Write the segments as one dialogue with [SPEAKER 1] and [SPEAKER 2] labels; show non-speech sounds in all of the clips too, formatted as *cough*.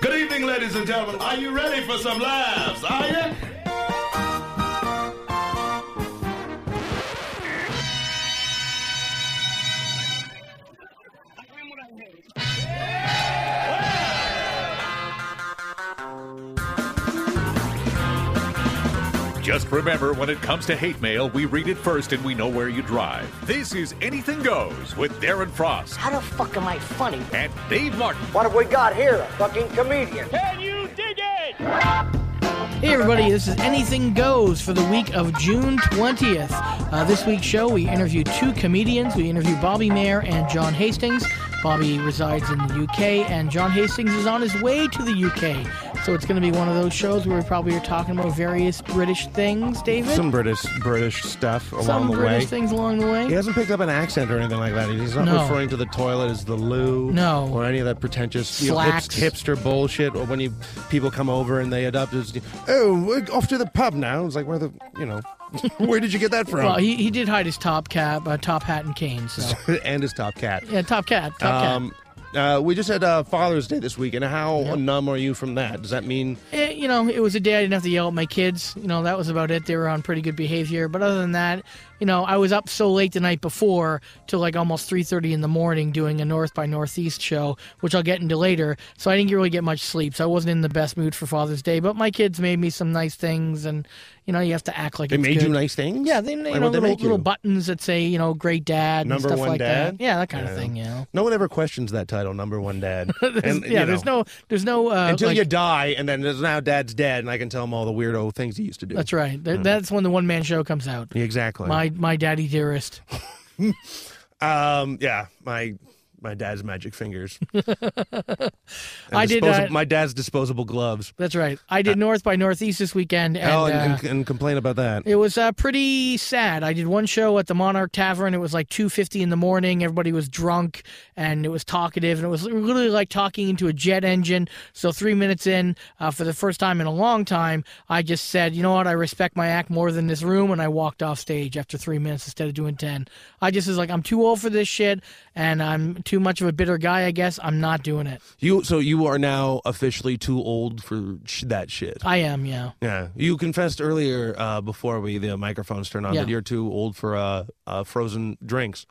[SPEAKER 1] Good evening, ladies and gentlemen. Are you ready for some laughs? Are you?
[SPEAKER 2] Just remember, when it comes to hate mail, we read it first and we know where you drive. This is Anything Goes with Darren Frost
[SPEAKER 3] How the fuck am I funny?
[SPEAKER 2] and Dave Martin.
[SPEAKER 4] What have we got here? A fucking comedian.
[SPEAKER 5] Hey, everybody, this is Anything Goes for the week of June 20th. Uh, this week's show, we interview two comedians. We interview Bobby Mayer and John Hastings. Bobby resides in the UK, and John Hastings is on his way to the UK. So it's going to be one of those shows where we probably are talking about various British things, David.
[SPEAKER 6] Some British British stuff along
[SPEAKER 5] Some
[SPEAKER 6] the
[SPEAKER 5] British
[SPEAKER 6] way.
[SPEAKER 5] things along the way.
[SPEAKER 6] He hasn't picked up an accent or anything like that. He's not
[SPEAKER 5] No.
[SPEAKER 6] referring to the toilet as the loo,
[SPEAKER 5] No.
[SPEAKER 6] or any of that pretentious you know, hips-
[SPEAKER 5] Slacks.
[SPEAKER 6] hipster bullshit. Or when you people come over and they adopt as, oh, we're off to the pub now. It's like where the you know, *laughs* where did you get that from?
[SPEAKER 5] Well, he, he did hide his top cap, uh, top hat, and cane. So
[SPEAKER 6] *laughs* and his top cat.
[SPEAKER 5] yeah, top cat, top cat.
[SPEAKER 6] Um, uh, we just had uh, Father's Day this week, and how numb are you from that? Does that mean
[SPEAKER 5] Eh, you know, it was a day I didn't have to yell at my kids. You know, that was about it. They were on pretty good behavior. But other than that, you know, I was up so late the night before till like almost 3.30 in the morning doing a North by Northeast show, which I'll get into later. So I didn't really get much sleep. So I wasn't in the best mood for Father's Day. But my kids made me some nice things. And, you know, you have to act like
[SPEAKER 6] they
[SPEAKER 5] it's
[SPEAKER 6] made you
[SPEAKER 5] good.
[SPEAKER 6] nice things?
[SPEAKER 5] Yeah, they, you
[SPEAKER 6] Like,
[SPEAKER 5] know,
[SPEAKER 6] what'd they
[SPEAKER 5] little,
[SPEAKER 6] make you?
[SPEAKER 5] little buttons that say, you know, great dad
[SPEAKER 6] Number
[SPEAKER 5] and stuff
[SPEAKER 6] one
[SPEAKER 5] like
[SPEAKER 6] dad?
[SPEAKER 5] that. Yeah, that kind
[SPEAKER 6] Yeah.
[SPEAKER 5] of thing, you know.
[SPEAKER 6] No one ever questions that title, number one
[SPEAKER 5] *laughs*
[SPEAKER 6] dad. And,
[SPEAKER 5] yeah,
[SPEAKER 6] you
[SPEAKER 5] there's
[SPEAKER 6] know.
[SPEAKER 5] no, there's no, uh,
[SPEAKER 6] until
[SPEAKER 5] like-
[SPEAKER 6] you die, and then there's now dad's dead, and I can tell him all the weirdo things he used to do.
[SPEAKER 5] That's right.
[SPEAKER 6] Hmm.
[SPEAKER 5] Th- That's when the one man show comes out.
[SPEAKER 6] Yeah, exactly.
[SPEAKER 5] My my daddy dearest.
[SPEAKER 6] um, yeah, my my dad's magic
[SPEAKER 5] *laughs*
[SPEAKER 6] fingers. And
[SPEAKER 5] I did,
[SPEAKER 6] disposa-
[SPEAKER 5] uh,
[SPEAKER 6] my dad's disposable gloves.
[SPEAKER 5] That's right. I did North by Northeast this weekend, and,
[SPEAKER 6] Uh, oh, and,
[SPEAKER 5] uh,
[SPEAKER 6] and, and complain about that.
[SPEAKER 5] it was uh, pretty sad. I did one show at the Monarch Tavern. It was like two fifty in the morning. Everybody was drunk, and it was talkative, and it was literally like talking into a jet engine. So three minutes in, uh, for the first time in a long time, I just said, you know what? I respect my act more than this room, and I walked off stage after three minutes instead of doing ten. I just was like, I'm too old for this shit, and I'm too much of a bitter guy. I guess I'm not doing it.
[SPEAKER 6] You so you are now officially too old for sh- that shit.
[SPEAKER 5] I am, yeah.
[SPEAKER 6] yeah, you confessed earlier uh, before we the microphones turned on
[SPEAKER 5] Yeah.
[SPEAKER 6] that you're too old for uh, uh, frozen drinks,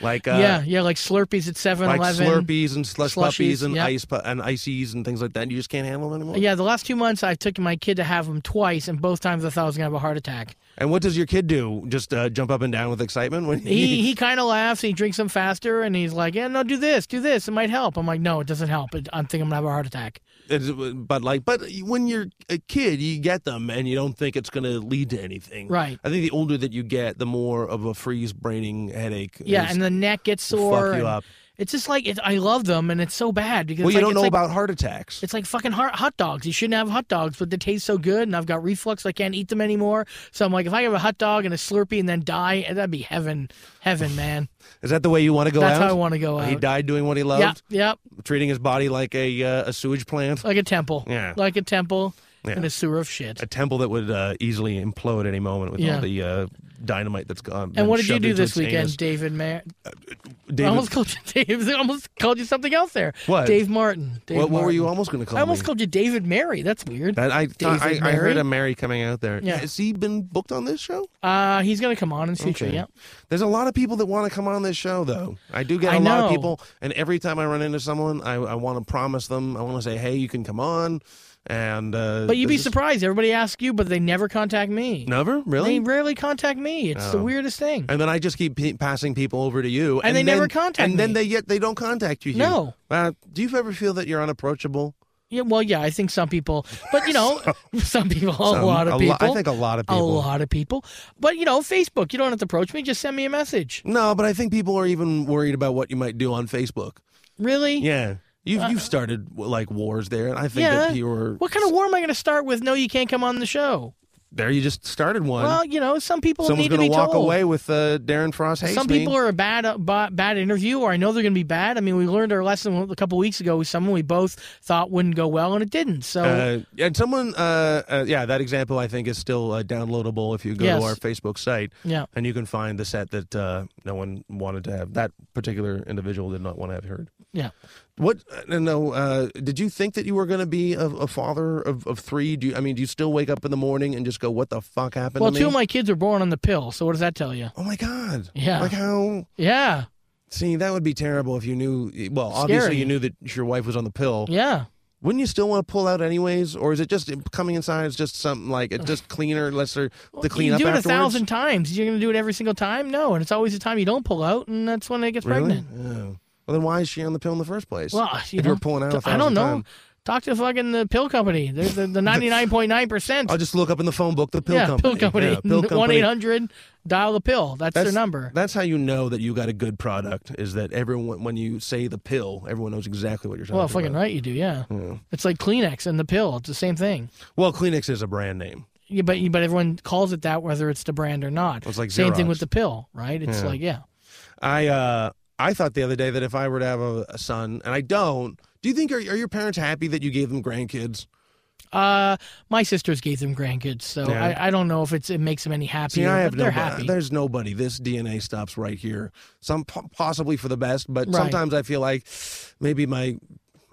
[SPEAKER 6] like uh,
[SPEAKER 5] yeah, yeah, like Slurpees at 7
[SPEAKER 6] like
[SPEAKER 5] Eleven.
[SPEAKER 6] Slurpees and slush
[SPEAKER 5] Slushies,
[SPEAKER 6] puppies and
[SPEAKER 5] yeah.
[SPEAKER 6] ice pu- and ices and things like that. You just can't handle them anymore.
[SPEAKER 5] Yeah, the last two months I took my kid to have them twice, and both times I thought I was going to have a heart attack.
[SPEAKER 6] And what does your kid do? Just uh, jump up and down with excitement when
[SPEAKER 5] He
[SPEAKER 6] *laughs*
[SPEAKER 5] he kind of laughs, he drinks them faster, and he's like, yeah, no, do this, do this. It might help. I'm like, no, it doesn't help. It, I'm thinking I'm going to have a heart attack.
[SPEAKER 6] It's- uh, but like, but when you're a kid, you get them, and you don't think it's going to lead to anything.
[SPEAKER 5] Right.
[SPEAKER 6] I think the older that you get, the more of a freeze braining headache.
[SPEAKER 5] Yeah,
[SPEAKER 6] is-
[SPEAKER 5] and the neck gets
[SPEAKER 6] fuck
[SPEAKER 5] sore.
[SPEAKER 6] you
[SPEAKER 5] and
[SPEAKER 6] up.
[SPEAKER 5] It's just like, it, I love them, and it's so bad because
[SPEAKER 6] well,
[SPEAKER 5] it's
[SPEAKER 6] you
[SPEAKER 5] like-
[SPEAKER 6] don't
[SPEAKER 5] it's
[SPEAKER 6] know
[SPEAKER 5] like-
[SPEAKER 6] about heart attacks.
[SPEAKER 5] It's like fucking hot, hot dogs. You shouldn't have hot dogs, but they taste so good, and I've got reflux. I can't eat them anymore. So I'm like, if I have a hot dog and a Slurpee and then die, that'd be heaven, heaven, man.
[SPEAKER 6] Is that the way you want to go
[SPEAKER 5] That's
[SPEAKER 6] out?
[SPEAKER 5] how I want to go out.
[SPEAKER 6] He died doing what he loved,
[SPEAKER 5] Yep, yep.
[SPEAKER 6] treating his body like a uh, a sewage plant,
[SPEAKER 5] Like a temple.
[SPEAKER 6] Yeah.
[SPEAKER 5] Like a temple
[SPEAKER 6] Yeah.
[SPEAKER 5] and a sewer of shit.
[SPEAKER 6] a temple that would uh, easily implode any moment with
[SPEAKER 5] Yeah.
[SPEAKER 6] all the uh, dynamite that's gone. been
[SPEAKER 5] and what did you
[SPEAKER 6] shoved
[SPEAKER 5] do
[SPEAKER 6] into
[SPEAKER 5] this
[SPEAKER 6] its
[SPEAKER 5] weekend,
[SPEAKER 6] anus.
[SPEAKER 5] David Mayer? I
[SPEAKER 6] David,
[SPEAKER 5] almost called you *laughs* Dave. I almost called you something else there.
[SPEAKER 6] What?
[SPEAKER 5] Dave Martin. Dave
[SPEAKER 6] what, what were
[SPEAKER 5] Martin.
[SPEAKER 6] you almost going to call
[SPEAKER 5] I almost
[SPEAKER 6] me?
[SPEAKER 5] called you David Mary. That's weird.
[SPEAKER 6] That I, thought- I,
[SPEAKER 5] David
[SPEAKER 6] I heard
[SPEAKER 5] Mary?
[SPEAKER 6] a Mary coming out there.
[SPEAKER 5] Yeah.
[SPEAKER 6] Has he been booked on this show?
[SPEAKER 5] uh, he's going to come on in future.
[SPEAKER 6] Okay.
[SPEAKER 5] Yeah.
[SPEAKER 6] There's a lot of people that want to come on this show, though. I do get a
[SPEAKER 5] I
[SPEAKER 6] lot of
[SPEAKER 5] know.
[SPEAKER 6] people, and every time I run into someone, I, I want to promise them. I want to say, "Hey, you can come on." And uh,
[SPEAKER 5] But you'd be
[SPEAKER 6] this is-
[SPEAKER 5] surprised. Everybody asks you, but they never contact me.
[SPEAKER 6] Never really.
[SPEAKER 5] They rarely contact me. It's the weirdest thing.
[SPEAKER 6] and then I just keep pe- passing people over to you,
[SPEAKER 5] And they never
[SPEAKER 6] then-
[SPEAKER 5] contact
[SPEAKER 6] And then
[SPEAKER 5] me.
[SPEAKER 6] they yet they don't contact you. Hugh.
[SPEAKER 5] No.
[SPEAKER 6] Uh, do you ever feel that you're unapproachable?
[SPEAKER 5] Yeah, well, yeah, I think some people, but you
[SPEAKER 6] *laughs*
[SPEAKER 5] know, *laughs* some people, a
[SPEAKER 6] Some.
[SPEAKER 5] lot
[SPEAKER 6] Um, A
[SPEAKER 5] of
[SPEAKER 6] lo-
[SPEAKER 5] people.
[SPEAKER 6] I think a lot of
[SPEAKER 5] A
[SPEAKER 6] people.
[SPEAKER 5] lot of people. But you know, Facebook, you don't have to approach me. Just send me a message.
[SPEAKER 6] No, but I think people are even worried about what you might do on Facebook.
[SPEAKER 5] Really?
[SPEAKER 6] Yeah. You've, you've started like wars there, and I think
[SPEAKER 5] Uh-uh. Yeah.
[SPEAKER 6] that you were.
[SPEAKER 5] What kind of war am I going to start with? No, you can't come on the show.
[SPEAKER 6] There, you just started one.
[SPEAKER 5] Well, you know, some people
[SPEAKER 6] Someone's
[SPEAKER 5] need to
[SPEAKER 6] going
[SPEAKER 5] be
[SPEAKER 6] to walk
[SPEAKER 5] told.
[SPEAKER 6] away with uh, Darren Frost. Hastings.
[SPEAKER 5] Some people are a bad, uh, ba- bad interview, or I know they're going to be bad. I mean, we learned our lesson a couple weeks ago with someone we both thought wouldn't go well, and it didn't. So,
[SPEAKER 6] Uh, and someone, uh, uh, yeah, that example I think is still uh, downloadable if you go
[SPEAKER 5] Yes.
[SPEAKER 6] to our Facebook site.
[SPEAKER 5] Yeah.
[SPEAKER 6] And you can find the set that uh, no one wanted to have. That particular individual did not want to have heard.
[SPEAKER 5] Yeah.
[SPEAKER 6] What? No, no. Uh, did you think that you were going to be a, a father of, of three? Do you, I mean, do you still wake up in the morning and just go, "What the fuck happened
[SPEAKER 5] Well,
[SPEAKER 6] to me?"
[SPEAKER 5] two of my kids were born on the pill. So what does that tell you?
[SPEAKER 6] oh my god!
[SPEAKER 5] Yeah.
[SPEAKER 6] Like how?
[SPEAKER 5] Yeah.
[SPEAKER 6] See, that would be terrible if you knew. Well, obviously
[SPEAKER 5] Scary.
[SPEAKER 6] you knew that your wife was on the pill.
[SPEAKER 5] Yeah.
[SPEAKER 6] Wouldn't you still want to pull out anyways, or is it just coming inside is just something like it's just cleaner, lesser the
[SPEAKER 5] you
[SPEAKER 6] cleanup
[SPEAKER 5] do it
[SPEAKER 6] afterwards?
[SPEAKER 5] a thousand times. You're going to do it every single time? No. And it's always the time you don't pull out, and that's when it gets
[SPEAKER 6] Really?
[SPEAKER 5] pregnant.
[SPEAKER 6] Oh. Well, then why is she on the pill in the first place?
[SPEAKER 5] Well, you
[SPEAKER 6] if you were
[SPEAKER 5] know,
[SPEAKER 6] pulling out, a
[SPEAKER 5] I
[SPEAKER 6] thousand
[SPEAKER 5] don't know.
[SPEAKER 6] times.
[SPEAKER 5] Talk to fucking the pill company.
[SPEAKER 6] *laughs*
[SPEAKER 5] They're the, the 99.9%.
[SPEAKER 6] I'll just look up in the phone book the pill
[SPEAKER 5] yeah,
[SPEAKER 6] company.
[SPEAKER 5] pill company.
[SPEAKER 6] Yeah, pill
[SPEAKER 5] *laughs* One
[SPEAKER 6] company.
[SPEAKER 5] eight hundred, dial the pill. That's, their number.
[SPEAKER 6] That's how you know that you got a good product. Is that everyone when you say the pill, everyone knows exactly what you're talking
[SPEAKER 5] well,
[SPEAKER 6] about.
[SPEAKER 5] fucking right, you do. Yeah. it's like Kleenex and the pill. It's the same thing.
[SPEAKER 6] Well, Kleenex is a brand name.
[SPEAKER 5] Yeah, but but everyone calls it that, whether it's the brand or not.
[SPEAKER 6] It's like
[SPEAKER 5] same thing
[SPEAKER 6] Xerox.
[SPEAKER 5] with the pill, right? It's like yeah,
[SPEAKER 6] I uh, I thought the other day that if I were to have a, a son, and I don't, do you think are, are your parents happy that you gave them grandkids?
[SPEAKER 5] Uh, my sisters gave them grandkids, so
[SPEAKER 6] Yeah.
[SPEAKER 5] I, I don't know if it's it makes them any happier.
[SPEAKER 6] See, I have
[SPEAKER 5] but they're
[SPEAKER 6] nobo-
[SPEAKER 5] happy.
[SPEAKER 6] There's nobody. This DNA stops right here. Some po- possibly for the best, but
[SPEAKER 5] Right.
[SPEAKER 6] sometimes I feel like maybe my,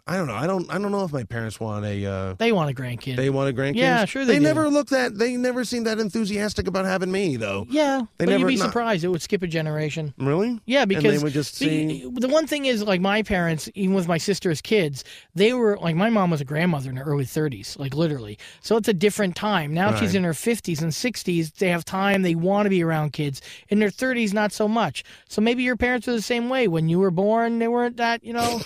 [SPEAKER 6] I don't know. I don't. I don't know if my parents want a. Uh,
[SPEAKER 5] they want a grandkid.
[SPEAKER 6] they want a grandkid.
[SPEAKER 5] Yeah, sure they do.
[SPEAKER 6] never look that. They never seemed that enthusiastic about having me though.
[SPEAKER 5] yeah,
[SPEAKER 6] they
[SPEAKER 5] but
[SPEAKER 6] never-
[SPEAKER 5] you'd be
[SPEAKER 6] not-
[SPEAKER 5] surprised. It would skip a generation.
[SPEAKER 6] Really?
[SPEAKER 5] Yeah, because
[SPEAKER 6] and they would just
[SPEAKER 5] the-
[SPEAKER 6] see.
[SPEAKER 5] the one thing is like my parents, even with my sister's kids, they were like my mom was a grandmother in her early 30s, like literally. So it's a different time. Now she's in her 50s and 60s. They have time. They want to be around kids. In their 30s, not so much. So maybe your parents were the same way when you were born. They weren't that,
[SPEAKER 6] *laughs*
[SPEAKER 5] you know.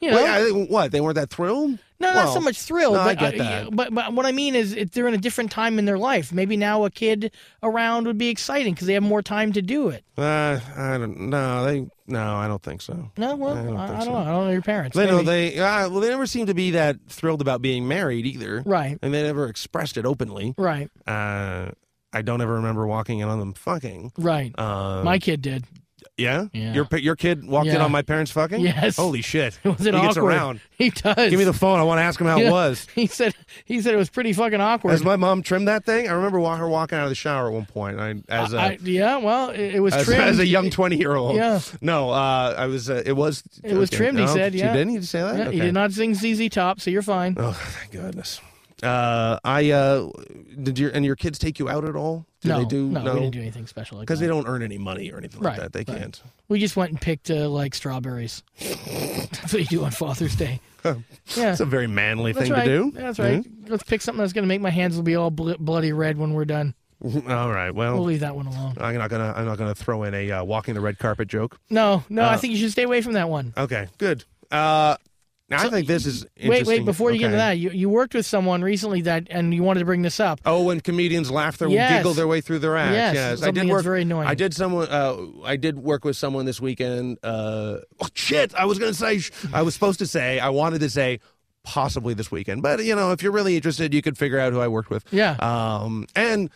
[SPEAKER 5] You know,
[SPEAKER 6] Wait, I- what? They weren't that thrilled?
[SPEAKER 5] No,
[SPEAKER 6] well,
[SPEAKER 5] not so much thrill.
[SPEAKER 6] no, I
[SPEAKER 5] but,
[SPEAKER 6] get
[SPEAKER 5] uh,
[SPEAKER 6] that.
[SPEAKER 5] but but what I mean is, it, they're in a different time in their life. Maybe now a kid around would be exciting because they have more time to do it.
[SPEAKER 6] Uh, I don't. No, they. No, I don't think so.
[SPEAKER 5] No, well, I I don't,
[SPEAKER 6] think so.
[SPEAKER 5] know. I don't know your parents.
[SPEAKER 6] They know
[SPEAKER 5] Maybe.
[SPEAKER 6] they. Uh, well, they never seem to be that thrilled about being married either.
[SPEAKER 5] Right.
[SPEAKER 6] And they never expressed it openly.
[SPEAKER 5] Right,
[SPEAKER 6] Uh, I don't ever remember walking in on them fucking.
[SPEAKER 5] right.
[SPEAKER 6] Uh,
[SPEAKER 5] My kid did. *laughs*
[SPEAKER 6] yeah?
[SPEAKER 5] Yeah.
[SPEAKER 6] Your pa- your kid walked in
[SPEAKER 5] Yeah.
[SPEAKER 6] on my parents fucking.
[SPEAKER 5] Yes.
[SPEAKER 6] Holy shit.
[SPEAKER 5] *laughs* Was it
[SPEAKER 6] he
[SPEAKER 5] awkward?
[SPEAKER 6] gets around.
[SPEAKER 5] He does. *laughs*
[SPEAKER 6] Give me the phone. I want to ask him how it was.
[SPEAKER 5] He said. He said it was pretty fucking awkward.
[SPEAKER 6] Has my mom trimmed that thing? I remember wa- her walking out of the shower at one point. I, as a
[SPEAKER 5] I- yeah. Well, it, it was
[SPEAKER 6] as,
[SPEAKER 5] trimmed.
[SPEAKER 6] as a young twenty year old.
[SPEAKER 5] Yeah.
[SPEAKER 6] No, uh, I was. Uh, it was.
[SPEAKER 5] It was trimmed, he
[SPEAKER 6] No,
[SPEAKER 5] said, yeah.
[SPEAKER 6] She didn't. He say that.
[SPEAKER 5] Yeah,
[SPEAKER 6] okay.
[SPEAKER 5] He did not sing ZZ Top, so you're fine.
[SPEAKER 6] Oh, thank goodness. Uh, I uh, did your and your kids take you out at all? Did
[SPEAKER 5] no,
[SPEAKER 6] they do
[SPEAKER 5] no, we didn't do anything special like
[SPEAKER 6] because
[SPEAKER 5] that.
[SPEAKER 6] they don't earn any money or anything
[SPEAKER 5] Right,
[SPEAKER 6] like that. They
[SPEAKER 5] right.
[SPEAKER 6] can't.
[SPEAKER 5] We just went and picked uh,
[SPEAKER 6] *laughs*
[SPEAKER 5] like strawberries. that's what you do on Father's Day. yeah,
[SPEAKER 6] It's a very manly
[SPEAKER 5] that's
[SPEAKER 6] thing
[SPEAKER 5] right.
[SPEAKER 6] to do. Mm-hmm.
[SPEAKER 5] That's right. Let's pick something that's going to make my hands will be all bl- bloody red when we're done.
[SPEAKER 6] Mhm. *laughs* All right.
[SPEAKER 5] We'll
[SPEAKER 6] Well,
[SPEAKER 5] leave that one alone.
[SPEAKER 6] I'm not gonna I'm not gonna throw in a uh, walking the red carpet joke.
[SPEAKER 5] No, no,
[SPEAKER 6] Uh,
[SPEAKER 5] I think you should stay away from that one.
[SPEAKER 6] Okay. Good. Uh, now I think this is
[SPEAKER 5] Wait,
[SPEAKER 6] interesting.
[SPEAKER 5] wait, before you get into
[SPEAKER 6] Okay.
[SPEAKER 5] that, you, you worked with someone recently that, and you wanted to bring this up.
[SPEAKER 6] Oh, when comedians laugh their
[SPEAKER 5] Yes.
[SPEAKER 6] giggle their way through their act.
[SPEAKER 5] Yes,
[SPEAKER 6] Yes, I
[SPEAKER 5] something
[SPEAKER 6] did
[SPEAKER 5] that's
[SPEAKER 6] work.
[SPEAKER 5] very annoying.
[SPEAKER 6] I did someone. Uh, I did work with someone this weekend. Uh, oh, shit! I was gonna say. sh- I was supposed to say. I wanted to say. Possibly this weekend, but you know, if you're really interested, you could figure out who I worked with.
[SPEAKER 5] Yeah.
[SPEAKER 6] Um. And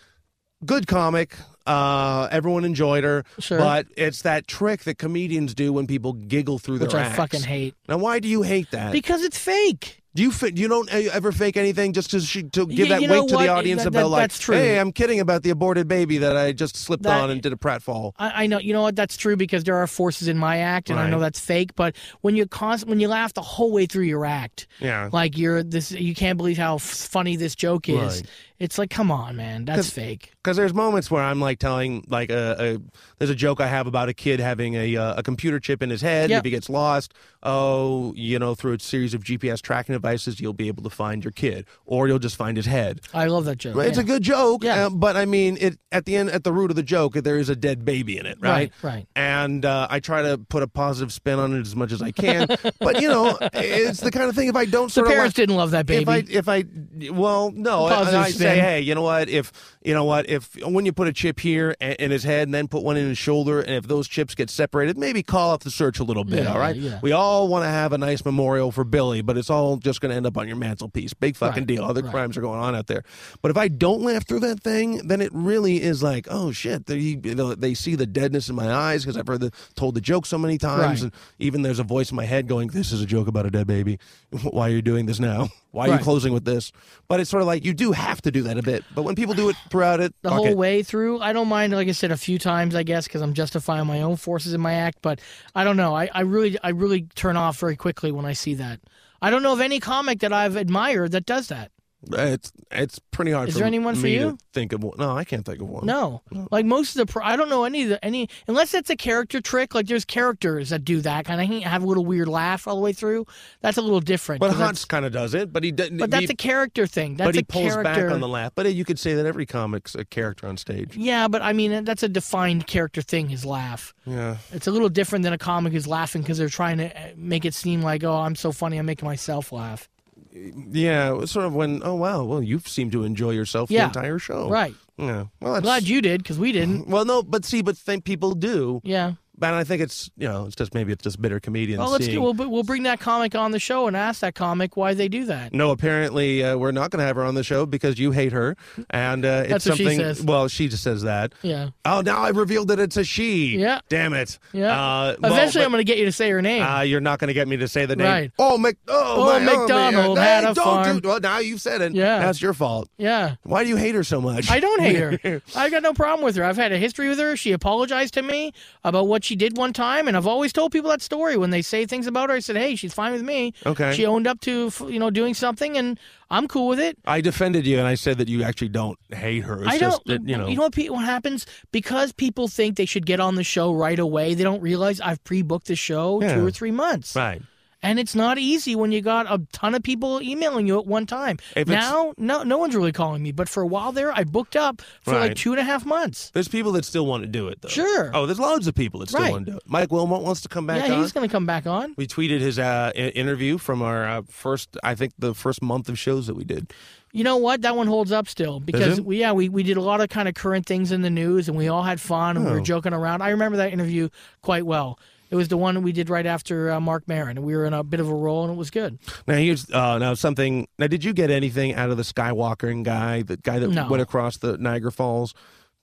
[SPEAKER 6] good comic. Uh. Everyone enjoyed her.
[SPEAKER 5] Sure.
[SPEAKER 6] But it's that trick that comedians do when people giggle through
[SPEAKER 5] Which
[SPEAKER 6] their
[SPEAKER 5] I
[SPEAKER 6] acts.
[SPEAKER 5] fucking hate.
[SPEAKER 6] Now, why do you hate that?
[SPEAKER 5] Because it's fake.
[SPEAKER 6] Do you fi- you don't e- ever fake anything just to, sh- to give
[SPEAKER 5] Yeah,
[SPEAKER 6] that
[SPEAKER 5] you know
[SPEAKER 6] weight to
[SPEAKER 5] what?
[SPEAKER 6] the audience
[SPEAKER 5] That-
[SPEAKER 6] about
[SPEAKER 5] that-
[SPEAKER 6] like,
[SPEAKER 5] that's true.
[SPEAKER 6] hey, I'm kidding about the aborted baby that I just slipped
[SPEAKER 5] That-
[SPEAKER 6] on and did a pratfall.
[SPEAKER 5] I, I know you know what that's true because there are forces in my act, and I
[SPEAKER 6] Right.
[SPEAKER 5] know that's fake. But when you const- when you laugh the whole way through your act,
[SPEAKER 6] Yeah.
[SPEAKER 5] like you're this, you can't believe how f- funny this joke is.
[SPEAKER 6] Right.
[SPEAKER 5] It's like, come on, man, that's fake.
[SPEAKER 6] Because there's moments where I'm like telling like a, a there's a joke I have about a kid having a uh, a computer chip in his head. and
[SPEAKER 5] Yep.
[SPEAKER 6] If he gets lost, oh, you know, through a series of GPS tracking devices, you'll be able to find your kid, or you'll just find his head.
[SPEAKER 5] I love that joke.
[SPEAKER 6] Right, It's
[SPEAKER 5] yeah.
[SPEAKER 6] a good joke,
[SPEAKER 5] Yeah.
[SPEAKER 6] uh, but I mean, it at the end, at the root of the joke, there is a dead baby in it, right?
[SPEAKER 5] Right, right.
[SPEAKER 6] And uh, I try to put a positive spin on it as much as I can, but you know, it's the kind of thing if I don't
[SPEAKER 5] the
[SPEAKER 6] sort
[SPEAKER 5] parents
[SPEAKER 6] of like,
[SPEAKER 5] didn't love that baby.
[SPEAKER 6] If I, if I, well, no, and
[SPEAKER 5] Positive
[SPEAKER 6] I say,
[SPEAKER 5] spin.
[SPEAKER 6] hey, you know what? If you know what, if when you put a chip here a- in his head, and then put one in his shoulder, and if those chips get separated, maybe call up the search a little bit.
[SPEAKER 5] Yeah,
[SPEAKER 6] all right,
[SPEAKER 5] yeah.
[SPEAKER 6] we all want to have a nice memorial for Billy, but it's all just going to end up on your mantelpiece. Big fucking
[SPEAKER 5] Right,
[SPEAKER 6] deal. Other
[SPEAKER 5] right.
[SPEAKER 6] crimes are going on out there. But if I don't laugh through that thing, then it really is like, oh shit, they you know, they see the deadness in my eyes because I've heard the told the joke so many times, and
[SPEAKER 5] Right.
[SPEAKER 6] even there's a voice in my head going, "This is a joke about a dead baby. *laughs* Why are you doing this now? *laughs* Why are
[SPEAKER 5] Right.
[SPEAKER 6] you closing with this?" But it's sort of like you do have to do that a bit. But when people do it throughout it.
[SPEAKER 5] the
[SPEAKER 6] Fuck
[SPEAKER 5] whole
[SPEAKER 6] it.
[SPEAKER 5] way through. I don't mind, like I said, a few times, I guess, because I'm justifying my own forces in my act. But I don't know. I, I really, I really turn off very quickly when I see that. I don't know of any comic that I've admired that does that.
[SPEAKER 6] It's it's pretty hard.
[SPEAKER 5] Is
[SPEAKER 6] for
[SPEAKER 5] there anyone for
[SPEAKER 6] me
[SPEAKER 5] you?
[SPEAKER 6] To think of one. No, I can't think of one.
[SPEAKER 5] No, like most of the, pro- I don't know any of the any unless that's a character trick. Like there's characters that do that kind of have a little weird laugh all the way through. That's a little different.
[SPEAKER 6] But
[SPEAKER 5] 'cause
[SPEAKER 6] Hans
[SPEAKER 5] that's-
[SPEAKER 6] kind of does it. But he doesn't.
[SPEAKER 5] but that's
[SPEAKER 6] he,
[SPEAKER 5] a character thing. That's
[SPEAKER 6] but he
[SPEAKER 5] a
[SPEAKER 6] pulls
[SPEAKER 5] character.
[SPEAKER 6] back on the laugh. But you could say that every comic's a character on stage.
[SPEAKER 5] Yeah, but I mean that's a defined character thing. His laugh.
[SPEAKER 6] Yeah.
[SPEAKER 5] It's a little different than a comic who's laughing because they're trying to uh, make it seem like, oh, I'm so funny, I'm making myself laugh.
[SPEAKER 6] Yeah. It was sort of when. Oh wow. Well, you seem to enjoy yourself
[SPEAKER 5] Yeah.
[SPEAKER 6] the entire show.
[SPEAKER 5] Right.
[SPEAKER 6] Yeah. Well, that's,
[SPEAKER 5] Glad you did because
[SPEAKER 6] *laughs*
[SPEAKER 5] we didn't.
[SPEAKER 6] Well, no, but see, but think people do.
[SPEAKER 5] Yeah.
[SPEAKER 6] But I think it's you know it's just maybe it's just bitter comedians.
[SPEAKER 5] Well, let's
[SPEAKER 6] seeing-
[SPEAKER 5] do. We'll, we'll bring that comic on the show and ask that comic why they do that.
[SPEAKER 6] No, apparently uh, we're not going to have her on the show because you hate her, and uh, it's
[SPEAKER 5] That's what she
[SPEAKER 6] something.
[SPEAKER 5] says.
[SPEAKER 6] Well, she just says that.
[SPEAKER 5] Yeah.
[SPEAKER 6] Oh, now I've revealed that it's a she.
[SPEAKER 5] Yeah.
[SPEAKER 6] Damn it.
[SPEAKER 5] Yeah.
[SPEAKER 6] Uh, well,
[SPEAKER 5] Eventually,
[SPEAKER 6] but-
[SPEAKER 5] I'm going to get you to say her name.
[SPEAKER 6] Uh, you're not going to get me to say the name.
[SPEAKER 5] Right.
[SPEAKER 6] Oh, Mc-
[SPEAKER 5] Oh,
[SPEAKER 6] oh, my- oh,
[SPEAKER 5] McDonald
[SPEAKER 6] man.
[SPEAKER 5] had
[SPEAKER 6] Hey,
[SPEAKER 5] a
[SPEAKER 6] don't
[SPEAKER 5] farm.
[SPEAKER 6] Do- well, now you've said it.
[SPEAKER 5] Yeah.
[SPEAKER 6] That's your fault.
[SPEAKER 5] yeah.
[SPEAKER 6] Why do you hate her so much?
[SPEAKER 5] I don't hate her. I got no problem with her. I've had a history with her. She apologized to me about what she did one time, and I've always told people that story when they say things about her. I said, "Hey, she's fine with me.
[SPEAKER 6] Okay.
[SPEAKER 5] She owned up to f- you know doing something, and I'm cool with it.
[SPEAKER 6] *laughs* I defended you, and I said that you actually don't hate her. It's
[SPEAKER 5] I
[SPEAKER 6] just
[SPEAKER 5] don't.
[SPEAKER 6] that, you know.
[SPEAKER 5] what, pe- what happens because people think they should get on the show right away. They don't realize I've pre-booked the show
[SPEAKER 6] Yeah.
[SPEAKER 5] two or three months,
[SPEAKER 6] right.
[SPEAKER 5] and it's not easy when you got a ton of people emailing you at one time.
[SPEAKER 6] If it's-
[SPEAKER 5] now, no, no one's really calling me, but for a while there, I booked up for like
[SPEAKER 6] Right.
[SPEAKER 5] two and a half months.
[SPEAKER 6] There's people that still want to do it, though.
[SPEAKER 5] Sure.
[SPEAKER 6] Oh, there's loads of people that still
[SPEAKER 5] Right.
[SPEAKER 6] want to do it. Mike Wilmot wants to come back
[SPEAKER 5] yeah,
[SPEAKER 6] on.
[SPEAKER 5] he's going to come back on.
[SPEAKER 6] We tweeted his uh, i- interview from our uh, first, I think, the first month of shows that we did.
[SPEAKER 5] You know what? That one holds up still because
[SPEAKER 6] it?
[SPEAKER 5] we, yeah, we, we did a lot of kind of current things in the news and we all had fun and we were
[SPEAKER 6] Oh.
[SPEAKER 5] joking around. I remember that interview quite well. It was the one we did right after uh, Mark Maron and we were in a bit of a role and it was good.
[SPEAKER 6] Now here's uh, now something. Now, did you get anything out of the Skywalker guy, the guy that
[SPEAKER 5] No.
[SPEAKER 6] went across the Niagara Falls?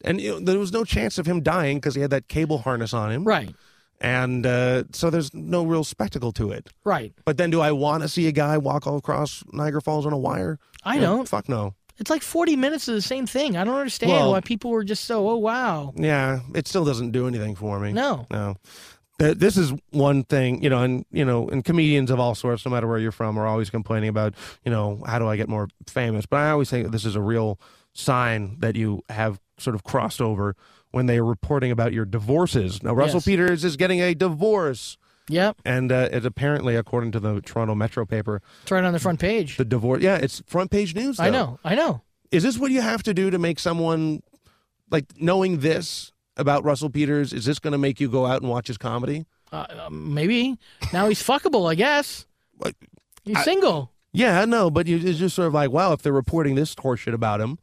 [SPEAKER 6] And you know, there was no chance of him dying because he had that cable harness on him,
[SPEAKER 5] Right,
[SPEAKER 6] And uh, so there's no real spectacle to it.
[SPEAKER 5] right.
[SPEAKER 6] But then, do I want to see a guy walk all across Niagara Falls on a wire?
[SPEAKER 5] I
[SPEAKER 6] Yeah,
[SPEAKER 5] don't.
[SPEAKER 6] Fuck no.
[SPEAKER 5] It's like 40 minutes of the same thing. I don't understand
[SPEAKER 6] Well-
[SPEAKER 5] why people were just so, oh, wow.
[SPEAKER 6] Yeah, it still doesn't do anything for me.
[SPEAKER 5] No.
[SPEAKER 6] no. Th- This is one thing, you know, and you know, and comedians of all sorts, no matter where you're from, are always complaining about, you know, how do I get more famous? But I always think this is a real sign that you have sort of crossed over when they are reporting about your divorces. Now, Russell
[SPEAKER 5] Yes.
[SPEAKER 6] Peters is getting a divorce,
[SPEAKER 5] Yep.
[SPEAKER 6] and uh, it's apparently, according to the Toronto Metro paper,
[SPEAKER 5] It's right on the front page.
[SPEAKER 6] the divorce. Yeah, it's front page news.
[SPEAKER 5] I
[SPEAKER 6] though.
[SPEAKER 5] know. I know.
[SPEAKER 6] Is this what you have to do to make someone like knowing this about Russell Peters? Is this going to make you go out and watch his comedy?
[SPEAKER 5] Uh, uh, maybe. Now he's fuckable, I guess.
[SPEAKER 6] What?
[SPEAKER 5] He's single.
[SPEAKER 6] Yeah, I know, but you, it's just sort of like, wow, if they're reporting this horseshit about him,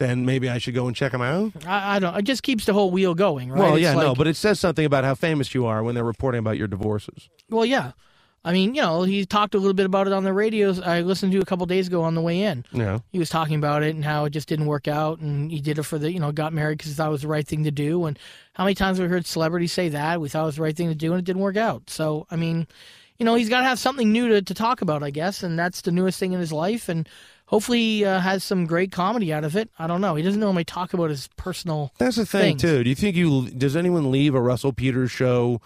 [SPEAKER 6] then maybe I should go and check him out.
[SPEAKER 5] I, I don't. It just keeps the whole wheel going, right?
[SPEAKER 6] Well,
[SPEAKER 5] It's
[SPEAKER 6] yeah, no,
[SPEAKER 5] like-
[SPEAKER 6] but it says something about how famous you are when they're reporting about your divorces.
[SPEAKER 5] Well, yeah. I mean, you know, he talked a little bit about it on the radios. I listened to a couple days ago on the way in.
[SPEAKER 6] Yeah,
[SPEAKER 5] He was talking about it and how it just didn't work out, and he did it for the, you know, got married because he thought it was the right thing to do. And how many times we heard celebrities say that we thought it was the right thing to do, and it didn't work out. So, I mean, you know, he's got to have something new to, to talk about, I guess, and that's the newest thing in his life. And hopefully, he uh, has some great comedy out of it. I don't know. He doesn't normally talk about his personal.
[SPEAKER 6] that's the thing
[SPEAKER 5] Things.
[SPEAKER 6] too. Do you think you does anyone leave a Russell Peters show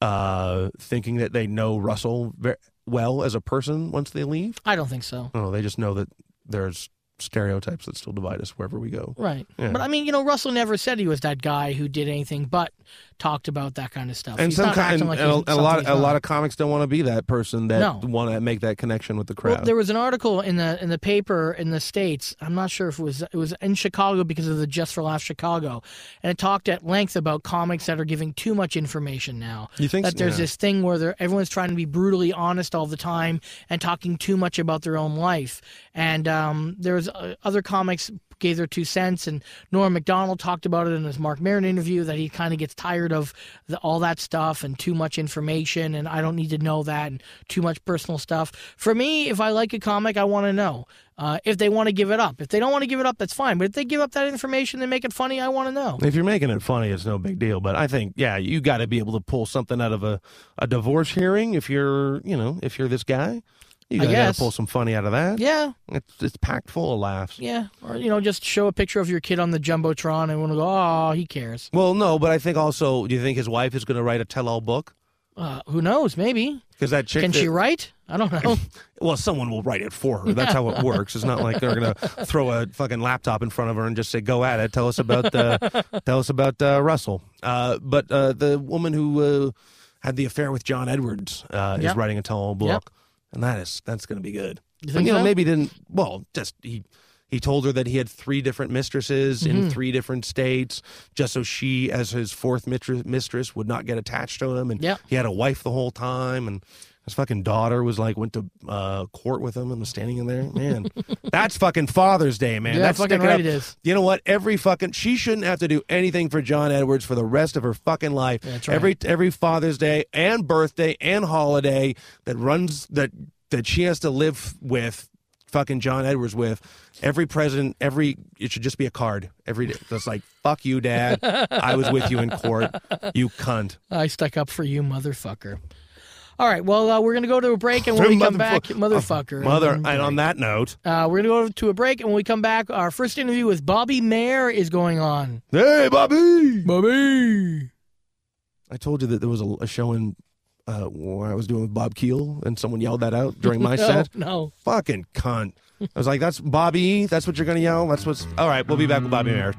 [SPEAKER 6] uh, thinking that they know Russell ve- well as a person once they leave?
[SPEAKER 5] I don't think so.
[SPEAKER 6] Oh, they just know that there's stereotypes that still divide us wherever we go.
[SPEAKER 5] Right.
[SPEAKER 6] Yeah.
[SPEAKER 5] But I mean, you know, Russell never said he was that guy who did anything but talked about that kind of stuff.
[SPEAKER 6] And
[SPEAKER 5] he's
[SPEAKER 6] some
[SPEAKER 5] not
[SPEAKER 6] kind,
[SPEAKER 5] acting like
[SPEAKER 6] and
[SPEAKER 5] he's
[SPEAKER 6] a, a lot,
[SPEAKER 5] something
[SPEAKER 6] a
[SPEAKER 5] he's
[SPEAKER 6] lot
[SPEAKER 5] not.
[SPEAKER 6] of comics don't want to be that person that
[SPEAKER 5] No.
[SPEAKER 6] want to make that connection with the crowd.
[SPEAKER 5] Well, there was an article in the in the paper in the states. I'm not sure if it was it was in Chicago because of the Just for Laughs Chicago, and it talked at length about comics that are giving too much information now.
[SPEAKER 6] You think
[SPEAKER 5] that
[SPEAKER 6] so?
[SPEAKER 5] there's
[SPEAKER 6] Yeah.
[SPEAKER 5] this thing where they're, everyone's trying to be brutally honest all the time and talking too much about their own life. And um, there was uh, other comics gave their two cents, and Norm Macdonald talked about it in his Mark Maron interview that he kind of gets tired of the, all that stuff and too much information, and I don't need to know that, and too much personal stuff. For me, if I like a comic, I want to know. Uh, if they want to give it up, if they don't want to give it up, that's fine. But if they give up that information, they make it funny. I want to know.
[SPEAKER 6] If you're making it funny, it's no big deal. But I think, yeah, you got to be able to pull something out of a, a divorce hearing if you're, you know, if you're this guy. You
[SPEAKER 5] I
[SPEAKER 6] gotta, gotta
[SPEAKER 5] guess.
[SPEAKER 6] pull some funny out of that.
[SPEAKER 5] Yeah,
[SPEAKER 6] It's, it's packed full of laughs.
[SPEAKER 5] yeah. Or you know, just show a picture of your kid on the jumbotron, and everyone will go, "Oh, he cares."
[SPEAKER 6] Well, no, but I think also, do you think his wife is going to write a tell-all book?
[SPEAKER 5] Uh, who knows? Maybe
[SPEAKER 6] Because that chick,
[SPEAKER 5] can she
[SPEAKER 6] that-
[SPEAKER 5] write? I don't know. *laughs*
[SPEAKER 6] well, someone will write it for her. That's how it works. It's not like they're
[SPEAKER 5] *laughs*
[SPEAKER 6] going to throw a fucking laptop in front of her and just say, "Go at it. Tell us about uh, tell us about uh, Russell." Uh, but uh, the woman who uh, had the affair with John Edwards uh,
[SPEAKER 5] Yep.
[SPEAKER 6] is writing a tell-all book, and that is that's going to be good.
[SPEAKER 5] You
[SPEAKER 6] But,
[SPEAKER 5] think
[SPEAKER 6] you know,
[SPEAKER 5] so?
[SPEAKER 6] maybe didn't. Well, just he. He told her that he had three different mistresses
[SPEAKER 5] Mm-hmm.
[SPEAKER 6] in three different states, just so she, as his fourth mistress, mistress would not get attached to him. And
[SPEAKER 5] Yeah.
[SPEAKER 6] he had a wife the whole time, and his fucking daughter was like went to uh, court with him and was standing in there.
[SPEAKER 5] *laughs*
[SPEAKER 6] Man, that's fucking Father's Day, man.
[SPEAKER 5] Yeah,
[SPEAKER 6] that's
[SPEAKER 5] fucking
[SPEAKER 6] sticking
[SPEAKER 5] right
[SPEAKER 6] up-
[SPEAKER 5] it is.
[SPEAKER 6] You know what? Every fucking she shouldn't have to do anything for John Edwards for the rest of her fucking life.
[SPEAKER 5] That's right.
[SPEAKER 6] Every every Father's Day and birthday and holiday that runs that that she has to live with fucking John Edwards with. Every president, every it should just be a card every day. That's like fuck you, Dad. I was with you in court. You cunt.
[SPEAKER 5] I stuck up for you, motherfucker. All right, well, uh, we're gonna go to a break, and when we come back, motherfucker,
[SPEAKER 6] Oh, mother.
[SPEAKER 5] and-
[SPEAKER 6] And on that note,
[SPEAKER 5] Uh, we're going to go to a break, and when we come back, our first interview with Bobby Mayer is going on.
[SPEAKER 6] hey, Bobby.
[SPEAKER 5] Bobby!
[SPEAKER 6] I told you that there was a, a show in uh, where I was doing with Bob Keel, and someone yelled that out during my
[SPEAKER 5] *laughs* no,
[SPEAKER 6] set.
[SPEAKER 5] No.
[SPEAKER 6] Fucking cunt. I was like, "That's Bobby. E. That's what you're gonna yell. That's what's all right." We'll be back with Bobby Mayer.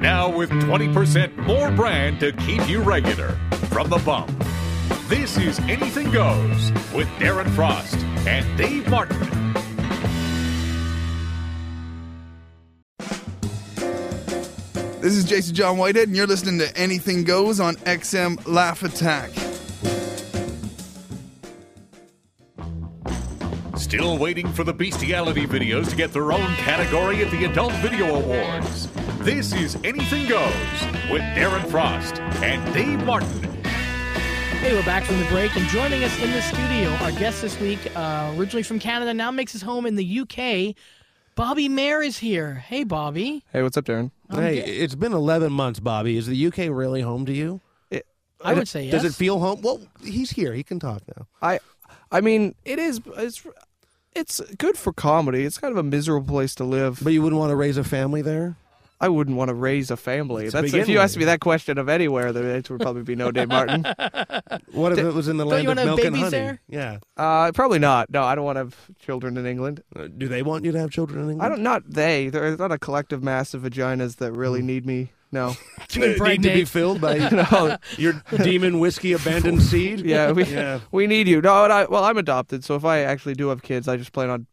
[SPEAKER 2] Now with 20% more brand to keep you regular from the bump. This is Anything Goes with Darren Frost and Dave Martin.
[SPEAKER 3] This is Jason John Whitehead, and you're listening to Anything Goes on XM Laugh Attack.
[SPEAKER 2] Still waiting for the bestiality videos to get their own category at the Adult Video Awards. This is Anything Goes with Darren Frost and Dave Martin.
[SPEAKER 5] Hey, we're back from the break, and joining us in the studio, our guest this week, uh, originally from Canada, now makes his home in the UK. Bobby Mayer is here. Hey, Bobby.
[SPEAKER 7] Hey, what's up, Darren?
[SPEAKER 6] Hey, it's been 11 months, Bobby. Is the UK really home to you?
[SPEAKER 5] I would say yes.
[SPEAKER 6] Does it feel home? Well, he's here. He can talk now.
[SPEAKER 7] I, I mean, it is. It's, it's good for comedy. It's kind of a miserable place to live.
[SPEAKER 6] But you wouldn't want to raise a family there.
[SPEAKER 7] I wouldn't want to raise a family. That's
[SPEAKER 6] begin
[SPEAKER 7] if you
[SPEAKER 6] with.
[SPEAKER 7] asked me that question of anywhere, there it would probably be no Dave *laughs* Martin.
[SPEAKER 6] What if it was in the land
[SPEAKER 5] you
[SPEAKER 6] of
[SPEAKER 5] wanna have
[SPEAKER 6] milk and honey?
[SPEAKER 5] babies there?
[SPEAKER 6] Yeah.
[SPEAKER 7] Uh, probably not. No, I don't want to have children in England.
[SPEAKER 6] Uh, Do they want you to have children in England? *laughs*
[SPEAKER 7] I don't. Not they. There's not a collective mass of vaginas that really need me. *laughs* No.
[SPEAKER 6] need to be
[SPEAKER 5] Impregnate.
[SPEAKER 6] filled
[SPEAKER 5] *laughs*
[SPEAKER 6] by
[SPEAKER 7] no.
[SPEAKER 6] your demon whiskey abandoned seed.
[SPEAKER 7] Yeah. We,
[SPEAKER 6] Yeah.
[SPEAKER 7] we need you. No. And I, well, I'm adopted, so if I actually do have kids, I just plan on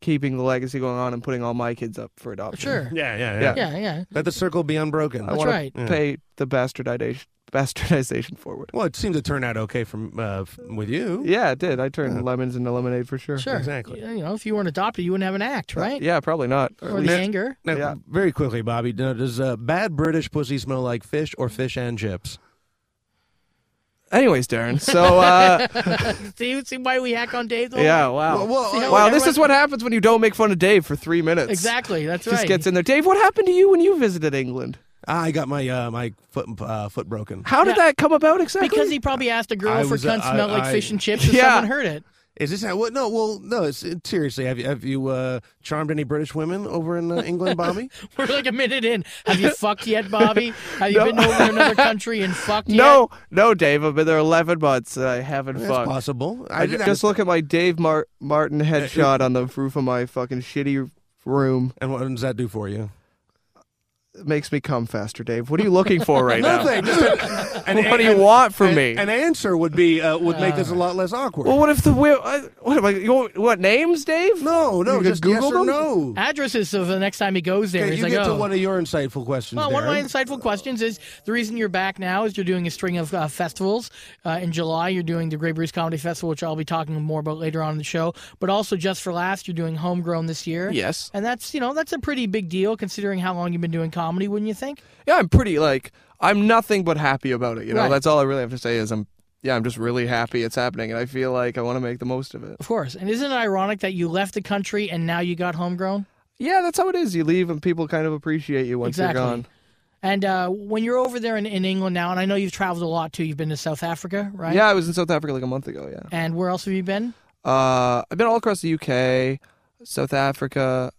[SPEAKER 7] keeping the legacy going on and putting all my kids up for
[SPEAKER 5] *laughs*
[SPEAKER 7] adoption.
[SPEAKER 5] Sure.
[SPEAKER 6] Yeah, yeah, yeah.
[SPEAKER 7] Yeah.
[SPEAKER 5] Yeah, yeah.
[SPEAKER 6] Let the circle be unbroken.
[SPEAKER 7] I
[SPEAKER 5] That's
[SPEAKER 7] wanna
[SPEAKER 5] right.
[SPEAKER 6] Yeah.
[SPEAKER 7] pay the bastardization bastardization forward.
[SPEAKER 6] Well, it seemed to turn out okay from uh, f- with you.
[SPEAKER 7] Yeah, it did. I turned lemons into lemonade for sure.
[SPEAKER 5] Sure.
[SPEAKER 6] Exactly.
[SPEAKER 5] You know, if you weren't adopted, you wouldn't have an act, right?
[SPEAKER 7] Yeah, probably not. Or at
[SPEAKER 5] Or the
[SPEAKER 7] least-
[SPEAKER 5] anger.
[SPEAKER 6] Now,
[SPEAKER 7] Yeah.
[SPEAKER 6] very quickly, Bobby. now, Does uh, bad British pussy smell like fish or fish and chips?
[SPEAKER 7] Anyways, Darren.
[SPEAKER 5] *laughs*
[SPEAKER 7] So uh,
[SPEAKER 5] See, see why we hack on Dave? though?
[SPEAKER 7] yeah, wow.
[SPEAKER 5] See how
[SPEAKER 7] wow, this
[SPEAKER 5] everyone-
[SPEAKER 7] is what happens when you don't make fun of Dave for three minutes.
[SPEAKER 5] Exactly. That's
[SPEAKER 7] Just
[SPEAKER 5] right.
[SPEAKER 7] gets in there. Dave, what happened to you when you visited England?
[SPEAKER 6] I got my uh, my foot uh, foot broken.
[SPEAKER 7] How did
[SPEAKER 5] Yeah.
[SPEAKER 7] that come about exactly?
[SPEAKER 5] because he probably asked a girl
[SPEAKER 6] I
[SPEAKER 5] if her
[SPEAKER 6] was, uh,
[SPEAKER 5] cunt
[SPEAKER 6] I-
[SPEAKER 5] smelled like
[SPEAKER 6] I-
[SPEAKER 5] fish and chips and
[SPEAKER 7] Yeah.
[SPEAKER 5] someone heard it. *laughs*
[SPEAKER 6] Is this how? What? No. Well, no. It's, it- seriously, have you have you uh, charmed any British women over in uh, England,
[SPEAKER 7] *laughs*
[SPEAKER 6] Bobby?
[SPEAKER 5] We're like a minute in. Have you fucked yet, Bobby? Have you been over to another country and fucked
[SPEAKER 7] no, no, Dave. I've been there 11 months and I haven't
[SPEAKER 6] That's
[SPEAKER 7] fucked.
[SPEAKER 6] possible.
[SPEAKER 7] I
[SPEAKER 6] did-
[SPEAKER 7] ju- just look at my Dave Mar- Martin headshot on the roof of my fucking shitty room.
[SPEAKER 6] And what does that do for
[SPEAKER 7] *laughs*
[SPEAKER 6] you?
[SPEAKER 7] It makes me come faster, Dave. What are you looking for right now?
[SPEAKER 6] Nothing. Just a- an-
[SPEAKER 7] What do you
[SPEAKER 6] an-
[SPEAKER 7] want from
[SPEAKER 6] an-
[SPEAKER 7] me?
[SPEAKER 6] An answer would be uh, would make this a lot less awkward.
[SPEAKER 7] Well, what if the wi- I What am I? You want, what names, Dave?
[SPEAKER 6] no, no.
[SPEAKER 7] you
[SPEAKER 6] Just
[SPEAKER 7] just
[SPEAKER 6] yes
[SPEAKER 7] Googled
[SPEAKER 6] or
[SPEAKER 7] them?
[SPEAKER 6] no.
[SPEAKER 5] yet? Addresses so the next time he goes there,
[SPEAKER 6] Okay,
[SPEAKER 5] he's
[SPEAKER 6] you
[SPEAKER 5] like,
[SPEAKER 6] get
[SPEAKER 5] oh.
[SPEAKER 6] to one of your insightful questions.
[SPEAKER 5] Well, one of my
[SPEAKER 6] Darren.
[SPEAKER 5] insightful questions is the reason you're back now is you're doing a string of uh, festivals. Uh, in July, you're doing the Grey Bruce Comedy Festival, which I'll be talking more about later on in the show. But also, just for laughs, you're doing Homegrown this year.
[SPEAKER 7] Yes.
[SPEAKER 5] And that's, you know, that's a pretty big deal considering how long you've been doing comedy, wouldn't you think?
[SPEAKER 7] Yeah, I'm pretty like I'm nothing but happy about it. You know,
[SPEAKER 5] Right.
[SPEAKER 7] that's all I really have to say is I'm. Yeah, I'm just really happy it's happening, and I feel like I want to make the most of it.
[SPEAKER 5] Of course. And isn't it ironic that you left the country and now you got homegrown?
[SPEAKER 7] Yeah, that's how it is. You leave, and people kind of appreciate you once
[SPEAKER 5] Exactly.
[SPEAKER 7] you're gone.
[SPEAKER 5] And uh, when you're over there in, in England now, and I know you've traveled a lot too, you've been to South Africa, right?
[SPEAKER 7] Yeah, I was in South Africa like a month ago. Yeah,
[SPEAKER 5] And where else have you been?
[SPEAKER 7] Uh, I've been all across the UK, South Africa.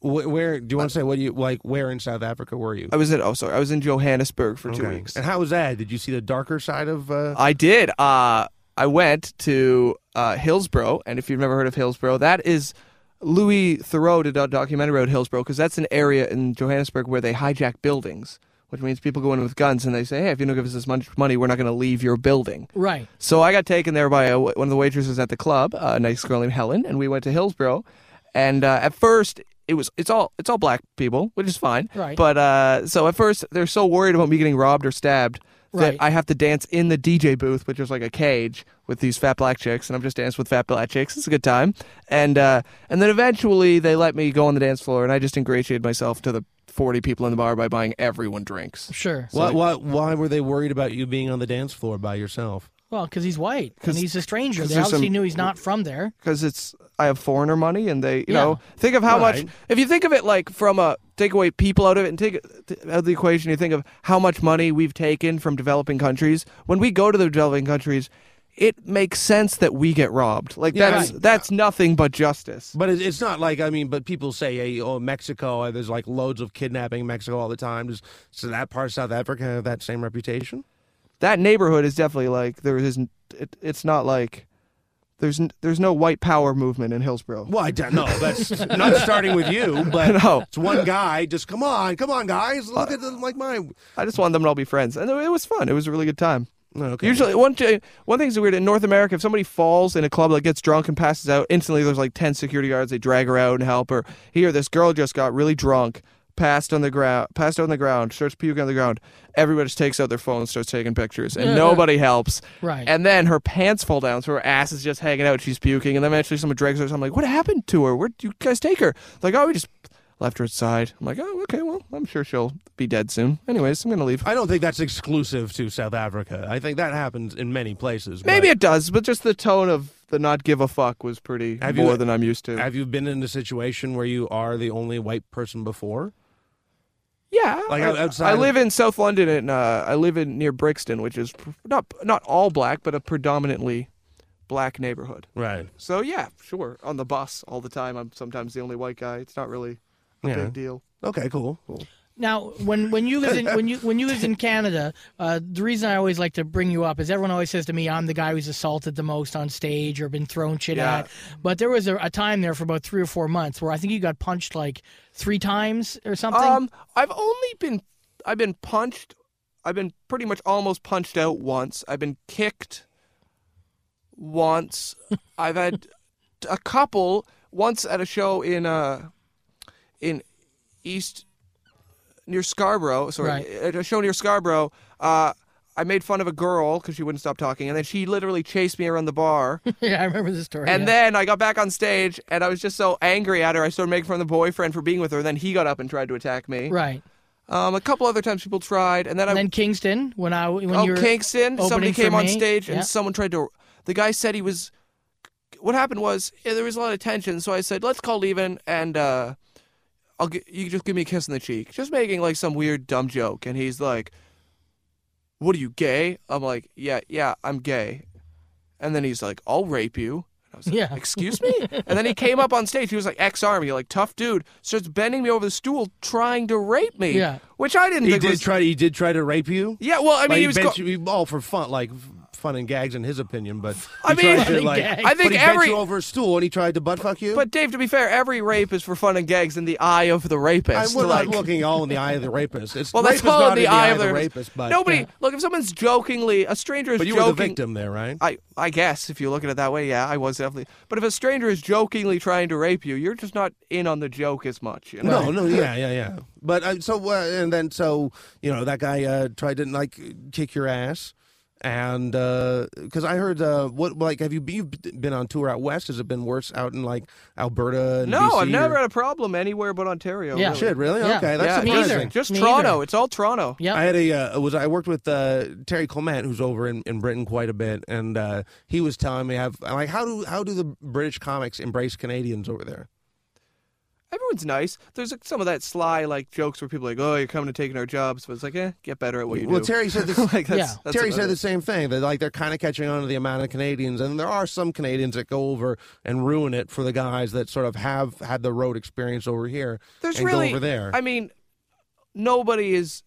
[SPEAKER 6] Wh- where do you want to say what you like? Where in South Africa were you?
[SPEAKER 7] I was at oh sorry, I was in Johannesburg for two
[SPEAKER 6] Okay. *laughs*
[SPEAKER 7] weeks.
[SPEAKER 6] And how was that? Did you see the darker side of? Uh...
[SPEAKER 7] I did. Uh, I went to uh, Hillsborough, and if you've never heard of Hillsborough, that is Louis Thoreau did a documentary about Hillsborough because that's an area in Johannesburg where they hijack buildings, which means people go in with guns and they say, "Hey, if you don't give us this much money, we're not going to leave your building."
[SPEAKER 5] Right.
[SPEAKER 7] So I got taken there by a, one of the waitresses at the club, uh, a nice girl named Helen, and we went to Hillsborough. And uh, at first, it was it's all it's all black people, which is fine.
[SPEAKER 5] Right.
[SPEAKER 7] But uh, so at first, they're so worried about me getting robbed or stabbed that
[SPEAKER 5] Right.
[SPEAKER 7] I have to dance in the DJ booth, which is like a cage with these fat black chicks, and I'm just dancing with fat black chicks. It's a good time. And uh, and then eventually, they let me go on the dance floor, and I just ingratiated myself to the 40 people in the bar by buying everyone drinks.
[SPEAKER 5] Sure.
[SPEAKER 6] Why, why, why were they worried about you being on the dance floor by yourself?
[SPEAKER 5] Well, because he's white and he's a stranger.
[SPEAKER 7] 'cause
[SPEAKER 5] They
[SPEAKER 7] there's
[SPEAKER 5] obviously
[SPEAKER 7] some-
[SPEAKER 5] knew he's not from there.
[SPEAKER 7] because it's I have foreigner money, and they, you
[SPEAKER 5] Yeah.
[SPEAKER 7] know, think of how
[SPEAKER 6] Right.
[SPEAKER 7] much. If you think of it like from a take away people out of it and take t- out of the equation, you think of how much money we've taken from developing countries. When we go to the developing countries, it makes sense that we get robbed. Like
[SPEAKER 6] Yeah,
[SPEAKER 7] that's
[SPEAKER 6] right.
[SPEAKER 7] that's nothing but justice.
[SPEAKER 6] But it- it's not like I mean, but people say, hey, "Oh, Mexico." uh, There's like loads of kidnapping in Mexico all the time. Does so that part of South Africa have that same reputation?
[SPEAKER 7] That neighborhood is definitely like there isn't. It, it's not like there's n- there's no white power movement in Hillsborough.
[SPEAKER 6] Well, I don't know. *laughs* That's not starting with you, *laughs* but
[SPEAKER 7] No.
[SPEAKER 6] it's one guy. Just come on, come on, guys. Look at them like mine.
[SPEAKER 7] I just wanted them to all be friends, and it was fun. It was a really good time.
[SPEAKER 6] Okay.
[SPEAKER 7] Usually, one j- one thing's weird in North America. If somebody falls in a club, like gets drunk and passes out, instantly there's like ten security guards. They drag her out and help her. Here, this girl just got really drunk, passed on the ground, passed out on the ground, starts puking on the ground. Everybody just takes out their phone, and starts taking pictures, and nobody helps.
[SPEAKER 5] Right.
[SPEAKER 7] And then her pants fall down, so her ass is just hanging out. She's puking, and then eventually someone drags her. So I'm like, "What happened to her? Where would you guys take her?" Like, "Oh, we just left her outside." I'm like, "Oh, okay. Well, I'm sure she'll be dead soon." Anyways, I'm gonna leave.
[SPEAKER 6] I don't think that's exclusive to South Africa. I think that happens in many places. but-
[SPEAKER 7] Maybe it does, but just the tone of the not give a fuck was pretty
[SPEAKER 6] Have you-
[SPEAKER 7] more than I'm used to.
[SPEAKER 6] Have you been in a situation where you are the only white person before?
[SPEAKER 7] yeah,
[SPEAKER 6] Like,
[SPEAKER 7] I,
[SPEAKER 6] out- outside
[SPEAKER 7] I
[SPEAKER 6] of-
[SPEAKER 7] live in South London, and uh, I live in near Brixton, which is pr- not not all black, but a predominantly black neighborhood.
[SPEAKER 6] Right.
[SPEAKER 7] So yeah, sure. On the bus all the time, I'm sometimes the only white guy. It's not really a
[SPEAKER 6] Yeah.
[SPEAKER 7] big deal.
[SPEAKER 6] Okay. Cool. cool.
[SPEAKER 5] Now, when, when you lived in when you when you lived in Canada, uh, the reason I always like to bring you up is everyone always says to me, "I'm the guy who's assaulted the most on stage or been thrown shit
[SPEAKER 7] Yeah.
[SPEAKER 5] at." But there was a, a time there for about three or four months where I think you got punched like three times or something.
[SPEAKER 7] Um, I've only been I've been punched. I've been pretty much almost punched out once. I've been kicked once.
[SPEAKER 5] *laughs*
[SPEAKER 7] I've had a couple once at a show in uh in East near Scarborough. Sorry,
[SPEAKER 5] Right.
[SPEAKER 7] at a show near Scarborough. Uh, I made fun of a girl because she wouldn't stop talking, and then she literally chased me around
[SPEAKER 5] *laughs*
[SPEAKER 7] the bar.
[SPEAKER 5] *laughs* yeah, I remember this story.
[SPEAKER 7] And
[SPEAKER 5] yeah.
[SPEAKER 7] then I got back on stage, and I was just so angry at her. I started making fun of the boyfriend for being with her. Then he got up and tried to attack me.
[SPEAKER 5] right,
[SPEAKER 7] Um, a couple other times people tried, and then I
[SPEAKER 5] and then Kingston when I when you
[SPEAKER 7] oh
[SPEAKER 5] were
[SPEAKER 7] Kingston, somebody
[SPEAKER 5] opening for
[SPEAKER 7] came on
[SPEAKER 5] me,
[SPEAKER 7] stage
[SPEAKER 5] yeah.
[SPEAKER 7] and someone tried to. The guy said he was. What happened was yeah, there was a lot of tension, so I said let's call it even and uh, I'll gi- you just give me a kiss on the cheek, just making like some weird dumb joke, and he's like, "What are you gay?" I'm like, "Yeah, yeah, I'm gay," and then he's like, "I'll rape you." And I was like,
[SPEAKER 5] Yeah.
[SPEAKER 7] Excuse me? and then he came up on stage. He was like ex army, like tough dude, starts bending me over the stool, trying to rape me.
[SPEAKER 5] Yeah.
[SPEAKER 7] Which I didn't
[SPEAKER 6] He
[SPEAKER 7] think
[SPEAKER 6] did
[SPEAKER 7] was
[SPEAKER 6] try. He did try to rape you.
[SPEAKER 7] yeah, well, I mean,
[SPEAKER 6] Like,
[SPEAKER 7] he was.
[SPEAKER 6] bent
[SPEAKER 7] go-
[SPEAKER 6] you- all for fun, like f- fun and gags, in his opinion. But he
[SPEAKER 7] *laughs* I mean,
[SPEAKER 6] tried to,
[SPEAKER 5] Fun and
[SPEAKER 6] like,
[SPEAKER 5] gags.
[SPEAKER 7] *laughs* I
[SPEAKER 6] but
[SPEAKER 7] think
[SPEAKER 6] he bent
[SPEAKER 7] every.
[SPEAKER 6] you over a stool and he tried to butt fuck you.
[SPEAKER 7] But Dave, to be fair, every rape is for fun and gags in the eye of the rapist.
[SPEAKER 6] I, we're
[SPEAKER 7] like,
[SPEAKER 6] not looking all in the eye of the rapist. It's
[SPEAKER 7] well, that's
[SPEAKER 6] rape is
[SPEAKER 7] called
[SPEAKER 6] not
[SPEAKER 7] the eye of
[SPEAKER 6] the
[SPEAKER 7] the
[SPEAKER 6] rapist. But
[SPEAKER 7] nobody.
[SPEAKER 6] Yeah.
[SPEAKER 7] Look, if someone's jokingly, a stranger is
[SPEAKER 6] But you
[SPEAKER 7] joking.
[SPEAKER 6] were the victim there, right?
[SPEAKER 7] I, I guess if you look at it that way, yeah, I was definitely. But if a stranger is jokingly trying to rape you, you're just not in on the joke as much. You
[SPEAKER 6] No,
[SPEAKER 7] know?
[SPEAKER 6] no, yeah, yeah, yeah. But uh, so uh, and then so you know that guy uh, tried to like kick your ass, and because I heard uh, what like have you be- you've been on tour out west? Has it been worse out in like Alberta? And
[SPEAKER 7] No,
[SPEAKER 6] BC
[SPEAKER 7] I've never
[SPEAKER 6] Or,
[SPEAKER 7] had a problem anywhere but Ontario.
[SPEAKER 5] Yeah.
[SPEAKER 7] really.
[SPEAKER 6] Oh, shit, really?
[SPEAKER 5] Yeah.
[SPEAKER 6] Okay, that's
[SPEAKER 7] yeah,
[SPEAKER 5] Me
[SPEAKER 7] just-
[SPEAKER 5] either.
[SPEAKER 6] surprising.
[SPEAKER 7] Just
[SPEAKER 5] Me
[SPEAKER 7] Toronto.
[SPEAKER 5] either.
[SPEAKER 7] It's all Toronto.
[SPEAKER 5] Yep.
[SPEAKER 6] I had a uh, was I worked with uh, Terry Clement, who's over in, in Britain quite a bit, and uh, he was telling me have like how do how do the British comics embrace Canadians over there?
[SPEAKER 7] I everyone's nice. There's like, some of that sly like jokes where people are like, oh, you're coming and taking our jobs, but it's like, eh, get better at what you
[SPEAKER 6] well,
[SPEAKER 7] do.
[SPEAKER 6] Terry
[SPEAKER 7] *laughs*
[SPEAKER 6] said this.
[SPEAKER 7] like, that's,
[SPEAKER 5] Yeah.
[SPEAKER 7] that's
[SPEAKER 6] Terry
[SPEAKER 7] about
[SPEAKER 6] said
[SPEAKER 7] it.
[SPEAKER 6] the same thing. That like they're kind of catching on to the amount of Canadians, and there are some Canadians that go over and ruin it for the guys that sort of have had the road experience over here
[SPEAKER 7] There's
[SPEAKER 6] and
[SPEAKER 7] really
[SPEAKER 6] go over there.
[SPEAKER 7] I mean, nobody is.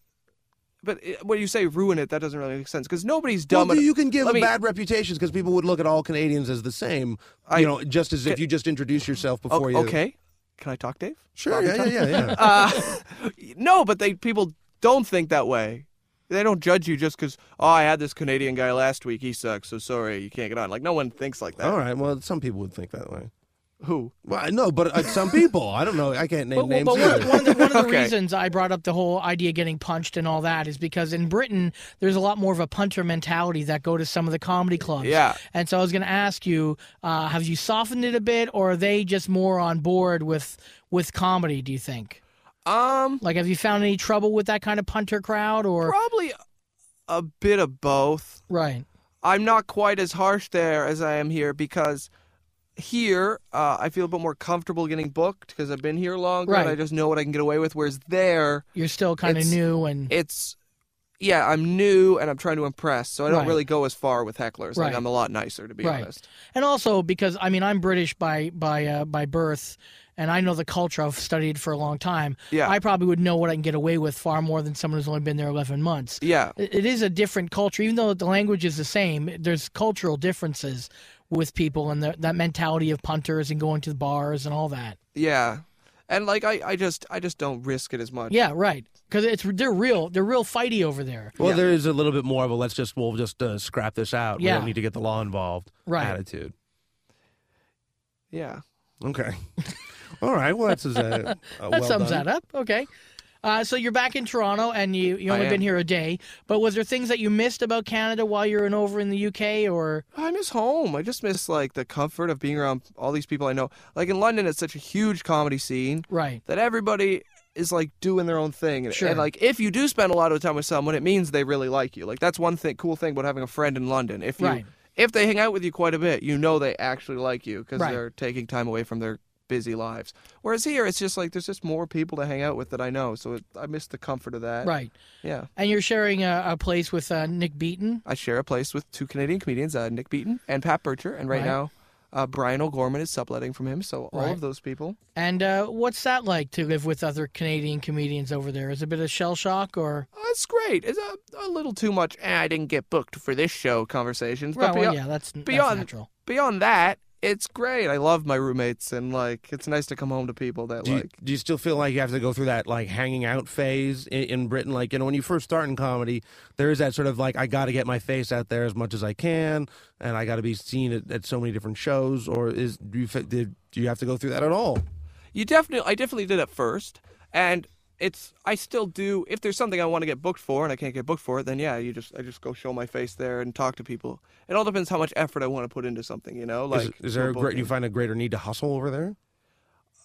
[SPEAKER 7] But it, when you say ruin it, that doesn't really make sense because nobody's dumb.
[SPEAKER 6] well,
[SPEAKER 7] en-
[SPEAKER 6] you can give
[SPEAKER 7] Let me-
[SPEAKER 6] bad reputations because people would look at all Canadians as the same.
[SPEAKER 7] I-
[SPEAKER 6] you know, just as if you just introduce yourself
[SPEAKER 7] O-
[SPEAKER 6] before you.
[SPEAKER 7] Okay, can I talk, Dave?
[SPEAKER 6] Sure. Yeah. Yeah. Yeah. yeah.
[SPEAKER 7] *laughs* Uh, no, but they people don't think that way. They don't judge you just because oh, I had this Canadian guy last week. He sucks. So sorry, you can't get on. Like no one thinks like that.
[SPEAKER 6] all right. Well, some people would think that way.
[SPEAKER 7] Who?
[SPEAKER 6] Well, I know, but uh, some people. I don't know. I can't name
[SPEAKER 5] But,
[SPEAKER 6] names.
[SPEAKER 5] but one,
[SPEAKER 6] either.
[SPEAKER 5] one of the, one of the
[SPEAKER 7] *laughs* Okay.
[SPEAKER 5] reasons I brought up the whole idea of getting punched and all that is because in Britain there's a lot more of a punter mentality that go to some of the comedy clubs.
[SPEAKER 7] Yeah.
[SPEAKER 5] And so I was going to ask you, uh, have you softened it a bit, or are they just more on board with with comedy? Do you think?
[SPEAKER 7] Um,
[SPEAKER 5] Like, have you found any trouble with that kind of punter crowd, or
[SPEAKER 7] probably a bit of both.
[SPEAKER 5] right?
[SPEAKER 7] I'm not quite as harsh there as I am here because here uh, I feel a bit more comfortable getting booked because I've been here longer and
[SPEAKER 5] Right.
[SPEAKER 7] I just know what I can get away with. Whereas there,
[SPEAKER 5] You're still kind of
[SPEAKER 7] It's-
[SPEAKER 5] new, and
[SPEAKER 7] it's yeah, I'm new and I'm trying to impress, so I don't
[SPEAKER 5] Right.
[SPEAKER 7] really go as far with hecklers. Like
[SPEAKER 5] Right.
[SPEAKER 7] I'm a lot nicer to be
[SPEAKER 5] Right.
[SPEAKER 7] honest.
[SPEAKER 5] and also because I mean I'm British by by uh, by birth, and I know the culture. I've studied for a long time.
[SPEAKER 7] Yeah.
[SPEAKER 5] I probably would know what I can get away with far more than someone who's only been there 11 months.
[SPEAKER 7] Yeah,
[SPEAKER 5] It it is a different culture, even though the language is the same. There's cultural differences with people and the, that mentality of punters and going to the bars and all that.
[SPEAKER 7] yeah, and like I, I just I just don't risk it as much.
[SPEAKER 5] Yeah, right. Because it's they're real. They're real fighty over there.
[SPEAKER 6] Well, there is a little bit more of a let's just we'll just uh, scrap this out. We
[SPEAKER 5] Yeah.
[SPEAKER 6] don't need to get the law involved.
[SPEAKER 5] Right.
[SPEAKER 6] Attitude.
[SPEAKER 7] yeah.
[SPEAKER 6] *laughs* Okay. All right. Well, that's a, a well
[SPEAKER 5] That sums
[SPEAKER 6] done.
[SPEAKER 5] that up. Okay. Uh, so you're back in Toronto, and you you
[SPEAKER 7] I
[SPEAKER 5] only
[SPEAKER 7] am.
[SPEAKER 5] been here a day. But was there things that you missed about Canada while you were in, over in the UK, or
[SPEAKER 7] I miss home. I just miss like the comfort of being around all these people I know. Like in London, it's such a huge comedy scene.
[SPEAKER 5] right?
[SPEAKER 7] that everybody is like doing their own thing. And-
[SPEAKER 5] Sure.
[SPEAKER 7] And like if you do spend a lot of time with someone, it means they really like you. Like that's one thing cool thing about having a friend in London. If you
[SPEAKER 5] Right.
[SPEAKER 7] if they hang out with you quite a bit, you know they actually like you because
[SPEAKER 5] Right.
[SPEAKER 7] they're taking time away from their busy lives. Whereas here it's just like there's just more people to hang out with that I know. So it, I miss the comfort of that.
[SPEAKER 5] Right.
[SPEAKER 7] Yeah.
[SPEAKER 5] And you're sharing a, a place with uh, Nick Beaton.
[SPEAKER 7] I share a place with two Canadian comedians, uh, Nick Beaton and Pat Bircher, and right,
[SPEAKER 5] Right.
[SPEAKER 7] now uh, Brian O'Gorman is subletting from him. So all
[SPEAKER 5] Right.
[SPEAKER 7] of those people.
[SPEAKER 5] And uh, what's that like to live with other Canadian comedians over there? Is it a bit of shell shock or?
[SPEAKER 7] That's great. It's a, a little too much. Eh, I didn't get booked for this show conversations.
[SPEAKER 5] Well,
[SPEAKER 7] but
[SPEAKER 5] well,
[SPEAKER 7] beyond,
[SPEAKER 5] yeah, that's, that's
[SPEAKER 7] beyond-
[SPEAKER 5] natural.
[SPEAKER 7] beyond that, it's great. I love my roommates and like it's nice to come home to people that
[SPEAKER 6] Do you,
[SPEAKER 7] like.
[SPEAKER 6] do you still feel like you have to go through that like hanging out phase in, in Britain? Like you know, when you first start in comedy, there is that sort of like I got to get my face out there as much as I can, and I got to be seen at, at so many different shows. Or is do you fe- did, do you have to go through that at all?
[SPEAKER 7] You definitely, I definitely did at first, and it's I still do. If there's something I want to get booked for and I can't get booked for it, then yeah, you just I just go show my face there and talk to people. It all depends how much effort I want to put into something, you know.
[SPEAKER 6] Is-
[SPEAKER 7] Like,
[SPEAKER 6] is, there a
[SPEAKER 7] for
[SPEAKER 6] great you
[SPEAKER 7] booking.
[SPEAKER 6] find a greater need to hustle over there?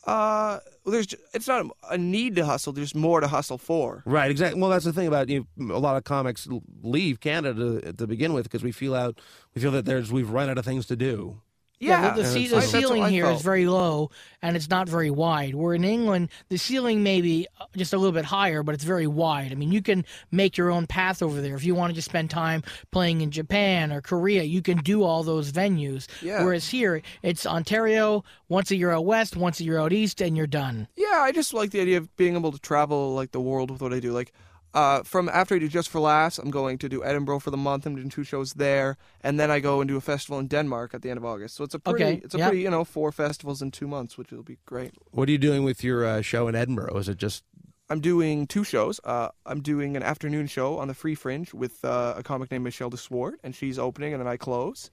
[SPEAKER 7] Uh, there's ju- it's not a- a need to hustle. There's more to hustle for.
[SPEAKER 6] Right, exactly. Well, that's the thing about you. know, A lot of comics l- leave Canada to, to begin with because we feel out, we feel that there's we've run out of things to do.
[SPEAKER 7] Yeah,
[SPEAKER 5] the, the, ce-
[SPEAKER 6] it's
[SPEAKER 5] the
[SPEAKER 6] like-
[SPEAKER 7] That's what
[SPEAKER 5] ceiling
[SPEAKER 7] I
[SPEAKER 5] here is
[SPEAKER 7] felt.
[SPEAKER 5] very low and it's not very wide. Where in England, the ceiling may be uh, just a little bit higher, but it's very wide. I mean, you can make your own path over there. If you want to just spend time playing in Japan or Korea, you can do all those venues.
[SPEAKER 7] Yeah.
[SPEAKER 5] Whereas here, it's Ontario, once a year out west, once a year out east, and you're done.
[SPEAKER 7] Yeah, I just like the idea of being able to travel like the world with what I do. Like, uh, from after I do Just for Laughs, I'm going to do Edinburgh for the month. I'm doing two shows there, and then I go and do a festival in Denmark at the end of August. So it's a pretty,
[SPEAKER 5] Okay,
[SPEAKER 7] it's a
[SPEAKER 5] yeah.
[SPEAKER 7] pretty, you know, four festivals in two months, which will be great.
[SPEAKER 6] What are you doing with your uh, show in Edinburgh? Is it just
[SPEAKER 7] I'm doing two shows. Uh, I'm doing an afternoon show on the Free Fringe with uh, a comic named Michelle DeSwart, and she's opening, and then I close.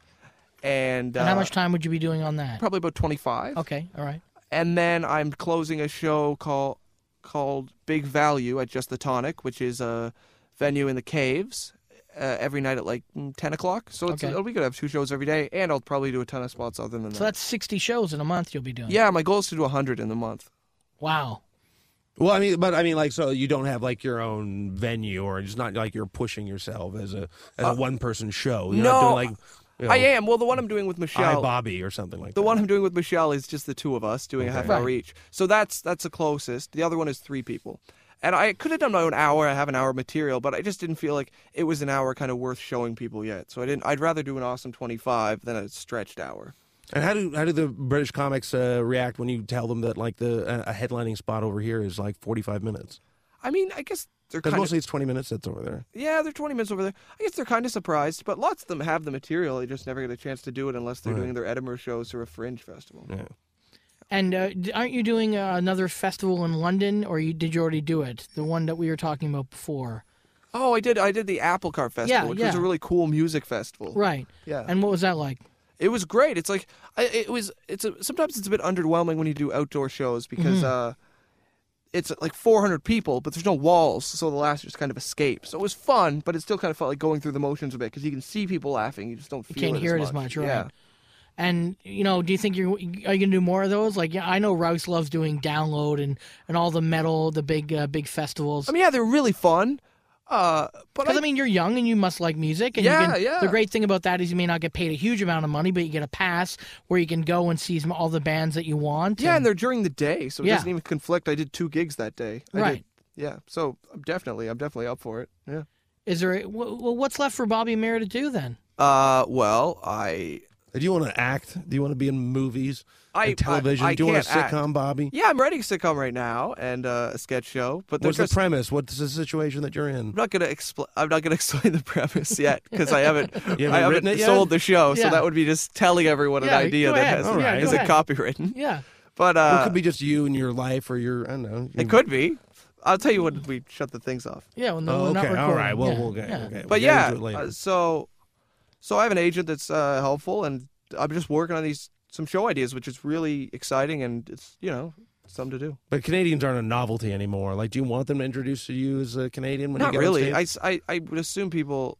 [SPEAKER 7] And,
[SPEAKER 5] and how
[SPEAKER 7] uh,
[SPEAKER 5] much time would you be doing on that?
[SPEAKER 7] Probably about 25.
[SPEAKER 5] Okay, all right.
[SPEAKER 7] and then I'm closing a show called called Big Value at Just the Tonic, which is a venue in the caves. Uh, every night at like mm, ten o'clock, so it's,
[SPEAKER 5] Okay.
[SPEAKER 7] it'll be good. I have two shows every day, and I'll probably do a ton of spots other than
[SPEAKER 5] So
[SPEAKER 7] that.
[SPEAKER 5] that's 60 shows in a month you'll be doing.
[SPEAKER 7] Uh, Yeah, my goal is to do hundred in the month.
[SPEAKER 5] Wow.
[SPEAKER 6] Well, I mean, but I mean, like, so you don't have like your own venue, or it's not like you're pushing yourself as a as a one person show. You're not
[SPEAKER 7] Uh, no,
[SPEAKER 6] doing like you
[SPEAKER 7] I
[SPEAKER 6] know,
[SPEAKER 7] am. Well, the one I'm doing with
[SPEAKER 6] I
[SPEAKER 7] Michelle.
[SPEAKER 6] Bobby or something like
[SPEAKER 7] The
[SPEAKER 6] that.
[SPEAKER 7] one I'm doing with Michelle is just the two of us doing a half hour each. So that's that's the closest. The other one is three people. And I could have done my own hour. I have an hour of material, but I just didn't feel like it was an hour kind of worth showing people yet. So I didn't. I'd rather do an awesome 25 than a stretched hour.
[SPEAKER 6] And how do how do the British comics uh, react when you tell them that like the uh, a headlining spot over here is like forty five minutes?
[SPEAKER 7] I mean, I guess they're
[SPEAKER 6] Because
[SPEAKER 7] kind
[SPEAKER 6] mostly it's twenty minutes that's over there.
[SPEAKER 7] of yeah, they're 20 minutes over there. I guess they're kind of surprised, but lots of them have the material. They just never get a chance to do it unless they're doing their Edinburgh shows or a Fringe festival.
[SPEAKER 5] And uh, d- aren't you doing uh, another festival in London, or you, did you already do it? The one that we were talking about before,
[SPEAKER 7] Oh, I did. I did the Apple Car Festival, which was
[SPEAKER 5] yeah.
[SPEAKER 7] a really cool music festival.
[SPEAKER 5] right?
[SPEAKER 7] Yeah.
[SPEAKER 5] And what was that like?
[SPEAKER 7] It was great. It's like I, it was. It's a, sometimes it's a bit underwhelming when you do outdoor shows because
[SPEAKER 5] Mm-hmm.
[SPEAKER 7] uh, it's like 400 people, but there's no walls, so the laughs just kind of escape. So it was fun, but it still kind of felt like going through the motions a bit because you can see people laughing, you just don't feel.
[SPEAKER 5] can't
[SPEAKER 7] it
[SPEAKER 5] hear it
[SPEAKER 7] as
[SPEAKER 5] as much, right.
[SPEAKER 7] Yeah.
[SPEAKER 5] And you know, do you think you're are you gonna do more of those? Like, yeah, I know Rouse loves doing download and and all the metal, the big uh, big festivals.
[SPEAKER 7] I mean, yeah, they're really fun. Uh, but
[SPEAKER 5] Because
[SPEAKER 7] I,
[SPEAKER 5] I mean, you're young and you must like music. And
[SPEAKER 7] Yeah,
[SPEAKER 5] you can,
[SPEAKER 7] yeah.
[SPEAKER 5] The great thing about that is you may not get paid a huge amount of money, but you get a pass where you can go and see some, all the bands that you want.
[SPEAKER 7] yeah, and they're during the day, so it
[SPEAKER 5] Yeah.
[SPEAKER 7] doesn't even conflict. I did two gigs that day. I did-
[SPEAKER 5] Right.
[SPEAKER 7] yeah, so I'm definitely, I'm definitely up for it. Yeah.
[SPEAKER 5] is there? a- wh- wh- what's left for Bobby Mayer to do then?
[SPEAKER 7] Uh, well, I
[SPEAKER 6] Do you want to act? Do you want to be in movies?
[SPEAKER 7] I-
[SPEAKER 6] in television?
[SPEAKER 7] I- I
[SPEAKER 6] do you want a
[SPEAKER 7] can't act.
[SPEAKER 6] sitcom, Bobby?
[SPEAKER 7] Yeah, I'm writing a sitcom right now and uh, a sketch show. But they're
[SPEAKER 6] What's the
[SPEAKER 7] just-
[SPEAKER 6] premise? What's the situation that you're in?
[SPEAKER 7] I'm not gonna explain. I'm not gonna *laughs* explain the premise yet because
[SPEAKER 6] *laughs*
[SPEAKER 7] I haven't. I haven't
[SPEAKER 6] written it yet?
[SPEAKER 7] sold the show,
[SPEAKER 5] Yeah.
[SPEAKER 7] so that would be just telling everyone
[SPEAKER 5] Yeah,
[SPEAKER 7] an idea
[SPEAKER 5] go
[SPEAKER 7] that
[SPEAKER 5] ahead.
[SPEAKER 7] has
[SPEAKER 5] All
[SPEAKER 6] right.
[SPEAKER 5] Yeah,
[SPEAKER 7] isn't
[SPEAKER 5] go *laughs*
[SPEAKER 7] copywritten.
[SPEAKER 5] Yeah.
[SPEAKER 7] But
[SPEAKER 6] Or
[SPEAKER 7] uh,
[SPEAKER 6] it could be just you and your life, or your I don't know.
[SPEAKER 7] it could be. I'll tell you when we shut the things off.
[SPEAKER 5] Yeah. Well, no,
[SPEAKER 6] Oh,
[SPEAKER 5] we're not
[SPEAKER 6] okay. All
[SPEAKER 5] recording.
[SPEAKER 6] right. Well,
[SPEAKER 5] yeah.
[SPEAKER 6] we'll get.
[SPEAKER 5] yeah.
[SPEAKER 6] okay. We'll
[SPEAKER 7] But
[SPEAKER 6] get
[SPEAKER 7] yeah,
[SPEAKER 6] into it later.
[SPEAKER 7] uh, so so I have an agent that's uh, helpful, and I'm just working on these some show ideas, which is really exciting, and it's you know something to do.
[SPEAKER 6] but Canadians aren't a novelty anymore. Like, do you want them to introduce you as a Canadian? When
[SPEAKER 7] Not
[SPEAKER 6] you get
[SPEAKER 7] really.
[SPEAKER 6] On
[SPEAKER 7] I,
[SPEAKER 6] stage?
[SPEAKER 7] s- I I would assume people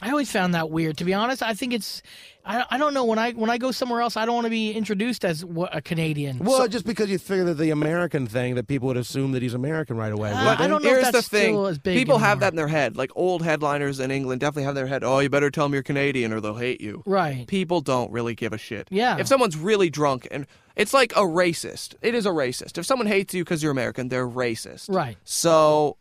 [SPEAKER 5] I always found that weird. To be honest, I think it's. I, I don't know when I when I go somewhere else, I don't want to be introduced as wha- a Canadian.
[SPEAKER 6] well, just because you figure that the American thing that people would assume that he's American right away.
[SPEAKER 5] Uh,
[SPEAKER 6] wouldn't
[SPEAKER 5] I
[SPEAKER 6] they?
[SPEAKER 5] don't know if
[SPEAKER 7] Here's
[SPEAKER 5] that's
[SPEAKER 7] the thing:
[SPEAKER 5] still as big
[SPEAKER 7] people have
[SPEAKER 5] anymore.
[SPEAKER 7] that in their head. Like old headliners in England definitely have in their head. Oh, you better tell them you're Canadian or they'll hate you.
[SPEAKER 5] Right.
[SPEAKER 7] People don't really give a shit.
[SPEAKER 5] Yeah.
[SPEAKER 7] If someone's really drunk and it's like a racist, it is a racist. If someone hates you because you're American, they're racist.
[SPEAKER 5] Right.
[SPEAKER 7] So,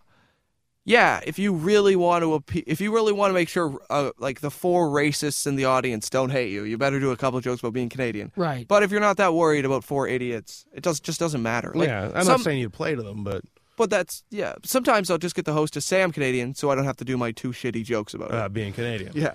[SPEAKER 7] yeah, if you really want to, appe- if you really want to make sure, uh, like the four racists in the audience don't hate you, you better do a couple jokes about being Canadian.
[SPEAKER 5] Right.
[SPEAKER 7] But if you're not that worried about four idiots, it does just doesn't matter. Like,
[SPEAKER 6] yeah, I'm
[SPEAKER 7] some-
[SPEAKER 6] not saying you'd play to them, but
[SPEAKER 7] but that's yeah. Sometimes I'll just get the host to say I'm Canadian, so I don't have to do my two shitty jokes about it.
[SPEAKER 6] uh, being Canadian.
[SPEAKER 7] yeah,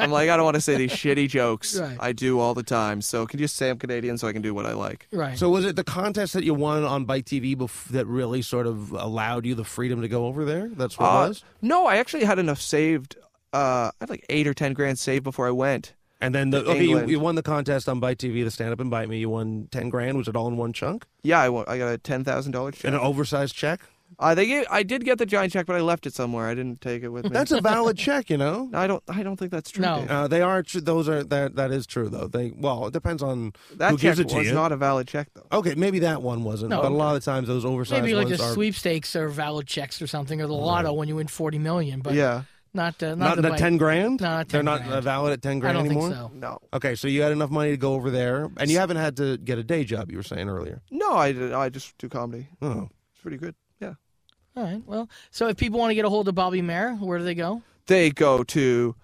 [SPEAKER 7] I'm like I don't want to say these
[SPEAKER 6] *laughs*
[SPEAKER 7] shitty jokes
[SPEAKER 5] Right.
[SPEAKER 7] I do all the time. So can you just say I'm Canadian so I can do what I like?
[SPEAKER 5] Right.
[SPEAKER 6] So was it the contest that you won on Bite TV bef- that really sort of allowed you the freedom to go over there? That's what
[SPEAKER 7] Uh,
[SPEAKER 6] it was.
[SPEAKER 7] no, I actually had enough saved. Uh, I had like eight or ten grand saved before I went.
[SPEAKER 6] And then the okay, you,
[SPEAKER 7] England.
[SPEAKER 6] you won the contest on Bite TV, the stand up and bite me. You won ten grand. Was it all in one chunk?
[SPEAKER 7] Yeah, I won. I got a ten thousand dollar check.
[SPEAKER 6] And an oversized check.
[SPEAKER 7] Uh, they gave, I did get the giant check, but I left it somewhere. I didn't take it with me.
[SPEAKER 6] That's a
[SPEAKER 5] *laughs*
[SPEAKER 6] valid check, you know.
[SPEAKER 7] I don't. I don't think that's true.
[SPEAKER 5] No.
[SPEAKER 7] Dave.
[SPEAKER 6] Uh, they are. Tr- those are that. That is true, though. They well, it depends on
[SPEAKER 7] that
[SPEAKER 6] who
[SPEAKER 7] check
[SPEAKER 6] gives it to
[SPEAKER 7] was
[SPEAKER 6] you.
[SPEAKER 7] not a valid check though.
[SPEAKER 6] okay, maybe that one wasn't,
[SPEAKER 5] No.
[SPEAKER 6] but a lot of the times those oversized
[SPEAKER 5] Maybe like
[SPEAKER 6] ones
[SPEAKER 5] the
[SPEAKER 6] are
[SPEAKER 5] sweepstakes or valid checks or something, or the lotto when you win forty million. But
[SPEAKER 7] yeah.
[SPEAKER 5] not uh, not,
[SPEAKER 6] not,
[SPEAKER 5] the
[SPEAKER 6] not
[SPEAKER 5] bike.
[SPEAKER 6] ten grand.
[SPEAKER 5] No, not
[SPEAKER 6] They're
[SPEAKER 5] 10
[SPEAKER 6] not
[SPEAKER 5] grand.
[SPEAKER 6] uh, valid at ten
[SPEAKER 5] I
[SPEAKER 6] grand
[SPEAKER 5] don't
[SPEAKER 6] anymore.
[SPEAKER 5] think so.
[SPEAKER 7] No.
[SPEAKER 6] Okay, so you had enough money to go over there, and you haven't had to get a day job. You were saying earlier.
[SPEAKER 7] No. I did. I just do comedy.
[SPEAKER 6] Oh.
[SPEAKER 7] It's pretty good. Yeah.
[SPEAKER 5] All right. Well, so if people want to get a hold of Bobby Mayer, where do they go?
[SPEAKER 7] they go to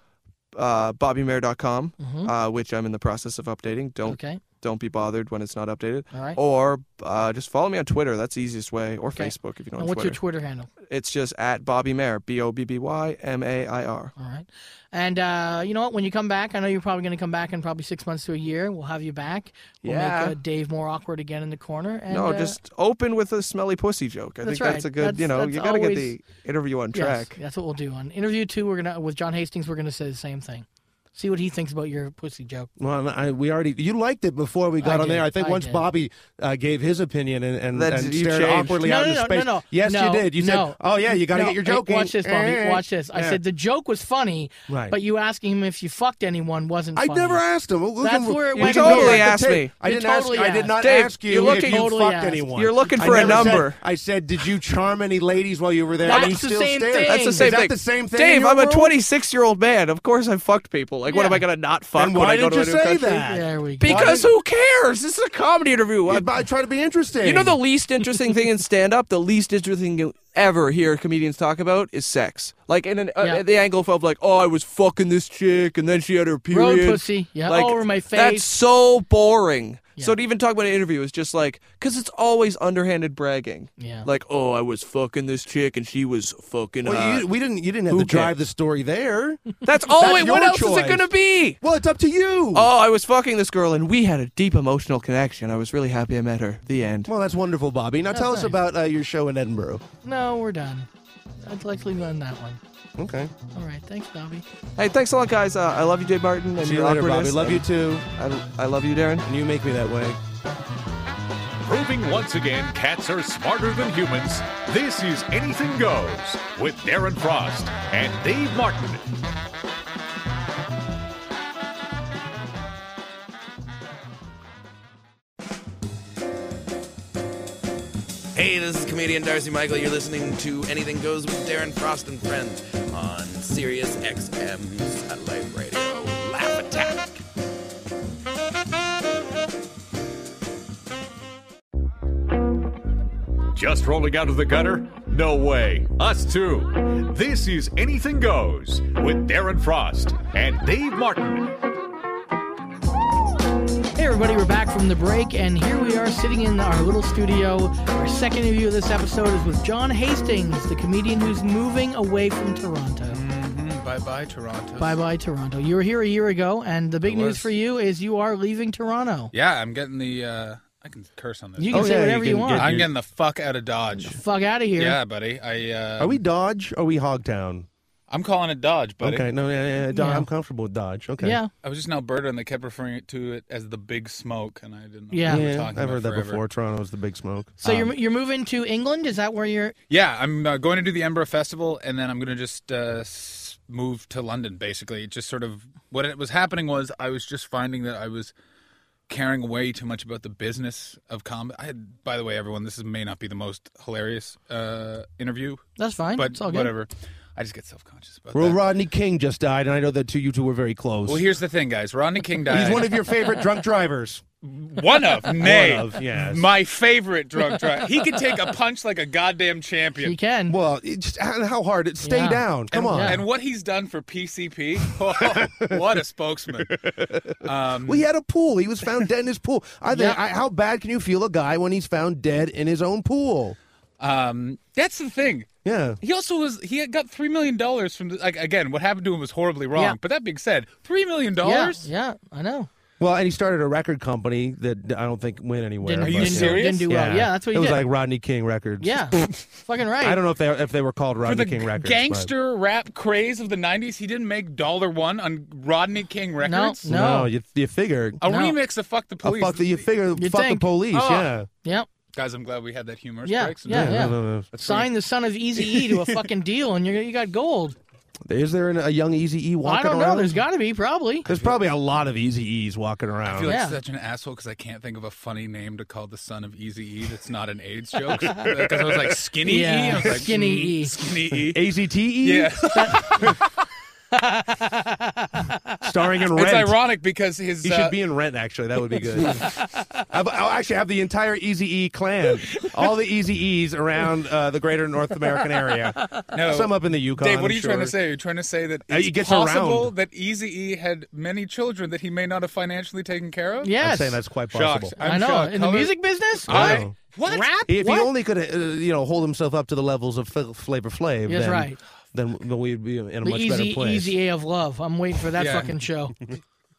[SPEAKER 7] uh, bobbymayer.com, uh, which I'm in the process of updating. Don't
[SPEAKER 5] Mm-hmm. Okay.
[SPEAKER 7] don't be bothered when it's not updated.
[SPEAKER 5] All right.
[SPEAKER 7] Or uh, just follow me on Twitter. That's the easiest way. Or
[SPEAKER 5] Okay.
[SPEAKER 7] Facebook if you
[SPEAKER 5] and
[SPEAKER 7] don't. have
[SPEAKER 5] what's
[SPEAKER 7] Twitter.
[SPEAKER 5] your Twitter handle?
[SPEAKER 7] It's just at Bobby Mayer. B O B B Y M A I R.
[SPEAKER 5] All right. And uh, you know what? When you come back, I know you're probably going to come back in probably six months to a year. We'll have you back. We'll
[SPEAKER 7] Yeah.
[SPEAKER 5] make uh, Dave more awkward again in the corner. And,
[SPEAKER 7] No,
[SPEAKER 5] uh,
[SPEAKER 7] just open with a smelly pussy joke. I
[SPEAKER 5] That's
[SPEAKER 7] think that's
[SPEAKER 5] right.
[SPEAKER 7] a good.
[SPEAKER 5] That's-
[SPEAKER 7] you know,
[SPEAKER 5] that's
[SPEAKER 7] you gotta
[SPEAKER 5] always-
[SPEAKER 7] get the interview on
[SPEAKER 5] yes,
[SPEAKER 7] track.
[SPEAKER 5] that's what we'll do on interview two. We're gonna with John Hastings. We're gonna say the same thing. See what he thinks about your pussy joke.
[SPEAKER 6] Well, I, we already you liked it before we got
[SPEAKER 5] I
[SPEAKER 6] on there.
[SPEAKER 5] did.
[SPEAKER 6] I think
[SPEAKER 5] I
[SPEAKER 6] once
[SPEAKER 5] did.
[SPEAKER 6] Bobby uh, gave his opinion and and,
[SPEAKER 7] That
[SPEAKER 6] and
[SPEAKER 7] you
[SPEAKER 6] stared
[SPEAKER 7] changed.
[SPEAKER 6] awkwardly
[SPEAKER 5] No,
[SPEAKER 6] out
[SPEAKER 5] no,
[SPEAKER 6] into
[SPEAKER 5] no,
[SPEAKER 6] space.
[SPEAKER 5] no, no.
[SPEAKER 6] Yes,
[SPEAKER 5] No,
[SPEAKER 6] you did. You
[SPEAKER 5] no.
[SPEAKER 6] said, "Oh yeah, you got to
[SPEAKER 5] No,
[SPEAKER 6] get your
[SPEAKER 5] hey,
[SPEAKER 6] joke." in."
[SPEAKER 5] Watch this, Bobby.
[SPEAKER 6] Eh.
[SPEAKER 5] Watch this. I
[SPEAKER 6] Yeah.
[SPEAKER 5] said the joke was funny,
[SPEAKER 6] Right.
[SPEAKER 5] but you asking him if you fucked anyone wasn't.
[SPEAKER 6] I
[SPEAKER 5] funny.
[SPEAKER 6] never asked him. We
[SPEAKER 5] That's
[SPEAKER 6] can-
[SPEAKER 5] where it
[SPEAKER 6] we
[SPEAKER 5] went
[SPEAKER 6] can go back
[SPEAKER 7] totally
[SPEAKER 6] to
[SPEAKER 7] asked
[SPEAKER 6] tape.
[SPEAKER 7] me.
[SPEAKER 6] I
[SPEAKER 5] You
[SPEAKER 6] didn't
[SPEAKER 5] totally
[SPEAKER 6] ask. I did
[SPEAKER 5] asked.
[SPEAKER 6] not
[SPEAKER 7] Dave,
[SPEAKER 6] ask you
[SPEAKER 7] you're
[SPEAKER 6] if
[SPEAKER 7] looking-
[SPEAKER 6] you
[SPEAKER 5] Totally
[SPEAKER 6] fucked
[SPEAKER 5] asked.
[SPEAKER 6] anyone.
[SPEAKER 7] You're looking
[SPEAKER 6] I
[SPEAKER 7] for a
[SPEAKER 6] never said-
[SPEAKER 7] number.
[SPEAKER 6] I said, "Did you charm any ladies while you were there?" And
[SPEAKER 5] That's
[SPEAKER 6] he
[SPEAKER 5] the
[SPEAKER 6] still
[SPEAKER 5] same
[SPEAKER 6] stared.
[SPEAKER 5] thing.
[SPEAKER 7] That's the same
[SPEAKER 6] Is that
[SPEAKER 7] thing.
[SPEAKER 6] the same thing in
[SPEAKER 7] Dave,
[SPEAKER 6] your
[SPEAKER 7] I'm a
[SPEAKER 6] world?
[SPEAKER 7] 26 year old man. Of course, I fucked people. people. Like, what am I gonna not fuck
[SPEAKER 6] Then
[SPEAKER 7] when
[SPEAKER 6] why
[SPEAKER 7] I
[SPEAKER 6] did
[SPEAKER 7] go to
[SPEAKER 6] you
[SPEAKER 7] a new
[SPEAKER 6] say
[SPEAKER 7] country?
[SPEAKER 6] that?
[SPEAKER 5] There we go.
[SPEAKER 7] Because who cares? This is a comedy interview.
[SPEAKER 6] You
[SPEAKER 7] I-
[SPEAKER 6] I try to be interesting.
[SPEAKER 7] You know the least interesting thing in stand up, the least interesting thing you ever hear comedians talk about is sex. Like in an, uh,
[SPEAKER 5] Yeah.
[SPEAKER 7] the angle of like, oh, I was fucking this chick and then she had her
[SPEAKER 5] Road
[SPEAKER 7] period.
[SPEAKER 5] pussy. Yeah,
[SPEAKER 7] Like,
[SPEAKER 5] all over my
[SPEAKER 7] That's
[SPEAKER 5] face.
[SPEAKER 7] so boring.
[SPEAKER 5] Yeah.
[SPEAKER 7] So to even talk about an interview is just like, because it's always underhanded bragging.
[SPEAKER 5] Yeah.
[SPEAKER 7] Like, oh, I was fucking this chick and she was fucking.
[SPEAKER 6] Well,
[SPEAKER 7] hot."
[SPEAKER 6] you, we didn't. You didn't have
[SPEAKER 7] Uh, who
[SPEAKER 6] to drive
[SPEAKER 7] cares?
[SPEAKER 6] the story there.
[SPEAKER 7] that's always.
[SPEAKER 6] your
[SPEAKER 7] what else is
[SPEAKER 6] choice.
[SPEAKER 7] it gonna be?
[SPEAKER 6] Well, it's up to you.
[SPEAKER 7] Oh, I was fucking this girl and we had a deep emotional connection. I was really happy I met her. The end.
[SPEAKER 6] Well, that's wonderful, Bobby. Now tell us
[SPEAKER 5] nice.
[SPEAKER 6] about uh, your show in Edinburgh.
[SPEAKER 5] No, we're done. I'd likely run that one.
[SPEAKER 6] Okay.
[SPEAKER 5] All right, thanks, Bobby.
[SPEAKER 7] Hey, thanks a lot, guys. Uh, I love you, Jay Barton. And
[SPEAKER 6] See you
[SPEAKER 7] your
[SPEAKER 6] later, Bobby.
[SPEAKER 7] awkwardness.
[SPEAKER 6] Love you too.
[SPEAKER 7] I, I love you, Darren.
[SPEAKER 6] And you make me that way.
[SPEAKER 8] Proving once again cats are smarter than humans, this is Anything Goes with Darren Frost and Dave Martin.
[SPEAKER 9] Hey, this is comedian Darcy Michael. You're listening to Anything Goes with Darren Frost and Friends on Sirius XM Satellite Radio. Laugh Attack.
[SPEAKER 8] Just rolling out of the gutter? No way. Us too. This is Anything Goes with Darren Frost and Dave Martin.
[SPEAKER 5] Hey, everybody, we're back from the break, and here we are sitting in our little studio. Our second interview of this episode is with John Hastings, the comedian who's moving away from Toronto.
[SPEAKER 2] Bye bye, Mm-hmm. Toronto.
[SPEAKER 5] Bye bye, Toronto. You were here a year ago, and the big
[SPEAKER 2] I
[SPEAKER 5] news
[SPEAKER 2] was.
[SPEAKER 5] for you is you are leaving Toronto.
[SPEAKER 2] Yeah, I'm getting the. uh I can curse on this.
[SPEAKER 5] You can
[SPEAKER 6] Oh,
[SPEAKER 5] say
[SPEAKER 6] yeah,
[SPEAKER 5] whatever
[SPEAKER 6] you
[SPEAKER 5] you,
[SPEAKER 6] can
[SPEAKER 5] want.
[SPEAKER 6] get
[SPEAKER 2] I'm getting the fuck out of Dodge.
[SPEAKER 5] Fuck out of here.
[SPEAKER 2] Yeah, buddy. I. uh
[SPEAKER 6] Are we Dodge? Or are we Hogtown?
[SPEAKER 2] I'm calling it Dodge, buddy.
[SPEAKER 6] Okay. No. Yeah. yeah, yeah, Dodge.
[SPEAKER 5] Yeah.
[SPEAKER 6] I'm comfortable with Dodge. Okay.
[SPEAKER 5] Yeah.
[SPEAKER 2] I was just in Alberta, and they kept referring it to it as the Big Smoke, and I didn't. know
[SPEAKER 5] Yeah.
[SPEAKER 2] what they were
[SPEAKER 6] Yeah,
[SPEAKER 2] talking
[SPEAKER 6] I've
[SPEAKER 2] about
[SPEAKER 6] heard that
[SPEAKER 2] forever.
[SPEAKER 6] before. Toronto's the big smoke.
[SPEAKER 5] So
[SPEAKER 2] Um,
[SPEAKER 5] you're you're moving to England? Is that where you're?
[SPEAKER 2] Yeah, I'm uh, going to do the Edinburgh Festival, and then I'm going to just uh, s- move to London. Basically, It just sort of what it was happening was I was just finding that I was caring way too much about the business of comedy. I had, by the way, everyone, this is, may not be the most hilarious uh, interview,
[SPEAKER 5] That's fine.
[SPEAKER 2] but
[SPEAKER 5] Mm, it's all good.
[SPEAKER 2] whatever. I just get self conscious about
[SPEAKER 6] Well,
[SPEAKER 2] that.
[SPEAKER 6] Rodney King just died, and I know that two you two were very close.
[SPEAKER 2] Well, here's the thing, guys. Rodney King died.
[SPEAKER 6] He's one of your favorite drunk drivers.
[SPEAKER 2] one of, nay,
[SPEAKER 6] *laughs* One of, yes.
[SPEAKER 2] my favorite drunk driver. He could take a punch like a
[SPEAKER 5] *laughs*
[SPEAKER 2] goddamn champion.
[SPEAKER 5] You can.
[SPEAKER 6] Well, it just, how how hard? It stay
[SPEAKER 5] Yeah.
[SPEAKER 6] down. Come on.
[SPEAKER 5] yeah.
[SPEAKER 2] And what he's done for PCP, *laughs* oh, what a spokesman. Um,
[SPEAKER 6] Well, he had a pool. He was found dead in his pool. I think.
[SPEAKER 5] Yeah.
[SPEAKER 6] I, how bad can you feel a guy when he's found dead in his own pool?
[SPEAKER 2] um, that's the thing.
[SPEAKER 6] Yeah.
[SPEAKER 2] He also was, he had got $3 million from, the, like, again, what happened to him was horribly wrong.
[SPEAKER 5] Yeah.
[SPEAKER 2] But that being said, $3 million?
[SPEAKER 5] yeah, yeah, I know.
[SPEAKER 6] Well, and he started a record company that I don't think went anywhere.
[SPEAKER 5] Didn't,
[SPEAKER 2] Are you
[SPEAKER 5] didn't,
[SPEAKER 2] serious?
[SPEAKER 5] Didn't do well. Yeah, that's what
[SPEAKER 6] it
[SPEAKER 5] you
[SPEAKER 6] was
[SPEAKER 5] did.
[SPEAKER 6] like Rodney King Records.
[SPEAKER 5] yeah,
[SPEAKER 6] *laughs*
[SPEAKER 5] fucking right.
[SPEAKER 6] I don't know if they if they were called Rodney
[SPEAKER 2] For the
[SPEAKER 6] King Records. but-
[SPEAKER 2] gangster rap craze of the 90s, he didn't make dollar one on Rodney King Records.
[SPEAKER 5] No.
[SPEAKER 6] No, you, you figure.
[SPEAKER 2] A
[SPEAKER 5] No.
[SPEAKER 2] remix of Fuck the
[SPEAKER 6] Oh,
[SPEAKER 2] Police.
[SPEAKER 6] fuck the, you figure.
[SPEAKER 5] You'd
[SPEAKER 6] fuck
[SPEAKER 5] think.
[SPEAKER 6] the police.
[SPEAKER 2] Oh.
[SPEAKER 6] Yeah.
[SPEAKER 5] Yep.
[SPEAKER 2] Guys, I'm glad we had that humorous
[SPEAKER 5] Yeah,
[SPEAKER 2] break. so-
[SPEAKER 5] yeah, yeah.
[SPEAKER 6] no, no.
[SPEAKER 5] Sign the son of Easy E
[SPEAKER 6] *laughs*
[SPEAKER 5] to a fucking deal, and you're, you got gold.
[SPEAKER 6] Is there an, a young Easy E walking
[SPEAKER 5] I don't
[SPEAKER 6] around?
[SPEAKER 5] know. There's got to be probably.
[SPEAKER 6] There's probably a lot of Easy E's walking
[SPEAKER 2] I
[SPEAKER 6] around.
[SPEAKER 2] feel
[SPEAKER 5] Yeah.
[SPEAKER 2] like such an asshole because I can't think of a funny name to call the son of Easy E that's not an AIDS joke. *laughs* Because I was like Skinny E,
[SPEAKER 5] Yeah,
[SPEAKER 2] I was like
[SPEAKER 5] Skinny
[SPEAKER 2] mm,
[SPEAKER 5] E.
[SPEAKER 2] Skinny E.
[SPEAKER 6] AZTE?
[SPEAKER 2] Yeah,
[SPEAKER 6] Starring in Rent.
[SPEAKER 2] it's ironic because his
[SPEAKER 6] He
[SPEAKER 2] uh,
[SPEAKER 6] should be in Rent, actually. That would be good. *laughs* I've, I'll actually have the entire Easy E clan, all the Easy E's around uh, the greater North American area.
[SPEAKER 2] no,
[SPEAKER 6] Some up in the Yukon.
[SPEAKER 2] Dave, what
[SPEAKER 6] I'm
[SPEAKER 2] are you trying to
[SPEAKER 6] sure.
[SPEAKER 2] say? Are you trying to say that
[SPEAKER 6] Uh,
[SPEAKER 2] it's
[SPEAKER 6] he gets
[SPEAKER 2] possible
[SPEAKER 6] around.
[SPEAKER 2] that Easy E had many children that he may not have financially taken care of?
[SPEAKER 5] Yes,
[SPEAKER 6] I'm saying that's quite
[SPEAKER 2] shocked.
[SPEAKER 6] possible.
[SPEAKER 2] I'm
[SPEAKER 5] I know.
[SPEAKER 2] shocked.
[SPEAKER 5] In the
[SPEAKER 2] Color-
[SPEAKER 5] music business,
[SPEAKER 2] I-
[SPEAKER 5] What?
[SPEAKER 2] what?
[SPEAKER 5] rap?
[SPEAKER 6] If
[SPEAKER 5] what?
[SPEAKER 6] he only could, uh, you know, hold himself up to the levels of F- Flavor Flav,
[SPEAKER 5] That's
[SPEAKER 6] then,
[SPEAKER 5] right.
[SPEAKER 6] then w- we'd be in a
[SPEAKER 5] the E
[SPEAKER 6] much
[SPEAKER 5] easy,
[SPEAKER 6] better place.
[SPEAKER 5] easy A of love. I'm waiting for that
[SPEAKER 2] Yeah.
[SPEAKER 5] fucking show.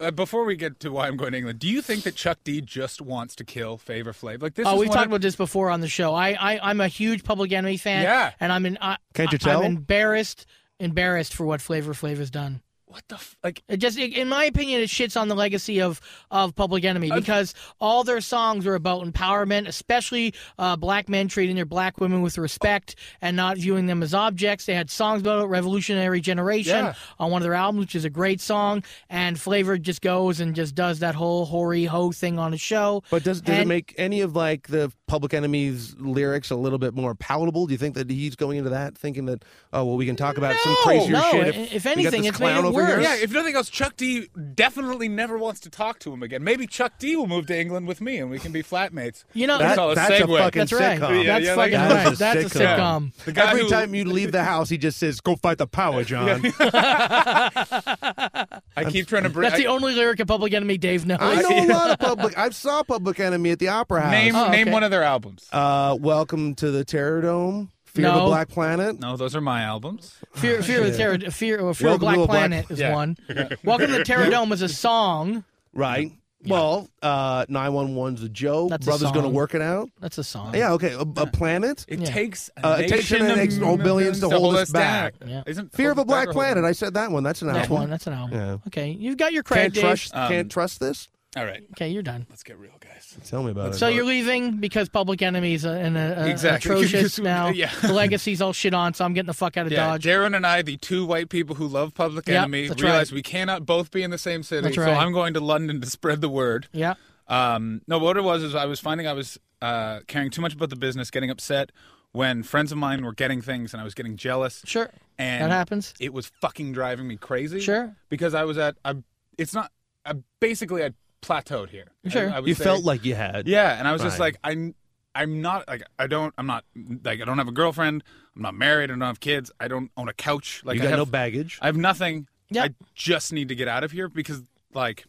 [SPEAKER 2] Uh, before we get to why I'm going to England, do you think that Chuck D just wants to kill Favor Flav? Like this?
[SPEAKER 5] Oh,
[SPEAKER 2] is
[SPEAKER 5] we've
[SPEAKER 2] one
[SPEAKER 5] talked
[SPEAKER 2] of-
[SPEAKER 5] about this before on the show. I, I I'm a huge Public Enemy fan.
[SPEAKER 2] Yeah.
[SPEAKER 5] and I'm in. I,
[SPEAKER 6] Can't you
[SPEAKER 5] I-
[SPEAKER 6] tell?
[SPEAKER 5] I'm embarrassed, embarrassed for what Flavor Flav has done.
[SPEAKER 2] what the f- like.
[SPEAKER 5] It just, in my opinion, it shits on the legacy of of Public Enemy because all their songs were about empowerment, especially uh, black men treating their black women with respect and not viewing them as objects. They had songs about it, Revolutionary Generation
[SPEAKER 2] Yeah.
[SPEAKER 5] on one of their albums, which is a great song. And Flavor just goes and just does that whole hoary ho thing on his show.
[SPEAKER 6] But does, does it
[SPEAKER 5] And-
[SPEAKER 6] make any of like the Public Enemy's lyrics a little bit more palatable? Do you think that he's going into that thinking that oh well we can talk about some
[SPEAKER 2] No!
[SPEAKER 6] crazier
[SPEAKER 5] no,
[SPEAKER 6] shit?
[SPEAKER 5] i- if,
[SPEAKER 6] we got
[SPEAKER 5] anything,
[SPEAKER 6] this
[SPEAKER 5] it's made
[SPEAKER 6] clown
[SPEAKER 5] it
[SPEAKER 6] over
[SPEAKER 3] fingers.
[SPEAKER 10] er, Yeah, if nothing else, Chuck D definitely never wants to talk to him again. Maybe Chuck D will move to England with me and we can be flatmates.
[SPEAKER 5] You know,
[SPEAKER 10] That's
[SPEAKER 5] that-
[SPEAKER 10] all a
[SPEAKER 6] that's a
[SPEAKER 10] segue.
[SPEAKER 6] fucking
[SPEAKER 5] that's right.
[SPEAKER 6] sitcom.
[SPEAKER 10] Yeah,
[SPEAKER 5] that's
[SPEAKER 10] yeah, like-
[SPEAKER 5] fucking
[SPEAKER 6] That
[SPEAKER 5] right.
[SPEAKER 6] is a
[SPEAKER 5] that's a
[SPEAKER 6] sitcom.
[SPEAKER 5] sitcom.
[SPEAKER 10] The guy
[SPEAKER 6] Every
[SPEAKER 10] who-
[SPEAKER 6] time you leave the house, he just says, "Go fight the power, John."
[SPEAKER 10] *laughs* I keep trying to bring
[SPEAKER 5] That's the only lyric of Public Enemy Dave knows. *laughs*
[SPEAKER 6] I know a lot of public. I saw Public Enemy at the Opera House.
[SPEAKER 10] name
[SPEAKER 5] Oh,
[SPEAKER 10] name
[SPEAKER 5] okay.
[SPEAKER 10] one of their albums.
[SPEAKER 6] Uh, Welcome to the Terror Dome. Fear of
[SPEAKER 5] No.
[SPEAKER 6] the Black Planet.
[SPEAKER 10] no, those are my albums.
[SPEAKER 5] Fear, fear of the terror, fear, or fear
[SPEAKER 6] Welcome
[SPEAKER 5] of Black
[SPEAKER 6] to a Black-
[SPEAKER 5] Planet is
[SPEAKER 10] yeah.
[SPEAKER 5] one. Welcome to the Terror Dome is a song.
[SPEAKER 6] Right. Well, uh, 911's a joke.
[SPEAKER 5] That's a
[SPEAKER 6] Brother's gonna
[SPEAKER 5] song.
[SPEAKER 6] work it out.
[SPEAKER 5] That's a song.
[SPEAKER 6] Yeah. Okay. A, a planet.
[SPEAKER 10] It
[SPEAKER 5] Yeah.
[SPEAKER 10] takes a
[SPEAKER 6] Uh, it takes
[SPEAKER 10] nation
[SPEAKER 6] an
[SPEAKER 10] of
[SPEAKER 6] ex- oh, billions to
[SPEAKER 10] millions
[SPEAKER 6] hold us back.
[SPEAKER 5] Yeah.
[SPEAKER 10] Isn't
[SPEAKER 6] Fear of a
[SPEAKER 10] Hold
[SPEAKER 6] Black
[SPEAKER 10] Back or Hold
[SPEAKER 6] Planet.
[SPEAKER 10] Back?
[SPEAKER 6] I said that one. That's an
[SPEAKER 5] That's
[SPEAKER 6] album.
[SPEAKER 5] one. That's an album.
[SPEAKER 6] Yeah.
[SPEAKER 5] Okay, you've got your credit.
[SPEAKER 6] Can't
[SPEAKER 5] Dave.
[SPEAKER 6] trust.
[SPEAKER 10] Um,
[SPEAKER 6] can't trust this.
[SPEAKER 10] All right,
[SPEAKER 5] Okay, you're done.
[SPEAKER 10] let's get real, guys.
[SPEAKER 6] Tell me about it.
[SPEAKER 5] So you're leaving because Public Enemy's a, an, a, a-
[SPEAKER 10] Exactly.
[SPEAKER 5] atrocious now.
[SPEAKER 10] Yeah.
[SPEAKER 5] The legacy's all shit on, so I'm getting the fuck out of
[SPEAKER 10] Yeah,
[SPEAKER 5] Dodge.
[SPEAKER 10] Darren and I, the two white people who love Public
[SPEAKER 5] Yep,
[SPEAKER 10] Enemy,
[SPEAKER 5] that's
[SPEAKER 10] realize
[SPEAKER 5] right.
[SPEAKER 10] we cannot both be in the same city.
[SPEAKER 5] That's
[SPEAKER 10] So
[SPEAKER 5] right.
[SPEAKER 10] I'm going to London to spread the word.
[SPEAKER 5] yeah.
[SPEAKER 10] Um, no, what it was is I was finding I was uh, caring too much about the business, getting upset when friends of mine were getting things, and I was getting jealous.
[SPEAKER 5] Sure.
[SPEAKER 10] and
[SPEAKER 5] That happens.
[SPEAKER 10] It was fucking driving me crazy.
[SPEAKER 5] Sure.
[SPEAKER 10] because I was at. I, it's not. I basically I plateaued here. I-
[SPEAKER 5] Sure.
[SPEAKER 10] I, would
[SPEAKER 6] You
[SPEAKER 10] say-
[SPEAKER 6] felt like you had.
[SPEAKER 10] Yeah, and I was just
[SPEAKER 6] Right.
[SPEAKER 10] like, I'm, I'm not like I don't, I'm not like I don't have a girlfriend. I'm not married. I don't have kids. I don't own a couch. Like
[SPEAKER 6] You
[SPEAKER 10] I
[SPEAKER 6] got
[SPEAKER 10] have,
[SPEAKER 6] no baggage.
[SPEAKER 10] I have nothing.
[SPEAKER 5] Yeah.
[SPEAKER 10] I just need to get out of here because like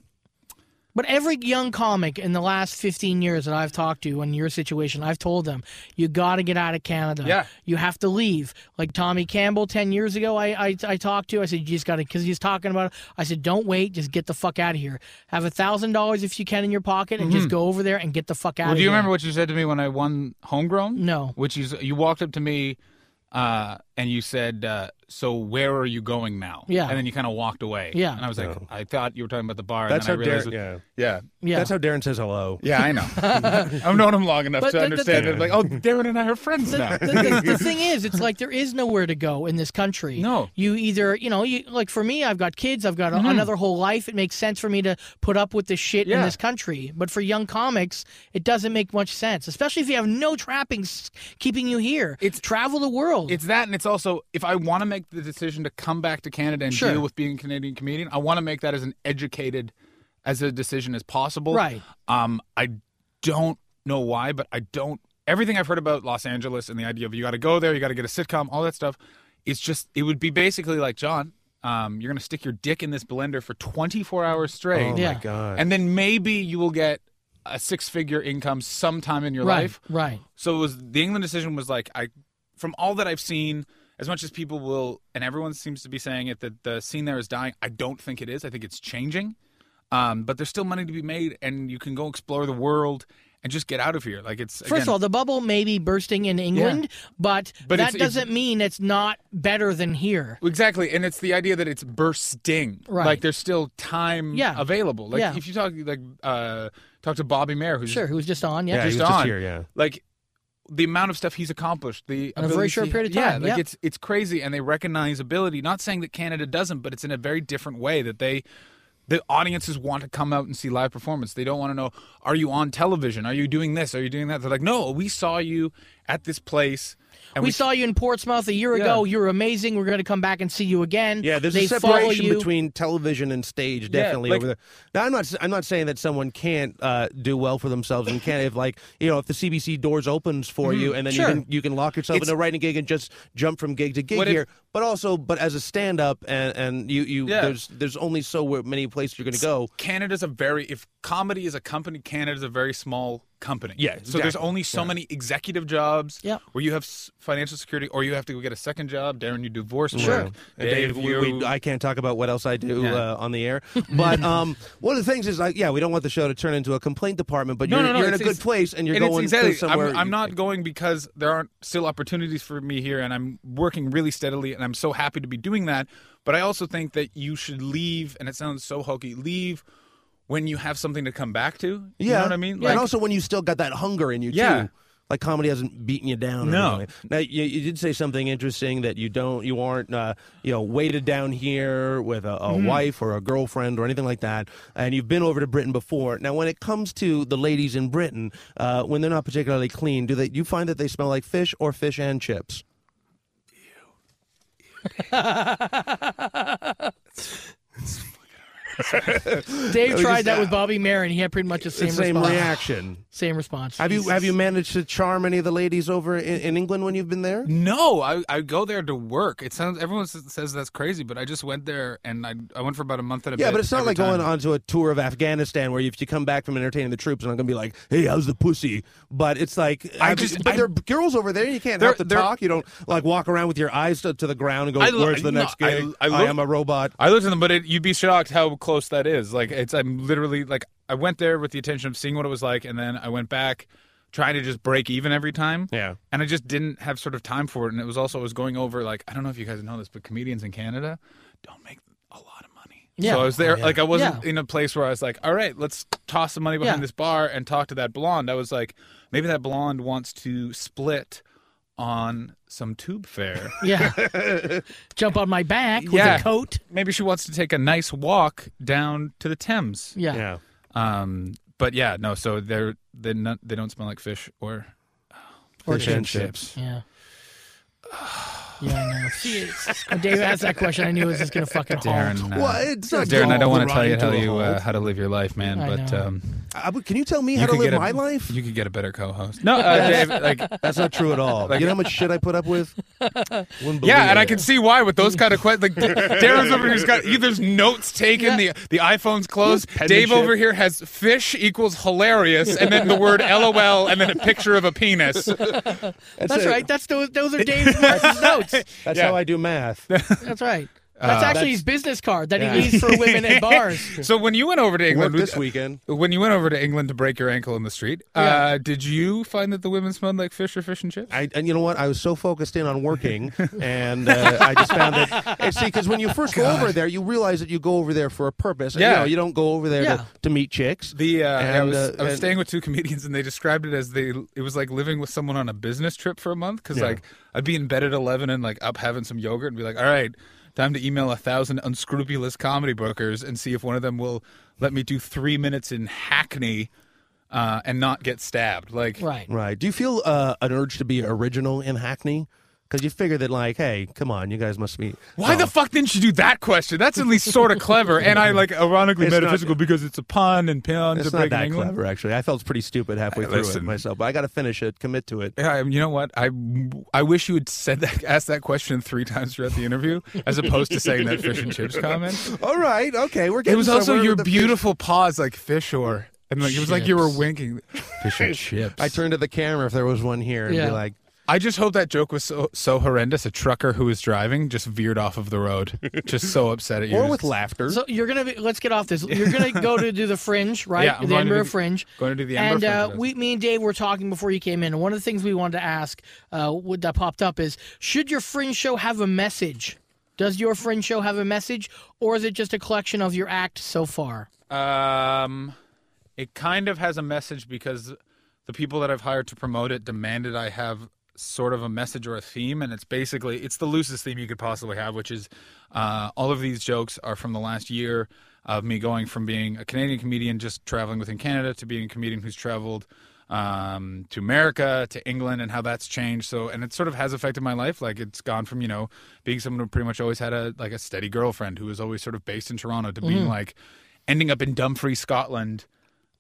[SPEAKER 5] But every young comic in the last 15 years that I've talked to in your situation, I've told them, you got to get out of Canada.
[SPEAKER 10] Yeah.
[SPEAKER 5] You have to leave. Like Tommy Campbell 10 years ago, I, I, I talked to, I said, you just got to, because he's talking about it. I said, don't wait. Just get the fuck out of here. Have a $1,000 if you can in your pocket and just go over there and get the fuck out
[SPEAKER 10] Mm-hmm. Well,
[SPEAKER 5] of
[SPEAKER 10] do
[SPEAKER 5] here.
[SPEAKER 10] you remember what you said to me when I won homegrown?
[SPEAKER 5] No.
[SPEAKER 10] Which is you walked up to me uh, and you said, uh, "So where are you going now?"
[SPEAKER 5] Yeah.
[SPEAKER 10] And then you kind of walked away.
[SPEAKER 5] Yeah.
[SPEAKER 10] And I was like, I thought you were talking about the bar.
[SPEAKER 6] That's how
[SPEAKER 10] and then I realized
[SPEAKER 6] Darren. Yeah.
[SPEAKER 10] yeah.
[SPEAKER 5] Yeah.
[SPEAKER 6] That's how Darren says hello. *laughs*
[SPEAKER 10] Yeah, I know. *laughs* I've known him long enough
[SPEAKER 5] But
[SPEAKER 10] to
[SPEAKER 5] the- the
[SPEAKER 10] understand
[SPEAKER 5] thing-
[SPEAKER 10] that. Like, oh, Darren and I are friends now.
[SPEAKER 5] the, the- the thing is, it's like there is nowhere to go in this country.
[SPEAKER 10] No. Mm-hmm.
[SPEAKER 5] you either you know, you like for me, I've got kids, I've got a, another whole life. It makes sense for me to put up with this shit in
[SPEAKER 10] Yeah.
[SPEAKER 5] this country, but for young comics, it doesn't make much sense, especially if you have no trappings keeping you here.
[SPEAKER 10] It's-
[SPEAKER 5] travel the world.
[SPEAKER 10] It's that, and it's also if I want to make the decision to come back to Canada and
[SPEAKER 5] Sure.
[SPEAKER 10] deal with being a Canadian comedian, I want to make that as an educated, as a decision as possible.
[SPEAKER 5] Right.
[SPEAKER 10] Um, I don't know why, but I don't. Everything I've heard about Los Angeles and the idea of you got to go there, you got to get a sitcom, all that stuff. It's just it would be basically like John. Um, you're gonna stick your dick in this blender for 24 hours straight.
[SPEAKER 6] Oh
[SPEAKER 5] Yeah.
[SPEAKER 6] my god.
[SPEAKER 10] And then maybe you will get a six-figure income sometime in your
[SPEAKER 5] right,
[SPEAKER 10] life.
[SPEAKER 5] right.
[SPEAKER 10] So it was the England decision was like I, from all that I've seen, as much as people will and everyone seems to be saying it that the scene there is dying. I don't think it is. I think it's changing, um, but there's still money to be made, and you can go explore the world and just get out of here. Like it's
[SPEAKER 5] First of all, the bubble may be bursting in England, but,
[SPEAKER 10] But
[SPEAKER 5] that
[SPEAKER 10] it's- it's-
[SPEAKER 5] doesn't mean it's not better than here.
[SPEAKER 10] Exactly, and it's the idea that it's bursting.
[SPEAKER 5] Right.
[SPEAKER 10] Like there's still time
[SPEAKER 5] Yeah.
[SPEAKER 10] available. Like
[SPEAKER 5] Yeah.
[SPEAKER 10] if you talk like uh, talk to Bobby Mayer, who's
[SPEAKER 5] Sure, who was just on? Yeah,
[SPEAKER 6] Yeah, he
[SPEAKER 10] just
[SPEAKER 6] was just
[SPEAKER 10] on.
[SPEAKER 6] here, yeah.
[SPEAKER 10] Like the amount of stuff he's accomplished, the
[SPEAKER 5] In a very
[SPEAKER 10] ability
[SPEAKER 5] short
[SPEAKER 10] he-
[SPEAKER 5] period of
[SPEAKER 10] Yeah,
[SPEAKER 5] time,
[SPEAKER 10] like
[SPEAKER 5] yeah.
[SPEAKER 10] it's it's crazy, and they recognize ability. Not saying that Canada doesn't, but it's in a very different way that they. The audiences want to come out and see live performance. They don't want to know, are you on television? Are you doing this? Are you doing that? They're like, no, we saw you at this place. And
[SPEAKER 5] we, saw you in Portsmouth a year ago. You were amazing. We're going to come back and see you again.
[SPEAKER 6] Yeah, there's
[SPEAKER 5] they
[SPEAKER 6] a
[SPEAKER 5] follow
[SPEAKER 6] separation
[SPEAKER 5] you.
[SPEAKER 6] between television and stage, definitely
[SPEAKER 10] like-
[SPEAKER 6] over there. Now, I'm not. s- I'm not saying that someone can't uh, do well for themselves and can't. If like you know, if the CBC doors opens
[SPEAKER 10] Mm-hmm.
[SPEAKER 6] for you, and then
[SPEAKER 5] sure.
[SPEAKER 6] you can you can lock yourself into writing gig and just jump from gig to gig
[SPEAKER 10] What if-
[SPEAKER 6] here. but also, but as a stand up, and and you you
[SPEAKER 10] Yeah.
[SPEAKER 6] there's there's only so where- many places you're going to go.
[SPEAKER 10] Canada's a very if comedy is a company, Canada's a very small company.
[SPEAKER 6] Yeah,
[SPEAKER 10] So there's
[SPEAKER 6] exactly.
[SPEAKER 10] only so many executive jobs.
[SPEAKER 5] Yeah.
[SPEAKER 10] Where you have s- financial security, or you have to go get a second job. Darren, you do divorce
[SPEAKER 6] Sure.
[SPEAKER 10] work.
[SPEAKER 6] Uh, Dave, we,
[SPEAKER 10] you-
[SPEAKER 6] we, I can't talk about what else I do
[SPEAKER 10] Yeah.
[SPEAKER 6] uh, on the air.
[SPEAKER 10] *laughs*
[SPEAKER 6] But um, one of the things is like, yeah, we don't want the show to turn into a complaint department. But
[SPEAKER 10] No,
[SPEAKER 6] you're,
[SPEAKER 10] no, no,
[SPEAKER 6] you're in a
[SPEAKER 10] it's-
[SPEAKER 6] good
[SPEAKER 10] it's-
[SPEAKER 6] place, and you're
[SPEAKER 10] and it's
[SPEAKER 6] going
[SPEAKER 10] exactly.
[SPEAKER 6] to somewhere.
[SPEAKER 10] I'm,
[SPEAKER 6] you
[SPEAKER 10] I'm not
[SPEAKER 6] think-
[SPEAKER 10] going because there aren't still opportunities for me here, and I'm working really steadily, and I'm so happy to be doing that. But I also think that you should leave, and it sounds so hokey, leave when you have something to come back to. You
[SPEAKER 6] Yeah.
[SPEAKER 10] know what I mean?
[SPEAKER 6] and also when you still got that hunger in you
[SPEAKER 10] Yeah.
[SPEAKER 6] too. Like comedy hasn't beaten you down. or
[SPEAKER 10] No.
[SPEAKER 6] anything like- Now you, you did say something interesting that you don't, you aren't, uh, you know, weighted down here with a, a
[SPEAKER 10] Mm-hmm.
[SPEAKER 6] wife or a girlfriend or anything like that. And you've been over to Britain before. Now, when it comes to the ladies in Britain, uh, when they're not particularly clean, do they? You find that they smell like fish or fish and chips?
[SPEAKER 5] Dave
[SPEAKER 6] No,
[SPEAKER 5] tried
[SPEAKER 6] just-
[SPEAKER 5] that with Bobby Marin. He had pretty much the same,
[SPEAKER 6] the same
[SPEAKER 5] response.
[SPEAKER 6] reaction.
[SPEAKER 5] Same response.
[SPEAKER 6] Have you have you managed to charm any of the ladies over in, in England when you've been there?
[SPEAKER 10] No, I, I go there to work. It sounds everyone s- says that's crazy, but I just went there and I I went for about a month and a bit.
[SPEAKER 6] Yeah, but it's not
[SPEAKER 10] every
[SPEAKER 6] like
[SPEAKER 10] time.
[SPEAKER 6] going onto a tour of Afghanistan where if you come back from entertaining the troops and I'm gonna be like, hey, how's the pussy? But it's like
[SPEAKER 10] I
[SPEAKER 6] I
[SPEAKER 10] just-
[SPEAKER 6] just but
[SPEAKER 10] I-
[SPEAKER 6] there are girls over there. You can't
[SPEAKER 10] They're-
[SPEAKER 6] help to
[SPEAKER 10] they're-
[SPEAKER 6] talk. You don't like walk around with your eyes to, to the ground and go,
[SPEAKER 10] I lo-
[SPEAKER 6] where's the
[SPEAKER 10] no,
[SPEAKER 6] next
[SPEAKER 10] I-
[SPEAKER 6] gig?
[SPEAKER 10] I
[SPEAKER 6] I,
[SPEAKER 10] look-
[SPEAKER 6] am a robot.
[SPEAKER 10] I looked at them, but it, you'd be shocked how close that is. Like it's, I'm literally like, I went there with the intention of seeing what it was like, and then I went back trying to just break even every time.
[SPEAKER 6] Yeah.
[SPEAKER 10] And I just didn't have sort of time for it. And it was also I was going over like I don't know if you guys know this, but comedians in Canada don't make a lot of money.
[SPEAKER 5] Yeah.
[SPEAKER 10] So I was there like I wasn't
[SPEAKER 5] Yeah.
[SPEAKER 10] in a place where I was like, all right, let's toss some money behind
[SPEAKER 5] Yeah.
[SPEAKER 10] this bar and talk to that blonde. I was like, maybe that blonde wants to split on some tube fare. *laughs*
[SPEAKER 5] Yeah.
[SPEAKER 6] *laughs*
[SPEAKER 5] Jump on my back with
[SPEAKER 10] Yeah.
[SPEAKER 5] a coat.
[SPEAKER 10] maybe she wants to take a nice walk down to the Thames.
[SPEAKER 5] Yeah.
[SPEAKER 6] Yeah.
[SPEAKER 10] Um, but yeah, no. So they're they not they don't smell like fish or
[SPEAKER 6] Or
[SPEAKER 10] and
[SPEAKER 5] Yeah. Yeah,
[SPEAKER 6] *sighs*
[SPEAKER 5] I know. When Dave asked that question, I knew it was just gonna fucking
[SPEAKER 6] Oh,
[SPEAKER 10] Darren,
[SPEAKER 5] haunt.
[SPEAKER 10] uh,
[SPEAKER 6] Well, it's not
[SPEAKER 10] Darren, I don't
[SPEAKER 6] called
[SPEAKER 10] want
[SPEAKER 6] the
[SPEAKER 10] to tell you
[SPEAKER 6] ride to
[SPEAKER 10] how
[SPEAKER 6] a
[SPEAKER 10] you uh,
[SPEAKER 6] halt.
[SPEAKER 10] how to live your life, man.
[SPEAKER 5] I
[SPEAKER 10] but
[SPEAKER 5] know.
[SPEAKER 10] um,
[SPEAKER 6] I would- can you tell me
[SPEAKER 10] you
[SPEAKER 6] how to
[SPEAKER 10] could
[SPEAKER 6] live
[SPEAKER 10] get a-
[SPEAKER 6] my life?
[SPEAKER 10] You could get a better co-host. No, uh, Dave, like
[SPEAKER 6] *laughs* That's not true at
[SPEAKER 10] *laughs*
[SPEAKER 6] all. you know how much shit I put up with? Wouldn't believe
[SPEAKER 10] yeah, and I
[SPEAKER 6] it.
[SPEAKER 10] can see why with those kind of
[SPEAKER 6] *laughs*
[SPEAKER 10] questions. Like Darren's over here's got there's notes taken. The the iPhone's closed. Dave
[SPEAKER 6] Penmanship.
[SPEAKER 10] over here has fish equals hilarious, and then
[SPEAKER 6] *laughs*
[SPEAKER 10] the word LOL, and then a picture of a penis.
[SPEAKER 6] That's,
[SPEAKER 5] That's
[SPEAKER 6] it.
[SPEAKER 5] right. That's those those
[SPEAKER 6] *laughs*
[SPEAKER 5] are Dave's Morris's notes.
[SPEAKER 6] That's
[SPEAKER 10] Yeah.
[SPEAKER 6] how I do math.
[SPEAKER 5] That's right.
[SPEAKER 6] Uh,
[SPEAKER 5] That's actually his business card that he leaves for
[SPEAKER 6] *laughs*
[SPEAKER 5] women at bars.
[SPEAKER 10] So when you went over to
[SPEAKER 6] Work
[SPEAKER 10] England
[SPEAKER 6] this weekend.
[SPEAKER 10] When you went over to England to break your ankle in the street, uh, did you find that the women smelled like fish or fish and chips?
[SPEAKER 6] I, and you know what? I was so focused in on working, and uh, I just found that. And see, because when you first go over there, you realize that you go over there for a purpose. And,
[SPEAKER 10] Yeah.
[SPEAKER 6] you, know, you don't go over there
[SPEAKER 5] Yeah.
[SPEAKER 6] to, to meet chicks.
[SPEAKER 10] The uh, I
[SPEAKER 6] And,
[SPEAKER 10] was,
[SPEAKER 6] uh,
[SPEAKER 10] I was
[SPEAKER 6] and-
[SPEAKER 10] staying with two comedians and they described it as they it was like living with someone on a business trip for a month because
[SPEAKER 6] Yeah.
[SPEAKER 10] like I'd be in bed at eleven and like up having some yogurt and be like all right time to email a thousand unscrupulous comedy bookers and see if one of them will let me do three minutes in Hackney uh, and not get stabbed like
[SPEAKER 5] Right.
[SPEAKER 6] right. Do you feel uh, an urge to be original in Hackney? Because you figure that, like, hey, come on, you guys must be.
[SPEAKER 10] Why the fuck didn't you do that question? That's at least sort of clever,
[SPEAKER 6] *laughs*
[SPEAKER 10] and I like ironically
[SPEAKER 6] It's not-
[SPEAKER 10] metaphysical because it's a pun and pun
[SPEAKER 6] It's
[SPEAKER 10] to
[SPEAKER 6] not
[SPEAKER 10] break
[SPEAKER 6] that
[SPEAKER 10] England.
[SPEAKER 6] clever, actually. I felt pretty stupid halfway
[SPEAKER 10] Hey,
[SPEAKER 6] through
[SPEAKER 10] listen.
[SPEAKER 6] it myself, but I got to finish it, commit to it.
[SPEAKER 10] Yeah, I- you know what? I I wish you had said that, *laughs* asked that question three times throughout the interview, as opposed to saying that fish and chips comment.
[SPEAKER 6] *laughs* All right, okay, we're
[SPEAKER 10] It
[SPEAKER 6] getting.
[SPEAKER 10] was also
[SPEAKER 6] somewhere
[SPEAKER 10] your
[SPEAKER 6] with the-
[SPEAKER 10] beautiful pause, like fish or, and like it was like you were
[SPEAKER 5] Chips.
[SPEAKER 10] winking. Fish and chips.
[SPEAKER 6] I turned to the camera if there was one here and
[SPEAKER 5] Yeah.
[SPEAKER 6] be like,
[SPEAKER 10] I just hope that joke was so so horrendous. A trucker who was driving just veered off of the road, just so upset at you.
[SPEAKER 6] or with laughter.
[SPEAKER 5] So you're gonna be, let's get off this. You're gonna go to do the
[SPEAKER 10] *laughs*
[SPEAKER 5] fringe, right?
[SPEAKER 10] Yeah, I'm
[SPEAKER 5] the
[SPEAKER 10] going to
[SPEAKER 5] Edinburgh
[SPEAKER 10] do-
[SPEAKER 5] Fringe.
[SPEAKER 10] going to do the Edinburgh
[SPEAKER 5] and,
[SPEAKER 10] Fringe.
[SPEAKER 5] uh, we, me and Dave were talking before you came in, and one of the things we wanted to ask uh, what that popped up is: Should your fringe show have a message? Does your fringe show have a message, or is it just a collection of your act so far?
[SPEAKER 10] Um, it kind of has a message because the people that I've hired to promote it demanded I have sort of a message or a theme, and it's basically it's the loosest theme you could possibly have, which is uh, all of these jokes are from the last year of me going from being a Canadian comedian just traveling within Canada to being a comedian who's traveled um, to America, to England, and how that's changed. So, and it sort of has affected my life. Like, it's gone from you know being someone who pretty much always had a like a steady girlfriend who was always sort of based in Toronto to being like ending up in Dumfries, Scotland.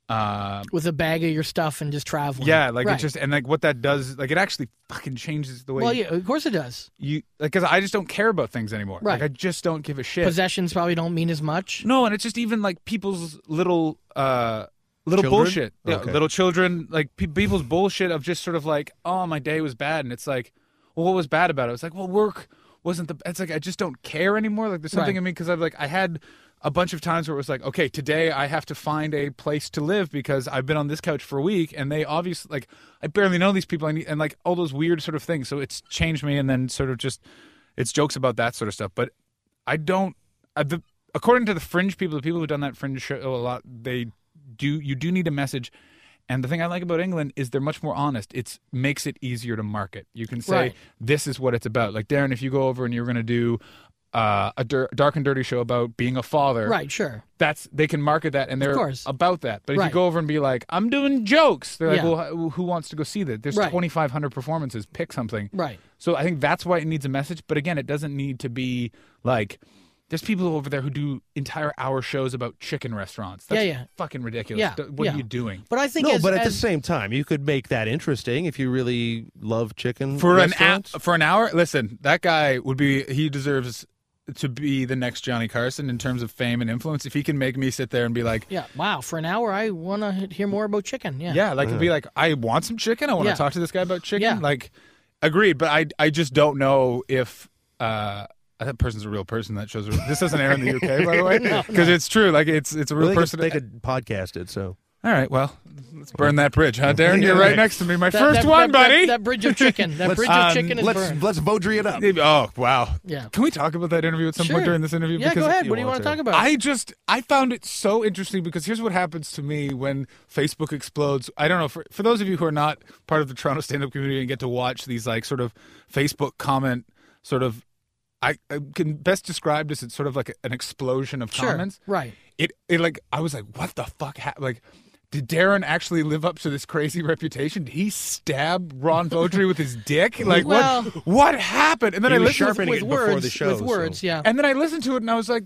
[SPEAKER 10] Uh,
[SPEAKER 5] With a bag of your stuff and just traveling?
[SPEAKER 10] yeah, like
[SPEAKER 5] Right.
[SPEAKER 10] it just and like what that does, like it actually fucking changes the way
[SPEAKER 5] Well,
[SPEAKER 10] you,
[SPEAKER 5] yeah, of course it does.
[SPEAKER 10] you like because I just don't care about things anymore. Like
[SPEAKER 5] Right.
[SPEAKER 10] I just don't give a shit.
[SPEAKER 5] Possessions probably don't mean as much.
[SPEAKER 10] No, and it's just even like people's little uh little
[SPEAKER 6] Children?
[SPEAKER 10] bullshit. Yeah,
[SPEAKER 6] Okay.
[SPEAKER 10] little children, like pe- people's bullshit of just sort of like, "Oh, my day was bad." And it's like, "Well, what was bad about it?" It's like, "Well, work wasn't the it's like I just don't care anymore." Like there's something
[SPEAKER 5] Right.
[SPEAKER 10] in me cuz I've like I had a bunch of times where it was like, "Okay, today I have to find a place to live because I've been on this couch for a week and they obviously like I barely know these people I need, and like all those weird sort of things." So it's changed me and then sort of just it's jokes about that sort of stuff, but I don't. Uh, the, according to the fringe people, the people who've done that fringe show a lot, they do. You do need a message. And the thing I like about England is they're much more honest. It makes it easier to market. You can say
[SPEAKER 5] Right.
[SPEAKER 10] this is what it's about. Like Darren, if you go over and you're going to do uh, a dir- dark and dirty show about being a father,
[SPEAKER 5] Right, sure.
[SPEAKER 10] That's they can market that and they're
[SPEAKER 5] course.
[SPEAKER 10] about that. But if you
[SPEAKER 5] Right.
[SPEAKER 10] go over and be like, I'm doing jokes, they're
[SPEAKER 5] Yeah.
[SPEAKER 10] like, well, wh- who wants to go see that? There's
[SPEAKER 5] Right.
[SPEAKER 10] 2,500 performances. Pick something.
[SPEAKER 5] Right.
[SPEAKER 10] So I think that's why it needs a message. But again, it doesn't need to be like There's people over there who do entire hour shows about chicken restaurants.
[SPEAKER 5] Yeah,
[SPEAKER 10] That's
[SPEAKER 5] yeah.
[SPEAKER 10] fucking ridiculous.
[SPEAKER 5] Yeah,
[SPEAKER 10] Th- what
[SPEAKER 5] yeah.
[SPEAKER 10] are you doing?
[SPEAKER 5] But I think
[SPEAKER 6] No,
[SPEAKER 5] as,
[SPEAKER 6] but at the
[SPEAKER 5] as,
[SPEAKER 6] same time, you could make that interesting if you really love chicken
[SPEAKER 10] For an hour,
[SPEAKER 6] restaurants.
[SPEAKER 10] for an hour, listen, that guy would be he deserves to be the next Johnny Carson in terms of fame and influence if he can make me sit there and be like,
[SPEAKER 5] yeah, wow. For an hour, I want to hear more about chicken. Yeah,
[SPEAKER 10] Yeah, like be like, I want some chicken. I want
[SPEAKER 5] Mm-hmm. Yeah.
[SPEAKER 10] to talk to this guy about chicken.
[SPEAKER 5] Yeah.
[SPEAKER 10] Like, agreed. But I, I just don't know if uh, that person's a real person. That shows this doesn't air in the UK, by
[SPEAKER 5] *laughs*
[SPEAKER 10] the way, because it's true. Like, it's it's a
[SPEAKER 6] Well,
[SPEAKER 10] real
[SPEAKER 6] they,
[SPEAKER 10] person.
[SPEAKER 6] could, they could podcast it. So
[SPEAKER 10] All right, well, let's burn that bridge,
[SPEAKER 5] *laughs*
[SPEAKER 10] huh, Darren? You're right next to me. My
[SPEAKER 5] That-
[SPEAKER 10] first
[SPEAKER 5] that-
[SPEAKER 10] one,
[SPEAKER 5] that- that-
[SPEAKER 10] buddy.
[SPEAKER 5] That, bridge of chicken. That bridge
[SPEAKER 10] um,
[SPEAKER 5] of chicken is
[SPEAKER 6] let's
[SPEAKER 5] burned.
[SPEAKER 6] let's Vaudry it up.
[SPEAKER 10] oh wow.
[SPEAKER 5] Yeah.
[SPEAKER 10] Can we talk about that interview at some
[SPEAKER 5] Sure.
[SPEAKER 10] point during this interview?
[SPEAKER 5] Yeah, go
[SPEAKER 10] Because-
[SPEAKER 5] ahead. What do you want to talk about?
[SPEAKER 10] I just I found it so interesting because here's what happens to me when Facebook explodes. I don't know for for those of you who are not part of the Toronto stand up community and get to watch these like sort of Facebook comment sort of I, I can best described as it's sort of like an explosion of
[SPEAKER 5] sure.
[SPEAKER 10] comments.
[SPEAKER 5] Right.
[SPEAKER 10] It it like I was like what the fuck hap like did Darren actually live up to this crazy *laughs* reputation? Did he stab Ron Vaudry with his
[SPEAKER 5] *laughs*
[SPEAKER 10] dick? Like
[SPEAKER 5] Well-
[SPEAKER 10] what what happened? And then
[SPEAKER 6] He
[SPEAKER 10] I
[SPEAKER 6] was
[SPEAKER 10] listened to-
[SPEAKER 6] sharpening
[SPEAKER 5] With
[SPEAKER 6] it before
[SPEAKER 5] words.
[SPEAKER 6] the show.
[SPEAKER 5] with
[SPEAKER 6] so-
[SPEAKER 5] words. Yeah.
[SPEAKER 10] and then I listened to it and I was like,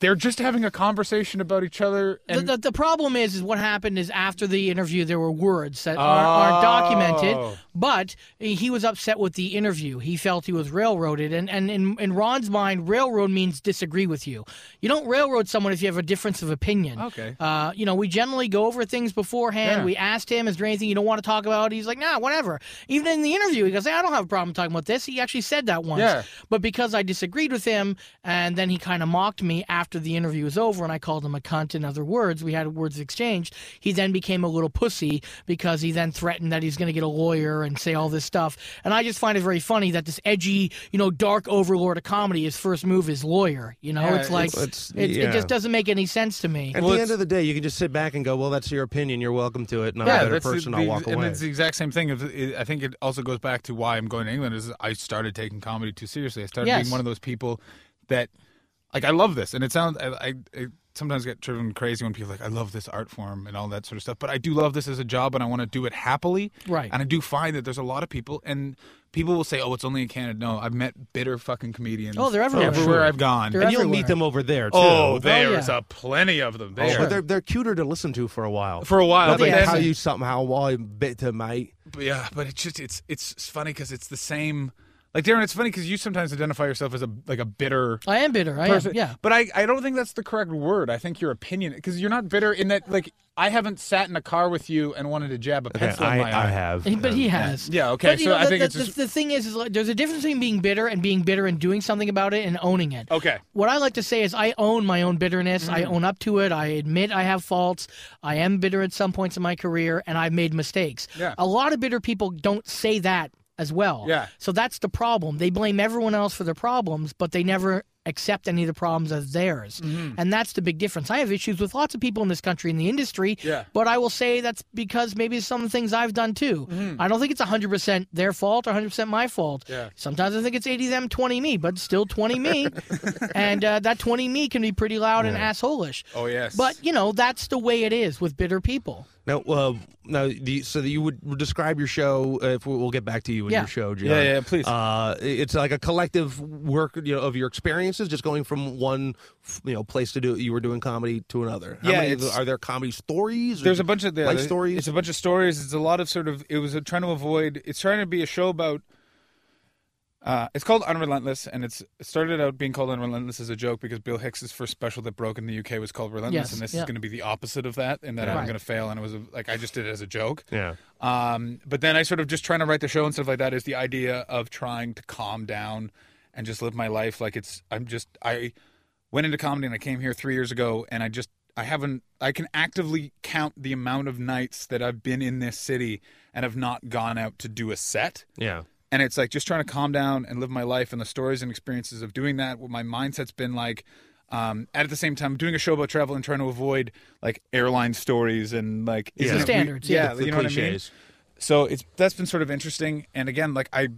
[SPEAKER 10] they're just having a conversation about each other.
[SPEAKER 5] The,
[SPEAKER 10] And
[SPEAKER 5] the, the problem is, is what happened is after the interview there were words that are, are documented,
[SPEAKER 10] Oh.
[SPEAKER 5] but he was upset with the interview. He felt he was railroaded, and and in, in Ron's mind, railroad means disagree with you. You don't railroad someone if you have a difference of opinion.
[SPEAKER 10] Okay.
[SPEAKER 5] Uh, you know, we generally go over things beforehand.
[SPEAKER 10] Yeah.
[SPEAKER 5] We asked him, "Is there anything you don't want to talk about?" He's like, "Nah, whatever." Even in the interview, he goes, "Hey, "I don't have a problem talking about this." He actually said that once.
[SPEAKER 10] Yeah.
[SPEAKER 5] But because I disagreed with him, and then he kind of mocked me after the interview was over, and I called him a cunt in other words, we had words exchanged. He then became a little pussy because he then threatened that he's going to get a lawyer and say all this stuff. And I just find it very funny that this edgy, you know, dark overlord of comedy, his first move is lawyer. You know,
[SPEAKER 10] Yeah,
[SPEAKER 5] it's like
[SPEAKER 6] it's- it's-
[SPEAKER 5] it's- it
[SPEAKER 6] yeah.
[SPEAKER 5] just doesn't make any sense to me.
[SPEAKER 6] At
[SPEAKER 10] Well,
[SPEAKER 6] the end
[SPEAKER 10] it's-
[SPEAKER 6] of the day, you can just sit back and go, "Well, that's your opinion. You're welcome to it." And I'm a better person.
[SPEAKER 10] the,
[SPEAKER 6] I'll walk
[SPEAKER 10] and
[SPEAKER 6] away.
[SPEAKER 10] it's the exact same thing. If- it- I think it also goes back to why I'm going to England. Is I started taking comedy too seriously. I started
[SPEAKER 5] Yes.
[SPEAKER 10] being one of those people that, like, I love this, and it sounds. I, I, I sometimes get driven crazy when people are like, I love this art form and all that sort of stuff. But I do love this as a job, and I want to do it happily.
[SPEAKER 5] Right.
[SPEAKER 10] And I do find that there's a lot of people, and people will say, "Oh, it's only in Canada." No, I've met bitter fucking comedians.
[SPEAKER 5] Oh, they're everywhere.
[SPEAKER 10] Everywhere
[SPEAKER 5] Sure.
[SPEAKER 10] I've gone.
[SPEAKER 5] They're
[SPEAKER 6] and you'll
[SPEAKER 5] everywhere.
[SPEAKER 6] meet them over there too.
[SPEAKER 10] Oh,
[SPEAKER 6] Oh,
[SPEAKER 10] there's
[SPEAKER 5] yeah.
[SPEAKER 10] a plenty of them there.
[SPEAKER 6] but they're they're cuter to listen to for a while.
[SPEAKER 10] for a while,
[SPEAKER 6] They'll
[SPEAKER 10] but
[SPEAKER 6] be
[SPEAKER 5] then-
[SPEAKER 6] like, how you somehow why bit to mate.
[SPEAKER 10] but yeah, but it's just it's it's, it's funny because it's the same. Like Darren, it's funny because you sometimes identify yourself as a like a bitter
[SPEAKER 5] I am bitter. I
[SPEAKER 10] person.
[SPEAKER 5] am. Yeah.
[SPEAKER 10] but I I don't think that's the correct word. I think your opinion because you're not bitter in that like I haven't sat in a car with you and wanted to jab a pencil in
[SPEAKER 6] I,
[SPEAKER 10] my eye.
[SPEAKER 6] I have.
[SPEAKER 5] He- But he has.
[SPEAKER 10] Yeah, okay,
[SPEAKER 5] But, you
[SPEAKER 10] so
[SPEAKER 5] know,
[SPEAKER 10] I
[SPEAKER 5] the,
[SPEAKER 10] think
[SPEAKER 5] the,
[SPEAKER 10] it's just-
[SPEAKER 5] the, the thing is, is like, there's a difference between being bitter and being bitter and doing something about it and owning it.
[SPEAKER 10] Okay. Mm.
[SPEAKER 5] What I like to say is, I own my own bitterness. I own up to it. I admit I have faults. I am bitter at some points in my career, and I've made mistakes.
[SPEAKER 10] Yeah.
[SPEAKER 5] A lot of bitter people don't say that as well.
[SPEAKER 10] Yeah.
[SPEAKER 5] So that's the problem. They blame everyone else for their problems, but they never accept any of the problems as theirs.
[SPEAKER 10] Mm-hmm.
[SPEAKER 5] And that's the big difference. I have issues with lots of people in this country in the industry,
[SPEAKER 10] Yeah.
[SPEAKER 5] but I will say that's because maybe some things I've done too. I don't think it's 100% their fault or 100% my fault.
[SPEAKER 10] Mm-hmm. Yeah.
[SPEAKER 5] Sometimes I think it's 80 them, 20 me, but still 20
[SPEAKER 10] *laughs*
[SPEAKER 5] me. and uh, that 20 me can be pretty loud and assholish.
[SPEAKER 10] Oh, yes.
[SPEAKER 5] But, you know, that's the way it is with bitter people.
[SPEAKER 6] Now, uh, now, the, so that you would describe your show. Uh, if we, we'll get back to you in
[SPEAKER 5] Yeah.
[SPEAKER 6] your show, John.
[SPEAKER 10] Yeah, yeah, please.
[SPEAKER 6] Uh, it's like a collective work you know, of your experiences, just going from one, you know, place to do. You were doing comedy to another. How
[SPEAKER 10] Yeah,
[SPEAKER 6] many
[SPEAKER 10] it's-
[SPEAKER 6] are there comedy stories? or
[SPEAKER 10] There's a bunch of the
[SPEAKER 6] life stories.
[SPEAKER 10] It's a bunch of stories. It's a lot of sort of. It was a, trying to avoid. It's trying to be a show about. Uh, it's called Unrelentless, and it's it started out being called Unrelentless as a joke because Bill Hicks's first special that broke in the UK was called Relentless,
[SPEAKER 5] Yes,
[SPEAKER 10] and this
[SPEAKER 5] yeah.
[SPEAKER 10] is going to be the opposite of that, and that
[SPEAKER 5] Right.
[SPEAKER 10] I'm going to fail, and it was a, like I just did it as a joke.
[SPEAKER 6] yeah.
[SPEAKER 10] Um, but then I sort of just trying to write the show and stuff like that is the idea of trying to calm down and just live my life. Like it's, I'm just, I went into comedy and I came here three years ago and I just, I haven't, I can actively count the amount of nights that I've been in this city and have not gone out to do a set
[SPEAKER 6] Yeah.
[SPEAKER 10] and it's like just trying to calm down and live my life and the stories and experiences of doing that what my mindset's been like um, and at the same time doing a show about travel and trying to avoid like airline stories and like
[SPEAKER 6] Yeah.
[SPEAKER 10] isn't
[SPEAKER 6] The
[SPEAKER 10] it weird-
[SPEAKER 5] standards, yeah.
[SPEAKER 10] yeah,
[SPEAKER 6] The
[SPEAKER 10] you know what I mean
[SPEAKER 6] cliches.
[SPEAKER 10] so it's that's been sort of interesting and again like i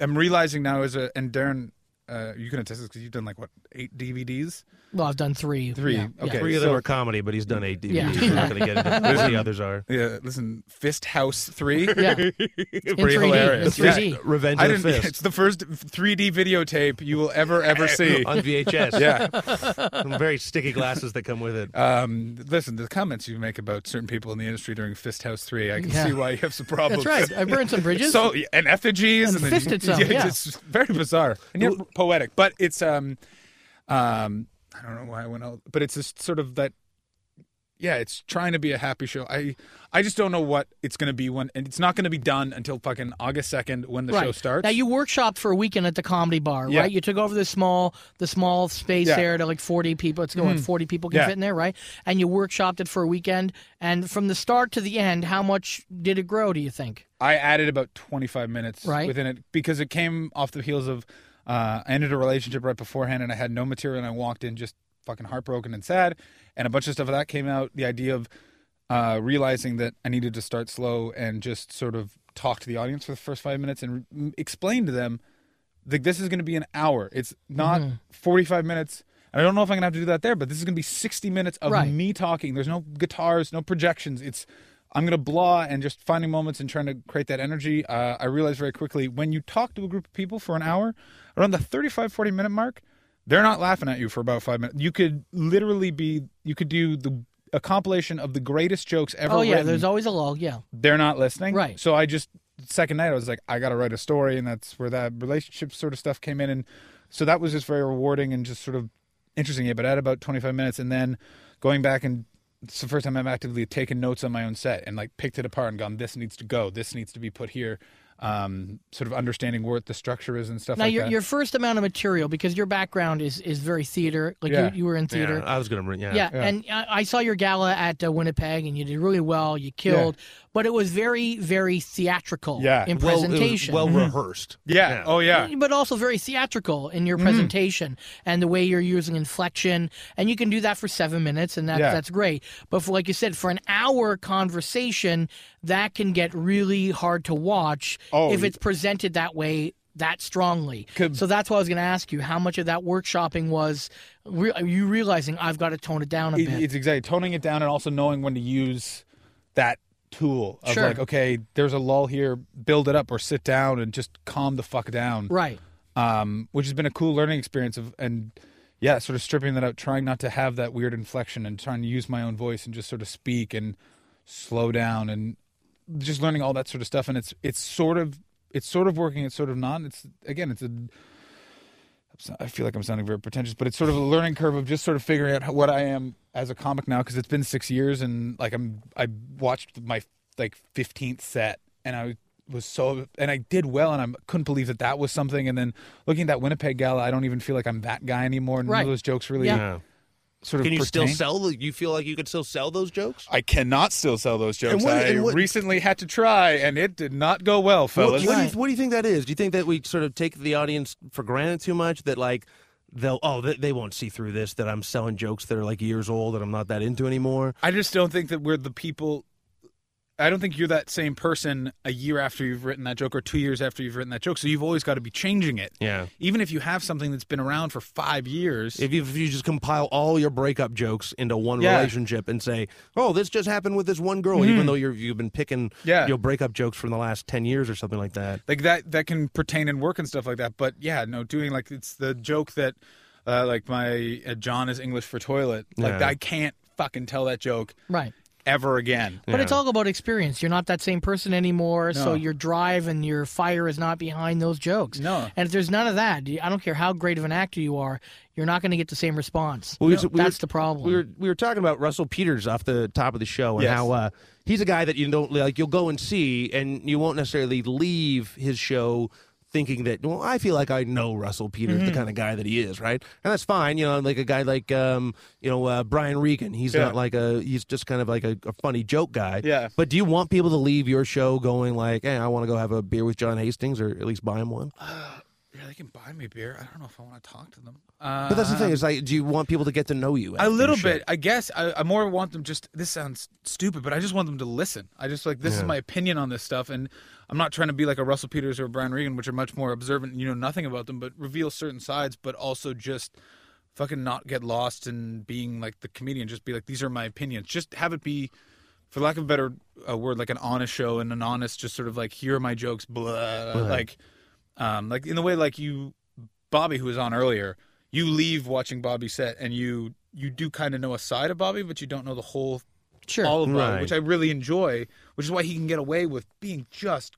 [SPEAKER 10] am realizing now as a and darren uh, you can attest this because you've done like what eight DVDs?
[SPEAKER 5] Well, I've done three.
[SPEAKER 10] Three.
[SPEAKER 5] Yeah,
[SPEAKER 10] Okay.
[SPEAKER 5] Yeah.
[SPEAKER 6] Three of them
[SPEAKER 10] so- Mm.
[SPEAKER 6] are comedy, but he's done eight DVDs.
[SPEAKER 5] Yeah.
[SPEAKER 6] We're not going to get into what the others are.
[SPEAKER 10] Yeah. Listen, Fist House Three.
[SPEAKER 5] *laughs* Yeah.
[SPEAKER 10] it's
[SPEAKER 5] In
[SPEAKER 10] *laughs* pretty
[SPEAKER 5] 3D.
[SPEAKER 10] hilarious.
[SPEAKER 5] In 3D.
[SPEAKER 6] Revenge
[SPEAKER 10] I
[SPEAKER 6] of the
[SPEAKER 10] didn't. *laughs*
[SPEAKER 6] Fist
[SPEAKER 10] It's the first 3D videotape you will ever
[SPEAKER 6] *laughs*
[SPEAKER 10] ever see.
[SPEAKER 6] on VHS.
[SPEAKER 10] yeah.
[SPEAKER 6] Some very sticky glasses that come with it.
[SPEAKER 10] Um, listen, the comments you make about certain people in the industry during Fist House Three, I can
[SPEAKER 5] Yeah.
[SPEAKER 10] see why you have some problems.
[SPEAKER 5] That's right. I burned some bridges.
[SPEAKER 10] So yeah, and effigies
[SPEAKER 5] And
[SPEAKER 10] and, then-
[SPEAKER 5] fisted some, yeah.
[SPEAKER 10] it's very bizarre and yet poetic. But it's um, um, I don't know why I went out, but it's just sort of that. Yeah, it's trying to be a happy show. I I just don't know what it's going to be when, and it's not going to be done until fucking August second when the
[SPEAKER 5] right.
[SPEAKER 10] show starts.
[SPEAKER 5] Now you workshopped for a weekend at the comedy bar,
[SPEAKER 10] Yeah.
[SPEAKER 5] right? You took over the small the small space
[SPEAKER 10] Yeah. Mm.
[SPEAKER 5] there to like forty people. It's going forty people can
[SPEAKER 10] Yeah.
[SPEAKER 5] fit in there, right? And you workshopped it for a weekend. And from the start to the end, how much did it grow? Do you think?
[SPEAKER 10] I added about 25 minutes
[SPEAKER 5] Right.
[SPEAKER 10] within it because it came off the heels of uh, I ended a relationship right beforehand and I had no material and I walked in just fucking heartbroken and sad and a bunch of stuff of that came out. The idea of uh, realizing that I needed to start slow and just sort of talk to the audience for the first five minutes and mm, explain to them like this is going to be an hour. It's not
[SPEAKER 5] Mm-hmm.
[SPEAKER 10] 45 minutes. And I don't know if I'm going to have to do that there, but this is going to be 60 minutes of
[SPEAKER 5] Right.
[SPEAKER 10] me talking. There's no guitars, no projections. It's I'm going to blah and just finding moments and trying to create that energy. Uh, I realized very quickly when you talk to a group of people for an hour, around the 35 40 minute mark, they're not laughing at you for about 5 minutes. You could literally be you could do the a compilation of the greatest jokes ever
[SPEAKER 5] oh yeah,
[SPEAKER 10] written
[SPEAKER 5] there's always a lull. Yeah,
[SPEAKER 10] they're not listening.
[SPEAKER 5] Right.
[SPEAKER 10] So I just second night I was like, I gotta write a story, and that's where that relationship sort of stuff came in, and so that was just very rewarding and just sort of interesting. Yeah, but at about 25 minutes, and then going back and it's the first time I've actively taken notes on my own set and like picked it apart and gone, this needs to go, this needs to be put here, um, sort of understanding what the structure is and stuff
[SPEAKER 5] Now
[SPEAKER 10] like
[SPEAKER 5] your
[SPEAKER 10] that.
[SPEAKER 5] your first amount of material because your background is is very theater. Like
[SPEAKER 10] Yeah.
[SPEAKER 5] you, you were in theater.
[SPEAKER 6] Yeah, I was going to. Yeah.
[SPEAKER 5] Yeah, and I, I saw your gala at uh, Winnipeg, and you did really well. You killed, but it was very, very theatrical
[SPEAKER 10] Yeah.
[SPEAKER 5] in
[SPEAKER 6] Well, it was
[SPEAKER 5] presentation.
[SPEAKER 6] Well, rehearsed.
[SPEAKER 10] yeah.
[SPEAKER 6] Yeah.
[SPEAKER 10] Oh yeah.
[SPEAKER 5] but also very theatrical in
[SPEAKER 10] Mm-hmm.
[SPEAKER 5] your presentation and the way you're using inflection. And you can do that for seven minutes, and that,
[SPEAKER 10] Yeah.
[SPEAKER 5] that's great. But for, like you said, for an hour conversation, that can get really hard to watch
[SPEAKER 10] Oh,
[SPEAKER 5] if
[SPEAKER 10] y-
[SPEAKER 5] it's presented that way that strongly.
[SPEAKER 10] Could-
[SPEAKER 5] so that's why I was going to ask you how much of that workshopping was re- you realizing I've got to tone it down a
[SPEAKER 10] It-
[SPEAKER 5] bit.
[SPEAKER 10] it's exactly toning it down and also knowing when to use that tool of
[SPEAKER 5] Sure.
[SPEAKER 10] like, okay, there's a lull here, build it up or sit down and just calm the fuck down.
[SPEAKER 5] right.
[SPEAKER 10] um, which has been a cool learning experience of and yeah, sort of stripping that out, trying not to have that weird inflection and trying to use my own voice and just sort of speak and slow down and just learning all that sort of stuff. And it's it's sort of it's sort of working, it's sort of not. It's again, it's a I feel like I'm sounding very pretentious, but it's sort of a learning curve of just sort of figuring out how- what I am as a comic now because it's been six years and like I'm I watched my like 15th set and I was so and I did well and I couldn't believe that that was something and then looking at that Winnipeg gala I don't even feel like I'm that guy anymore and none
[SPEAKER 5] Right.
[SPEAKER 10] of those jokes really
[SPEAKER 5] Yeah.
[SPEAKER 6] Yeah.
[SPEAKER 10] sort of
[SPEAKER 6] Can you still
[SPEAKER 10] pertain.
[SPEAKER 6] sell? the- You feel like you could still sell those jokes?
[SPEAKER 10] I cannot still sell those jokes.
[SPEAKER 6] what-
[SPEAKER 10] I
[SPEAKER 6] and what-
[SPEAKER 10] recently had to try and it did not go well,
[SPEAKER 6] What,
[SPEAKER 10] fellas.
[SPEAKER 6] what do you,
[SPEAKER 5] Right.
[SPEAKER 6] what do you think that is? Do you think that we sort of take the audience for granted too much? That like they'll oh they, they won't see through this. That I'm selling jokes that are like years old that I'm not that into anymore.
[SPEAKER 10] I just don't think that we're the people. I don't think you're that same person a year after you've written that joke or two years after you've written that joke. So you've always got to be changing it.
[SPEAKER 6] Yeah.
[SPEAKER 10] Even if you have something that's been around for five years.
[SPEAKER 6] If you, if you just compile all your breakup jokes into one
[SPEAKER 10] Yeah.
[SPEAKER 6] relationship and say, "Oh, this just happened with this one girl,"
[SPEAKER 5] Mm-hmm.
[SPEAKER 6] even though you're, you've been picking
[SPEAKER 10] Yeah.
[SPEAKER 6] your breakup jokes from the last ten years or something like that.
[SPEAKER 10] like that that can pertain in work and stuff like that but yeah no doing like it's the joke that uh, like my uh, john is english for toilet like
[SPEAKER 6] Yeah.
[SPEAKER 10] i can't fucking tell that joke
[SPEAKER 5] Right.
[SPEAKER 10] ever again
[SPEAKER 5] But it's all about experience. You're not that same person anymore, so
[SPEAKER 10] No.
[SPEAKER 5] your drive and your fire is not behind those jokes.
[SPEAKER 10] No.
[SPEAKER 5] And if there's none of that, I don't care how great of an actor you are, you're not going to get the same response.
[SPEAKER 6] Well, we were- we
[SPEAKER 5] That's
[SPEAKER 6] were-
[SPEAKER 5] the problem.
[SPEAKER 6] We were we were talking about Russell Peters off the top of the show and
[SPEAKER 10] Yes.
[SPEAKER 6] how uh, he's a guy that you don't like. You'll go and see, and you won't necessarily leave his show thinking that. Well, I feel like I know Russell Peters,
[SPEAKER 10] Mm-hmm.
[SPEAKER 6] the kind of guy that he is, right? And that's fine. You know, like a guy like um, you know uh, Brian Regan. He's
[SPEAKER 10] Yeah.
[SPEAKER 6] not like a. He's just kind of like a, a funny joke guy.
[SPEAKER 10] Yeah.
[SPEAKER 6] But do you want people to leave your show going like, "Hey, I want to go have a beer with John Hastings, or at least buy him one"?
[SPEAKER 10] really they can buy me beer. I don't know if I want to talk to them. Uh,
[SPEAKER 6] But that's the thing is like, do you want people to get to know you?
[SPEAKER 10] a
[SPEAKER 6] after your
[SPEAKER 10] little
[SPEAKER 6] show?
[SPEAKER 10] bit, I guess. I, I more want them just. This sounds stupid, but I just want them to listen. I just like this is my opinion on this stuff, and I'm not trying to be like a Russell Peters or a Brian Regan, which are much more observant. and You know nothing about them, but reveal certain sides, but also just fucking not get lost in being like the comedian. Just be like, these are my opinions. Just have it be. For lack of a better uh, word, like an honest show and an honest, just sort of like here are my jokes, blah, like, um, like in the way like you Bobby, who was on earlier, you leave watching Bobby set, and you you do kind of know a side of Bobby, but you don't know the whole
[SPEAKER 5] Sure.
[SPEAKER 10] all of Bobby,
[SPEAKER 6] Right.
[SPEAKER 10] which I really enjoy. Which is why he can get away with being just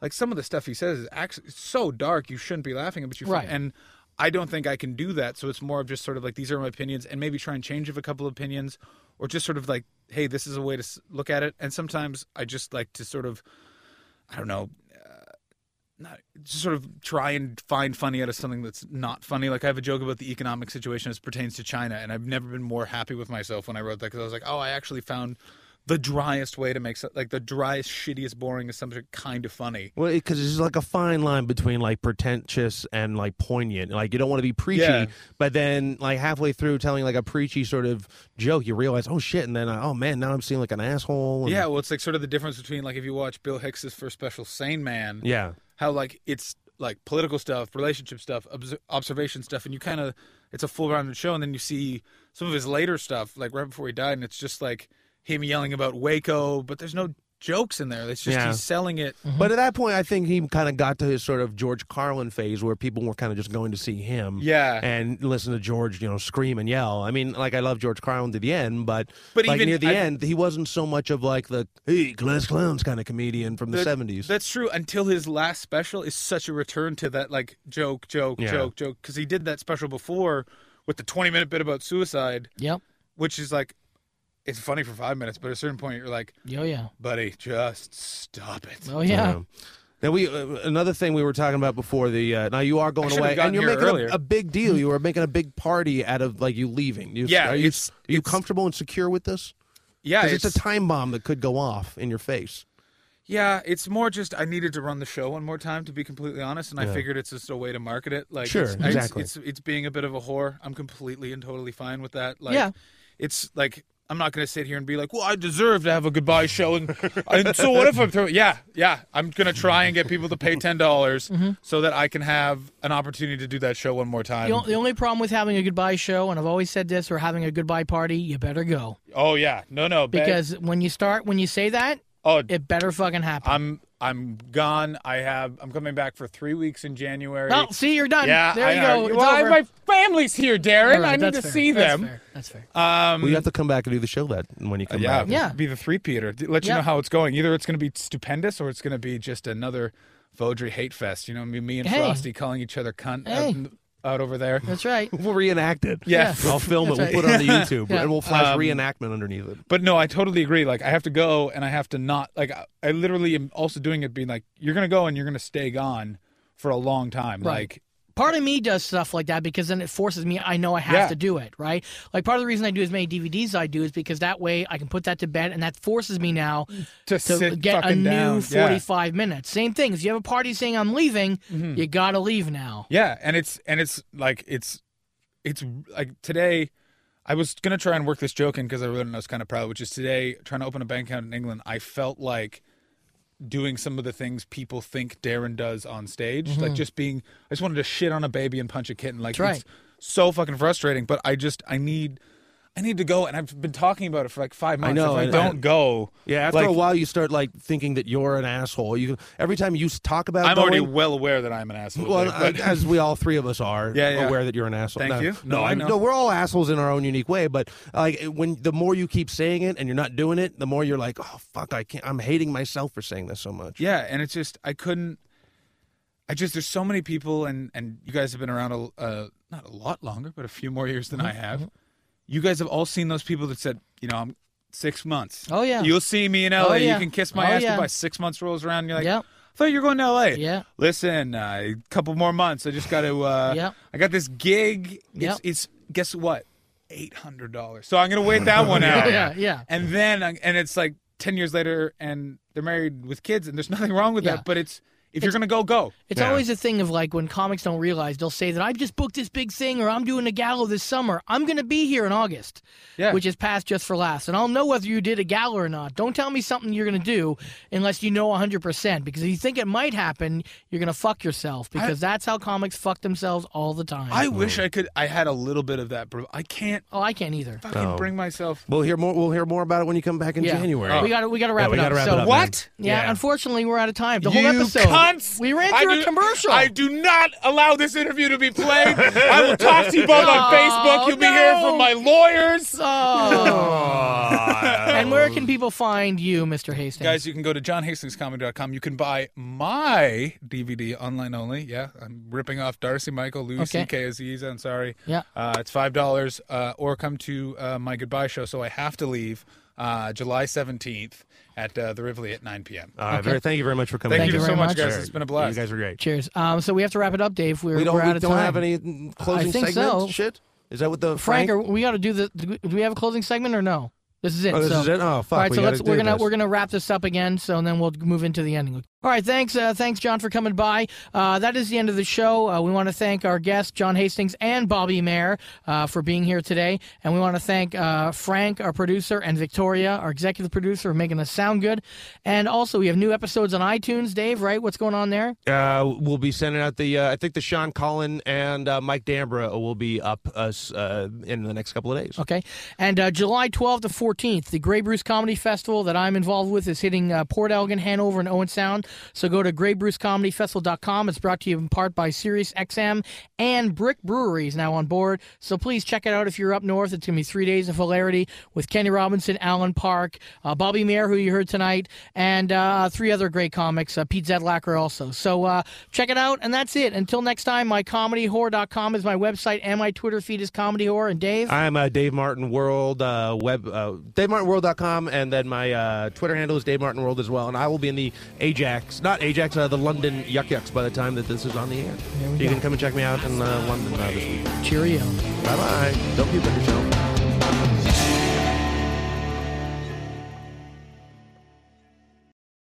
[SPEAKER 10] like some of the stuff he says is actually it's so dark you shouldn't be laughing at, but you
[SPEAKER 5] Right.
[SPEAKER 10] and. I don't think I can do that, so it's more of just sort of like these are my opinions, and maybe try and change of a couple of opinions, or just sort of like, hey, this is a way to s- look at it. And sometimes I just like to sort of, I don't know, uh, not just sort of try and find funny out of something that's not funny. Like I have a joke about the economic situation as pertains to China, and I've never been more happy with myself when I wrote that because I was like, oh, I actually found the driest way to make so- like the driest, shittiest, boring assumption kind of funny.
[SPEAKER 6] Well, because it's like a fine line between like pretentious and like poignant. Like you don't want to be preachy,
[SPEAKER 10] Yeah.
[SPEAKER 6] but then like halfway through telling like a preachy sort of joke, you realize, oh shit, and then uh, oh man, now I'm seeing like an asshole. and-
[SPEAKER 10] Yeah, well, it's like sort of the difference between like if you watch Bill Hicks's first special, Sane Man,
[SPEAKER 6] yeah,
[SPEAKER 10] how like it's like political stuff, relationship stuff, obs- observation stuff, and you kind of it's a full rounded show, and then you see some of his later stuff, like right before he died, and it's just like him yelling about Waco, but there's no jokes in there. It's just
[SPEAKER 6] Yeah. Mm-hmm.
[SPEAKER 10] he's selling it.
[SPEAKER 6] But at that point, I think he kind of got to his sort of George Carlin phase where people were kind of just going to see him.
[SPEAKER 10] Yeah.
[SPEAKER 6] And listen to George, you know, scream and yell. I mean, like, I love George Carlin to the end, but,
[SPEAKER 10] But
[SPEAKER 6] like
[SPEAKER 10] even-
[SPEAKER 6] near the
[SPEAKER 10] I-
[SPEAKER 6] end, he wasn't so much of like the, hey, class clowns kind of comedian from the,
[SPEAKER 10] That-
[SPEAKER 6] 70s.
[SPEAKER 10] That's true. Until his last special is such a return to that like joke, joke,
[SPEAKER 6] Yeah.
[SPEAKER 10] joke, joke, because he did that special before with the 20 minute bit about suicide,
[SPEAKER 5] Yep.
[SPEAKER 10] which is like it's funny for five minutes, but at a certain point you're like,
[SPEAKER 5] Oh yeah.
[SPEAKER 10] buddy, just stop it.
[SPEAKER 5] Oh yeah.
[SPEAKER 6] Now we uh, another thing we were talking about before the uh, now you are going
[SPEAKER 10] should've
[SPEAKER 6] away and
[SPEAKER 10] gotten
[SPEAKER 6] you're
[SPEAKER 10] here
[SPEAKER 6] making
[SPEAKER 10] earlier.
[SPEAKER 6] a, a big deal. You are making a big party out of like you leaving. You,
[SPEAKER 10] Yeah,
[SPEAKER 6] are you,
[SPEAKER 10] it's-
[SPEAKER 6] are you
[SPEAKER 10] it's-
[SPEAKER 6] comfortable and secure with this?
[SPEAKER 10] Yeah,
[SPEAKER 6] 'Cause it's, a time bomb that could go off in your face.
[SPEAKER 10] Yeah, it's more just I needed to run the show one more time to be completely honest, and I figured it's just a way to market it. Like,
[SPEAKER 6] Sure,
[SPEAKER 10] it's, it's-
[SPEAKER 6] exactly.
[SPEAKER 10] It's, it's being a bit of a whore. I'm completely and totally fine with that. Like,
[SPEAKER 5] Yeah.
[SPEAKER 10] it's like I'm not gonna sit here and be like, well, I deserve to have a goodbye show, and, *laughs* and so what if I'm throwing? Yeah, yeah, I'm gonna try and get people to pay
[SPEAKER 5] *laughs*
[SPEAKER 10] ten dollars
[SPEAKER 5] Mm-hmm.
[SPEAKER 10] so that I can have an opportunity to do that show one more time.
[SPEAKER 5] The, o- the only problem with having a goodbye show, and I've always said this, or having a goodbye party, you better go
[SPEAKER 10] oh yeah, no, no, babe.
[SPEAKER 5] because when you start, when you say that,
[SPEAKER 10] oh,
[SPEAKER 5] it better fucking happen.
[SPEAKER 10] I'm I'm gone. I have I'm coming back for three weeks in January.
[SPEAKER 5] Oh, see, you're done.
[SPEAKER 10] Yeah,
[SPEAKER 5] there
[SPEAKER 10] I
[SPEAKER 5] you
[SPEAKER 10] know.
[SPEAKER 5] go. It's
[SPEAKER 10] Well, I-
[SPEAKER 5] over.
[SPEAKER 10] my family's here, Darren.
[SPEAKER 5] All right,
[SPEAKER 10] I need
[SPEAKER 5] that's
[SPEAKER 10] to
[SPEAKER 5] fair.
[SPEAKER 10] see
[SPEAKER 5] That's
[SPEAKER 10] them.
[SPEAKER 5] fair. That's fair.
[SPEAKER 10] Um,
[SPEAKER 6] Well, you have to come back and do the show that when you come
[SPEAKER 10] yeah,
[SPEAKER 6] back.
[SPEAKER 5] Yeah.
[SPEAKER 10] Be the three Peter. Let you
[SPEAKER 5] Yeah.
[SPEAKER 10] know how it's going. Either it's going to be stupendous, or it's going to be just another Vaudry hate fest. You know, me, me and
[SPEAKER 5] Hey.
[SPEAKER 10] Frosty calling each other cunt out
[SPEAKER 5] Hey.
[SPEAKER 10] in- out, over there.
[SPEAKER 5] That's
[SPEAKER 10] *laughs*
[SPEAKER 5] right.
[SPEAKER 6] We'll reenact it.
[SPEAKER 10] Yeah.
[SPEAKER 6] I'll
[SPEAKER 10] *laughs*
[SPEAKER 6] film it. We'll
[SPEAKER 5] That's
[SPEAKER 6] put it on the YouTube
[SPEAKER 5] Yeah.
[SPEAKER 6] and we'll flash reenactment underneath it.
[SPEAKER 10] But no, Um, I totally agree. Like I have to go, and I have to not. Like I, I literally am also doing it, being like, you're going to go, and you're going to stay gone for a long time.
[SPEAKER 5] Right.
[SPEAKER 10] Like
[SPEAKER 5] part of me does stuff like that because then it forces me i know i have
[SPEAKER 10] Yeah.
[SPEAKER 5] to do it right like part of the reason i do as many dvds as i do is because that way i can put that to bed and that forces me now to
[SPEAKER 10] to, sit
[SPEAKER 5] get a
[SPEAKER 10] fucking
[SPEAKER 5] new
[SPEAKER 10] down. Yeah.
[SPEAKER 5] 45 minutes same thing if you have a party saying i'm leaving
[SPEAKER 10] Mm-hmm.
[SPEAKER 5] you gotta leave now
[SPEAKER 10] Yeah, and it's and it's like it's it's like today I was gonna try and work this joke in because I wrote it and I was kind of proud, which is today trying to open a bank account in England. I felt like doing some of the things people think Darren does on stage,
[SPEAKER 6] Mm-hmm.
[SPEAKER 10] like just being. I just wanted to shit on a baby and punch a kitten. Like
[SPEAKER 5] That's
[SPEAKER 10] it's so fucking frustrating. But I just I need. I need to go, and I've been talking about it for like five months.
[SPEAKER 6] know,
[SPEAKER 10] if I
[SPEAKER 6] and-
[SPEAKER 10] don't
[SPEAKER 6] and-
[SPEAKER 10] go,
[SPEAKER 6] Yeah, after
[SPEAKER 10] like,
[SPEAKER 6] a while, you start like thinking that you're an asshole. You every time you s- talk about
[SPEAKER 10] I'm
[SPEAKER 6] going,
[SPEAKER 10] already well aware that I'm an asshole.
[SPEAKER 6] well,
[SPEAKER 10] Blake, but-
[SPEAKER 6] uh, as we all three of us are
[SPEAKER 10] Yeah, yeah.
[SPEAKER 6] aware that you're an asshole.
[SPEAKER 10] Thank
[SPEAKER 6] no,
[SPEAKER 10] you.
[SPEAKER 6] No, I know. No, we're all assholes in our own unique way. But like when the more you keep saying it and you're not doing it, the more you're like, oh fuck, I can't. I'm hating myself for saying this so much.
[SPEAKER 10] Yeah, and it's just I couldn't. I just there's so many people, and and you guys have been around a uh, not a lot longer, but a few more years than
[SPEAKER 5] Mm-hmm.
[SPEAKER 10] I have. You guys have all seen those people that said, you know, I'm six months.
[SPEAKER 5] Oh, yeah.
[SPEAKER 10] you'll see me in L.A.
[SPEAKER 5] Oh, yeah.
[SPEAKER 10] You can kiss my
[SPEAKER 5] Oh,
[SPEAKER 10] ass
[SPEAKER 5] yeah.
[SPEAKER 10] goodbye. Six months rolls around, and you're like,
[SPEAKER 5] Yep.
[SPEAKER 10] I thought you were going to L.A.
[SPEAKER 5] Yeah.
[SPEAKER 10] listen, uh, a couple more months. I just got to. Uh,
[SPEAKER 5] Yep.
[SPEAKER 10] I got this gig.
[SPEAKER 5] Yep.
[SPEAKER 10] It's, it's guess what, eight hundred dollars. So I'm gonna wait that
[SPEAKER 5] *laughs*
[SPEAKER 10] one out.
[SPEAKER 5] yeah yeah
[SPEAKER 10] And then and it's like 10 years later and they're married with kids and there's *laughs* nothing wrong with
[SPEAKER 5] Yeah.
[SPEAKER 10] that, but it's If you're gonna go, go.
[SPEAKER 5] It's always a thing of like when comics don't realize they'll say that I've just booked this big thing or I'm doing a gala this summer. I'm going to be here in August,
[SPEAKER 10] Yeah.
[SPEAKER 5] which is past just for laughs. And I'll know whether you did a gala or not. Don't tell me something you're going to do unless you know 100% because if you think it might happen, you're going to fuck yourself because that's how comics fuck themselves all the time.
[SPEAKER 6] Oh,
[SPEAKER 10] I wish I could. I had a little bit of that. Bro- I can't
[SPEAKER 5] oh, I can't either.
[SPEAKER 10] fucking bring myself.
[SPEAKER 6] We'll hear more. We'll hear more about it when you come back in
[SPEAKER 5] Yeah. Oh.
[SPEAKER 6] January.
[SPEAKER 5] We got to we got to wrap
[SPEAKER 6] we
[SPEAKER 5] it up.
[SPEAKER 6] gotta wrap
[SPEAKER 5] so
[SPEAKER 6] it up,
[SPEAKER 10] What?
[SPEAKER 5] Yeah,
[SPEAKER 10] Yeah.
[SPEAKER 5] unfortunately, we're out of time. The
[SPEAKER 10] you
[SPEAKER 5] whole episode.
[SPEAKER 10] cunts!
[SPEAKER 5] We ran
[SPEAKER 10] I
[SPEAKER 5] through
[SPEAKER 10] do-
[SPEAKER 5] a commercial.
[SPEAKER 10] *laughs* I do not allow this interview to be played. I will talk to you both on
[SPEAKER 5] Oh,
[SPEAKER 10] Facebook. You'll be
[SPEAKER 5] no.
[SPEAKER 10] hearing from my lawyers.
[SPEAKER 5] Oh. *laughs* and where can people find you, Mr. Hastings?
[SPEAKER 10] *laughs* Guys, you can go to johnhastingscomedy.com. You can buy my DVD online only. Yeah, I'm ripping off Darcy Michael, Louis
[SPEAKER 5] Okay.
[SPEAKER 10] C.K. Aziz. I'm sorry.
[SPEAKER 5] Yeah.
[SPEAKER 10] Uh, it's $5. Uh, or come to uh, my goodbye show. So I have to leave uh, July 17th at uh, the Rivoli at 9 p.m.
[SPEAKER 6] All right. Very, thank you very much for coming.
[SPEAKER 10] Thank,
[SPEAKER 5] Thank
[SPEAKER 10] you,
[SPEAKER 5] you
[SPEAKER 10] so
[SPEAKER 5] very
[SPEAKER 10] much,
[SPEAKER 5] much.
[SPEAKER 10] guys. It's been a blast.
[SPEAKER 6] Uh, You guys are great.
[SPEAKER 5] Cheers. Um, so we have to wrap it up, Dave. We're,
[SPEAKER 6] We don't.
[SPEAKER 5] we're out
[SPEAKER 6] We
[SPEAKER 5] of
[SPEAKER 6] don't
[SPEAKER 5] time.
[SPEAKER 6] have any mm, closing
[SPEAKER 5] think
[SPEAKER 6] segment.
[SPEAKER 5] so.
[SPEAKER 6] Shit. Is that what the
[SPEAKER 5] Frank, are, we got to do the. Do we have a closing segment or no? This is it.
[SPEAKER 6] Oh, this
[SPEAKER 5] so.
[SPEAKER 6] is it? Oh, fuck,
[SPEAKER 5] All right,
[SPEAKER 6] we
[SPEAKER 5] so
[SPEAKER 6] gotta
[SPEAKER 5] let's
[SPEAKER 6] do
[SPEAKER 5] we're gonna
[SPEAKER 6] this.
[SPEAKER 5] we're gonna wrap this up again. So and then we'll move into the ending. All right, thanks, uh, thanks John for coming by. Uh, that is the end of the show. Uh, we want to thank our guests John Hastings and Bobby Mayer uh, for being here today, and we want to thank uh, Frank, our producer, and Victoria, our executive producer, for making us sound good. And also, we have new episodes on iTunes. Dave, right? What's going on there?
[SPEAKER 6] Uh, we'll be sending out the. Uh, I think the Sean Cullen and uh, Mike Dambra will be up us uh, in the next couple of days.
[SPEAKER 5] Okay. And uh, July 12th to 14th, the Grey Bruce Comedy Festival that I'm involved with is hitting uh, Port Elgin, Hanover, and Owen Sound. So go to greybrucecomedyfestival.com. It's brought to you in part by SiriusXM and Brick Brewery is now on board. So please check it out if you're up north. It's going to be three days of hilarity with Kenny Robinson, Alan Park, uh, Bobby Mayer, who you heard tonight, and uh, three other great comics, uh, Pete Zedlacker also. So uh, check it out. And that's it. Until next time, mycomedyhorror.com is my website, and my Twitter feed is Comedy Horror. And Dave?
[SPEAKER 6] I'm uh, Dave Martin World uh, web uh, DaveMartinWorld.com, and then my uh, Twitter handle is Dave Martin World as well. And I will be in the Ajax, not Ajax, uh, the London Yuck Yucks by the time that this is on the air.
[SPEAKER 5] There we
[SPEAKER 6] you
[SPEAKER 5] go.
[SPEAKER 6] can come and check me out in uh, London uh, this week.
[SPEAKER 5] Cheerio.
[SPEAKER 6] Bye bye. Don't puke on yourself.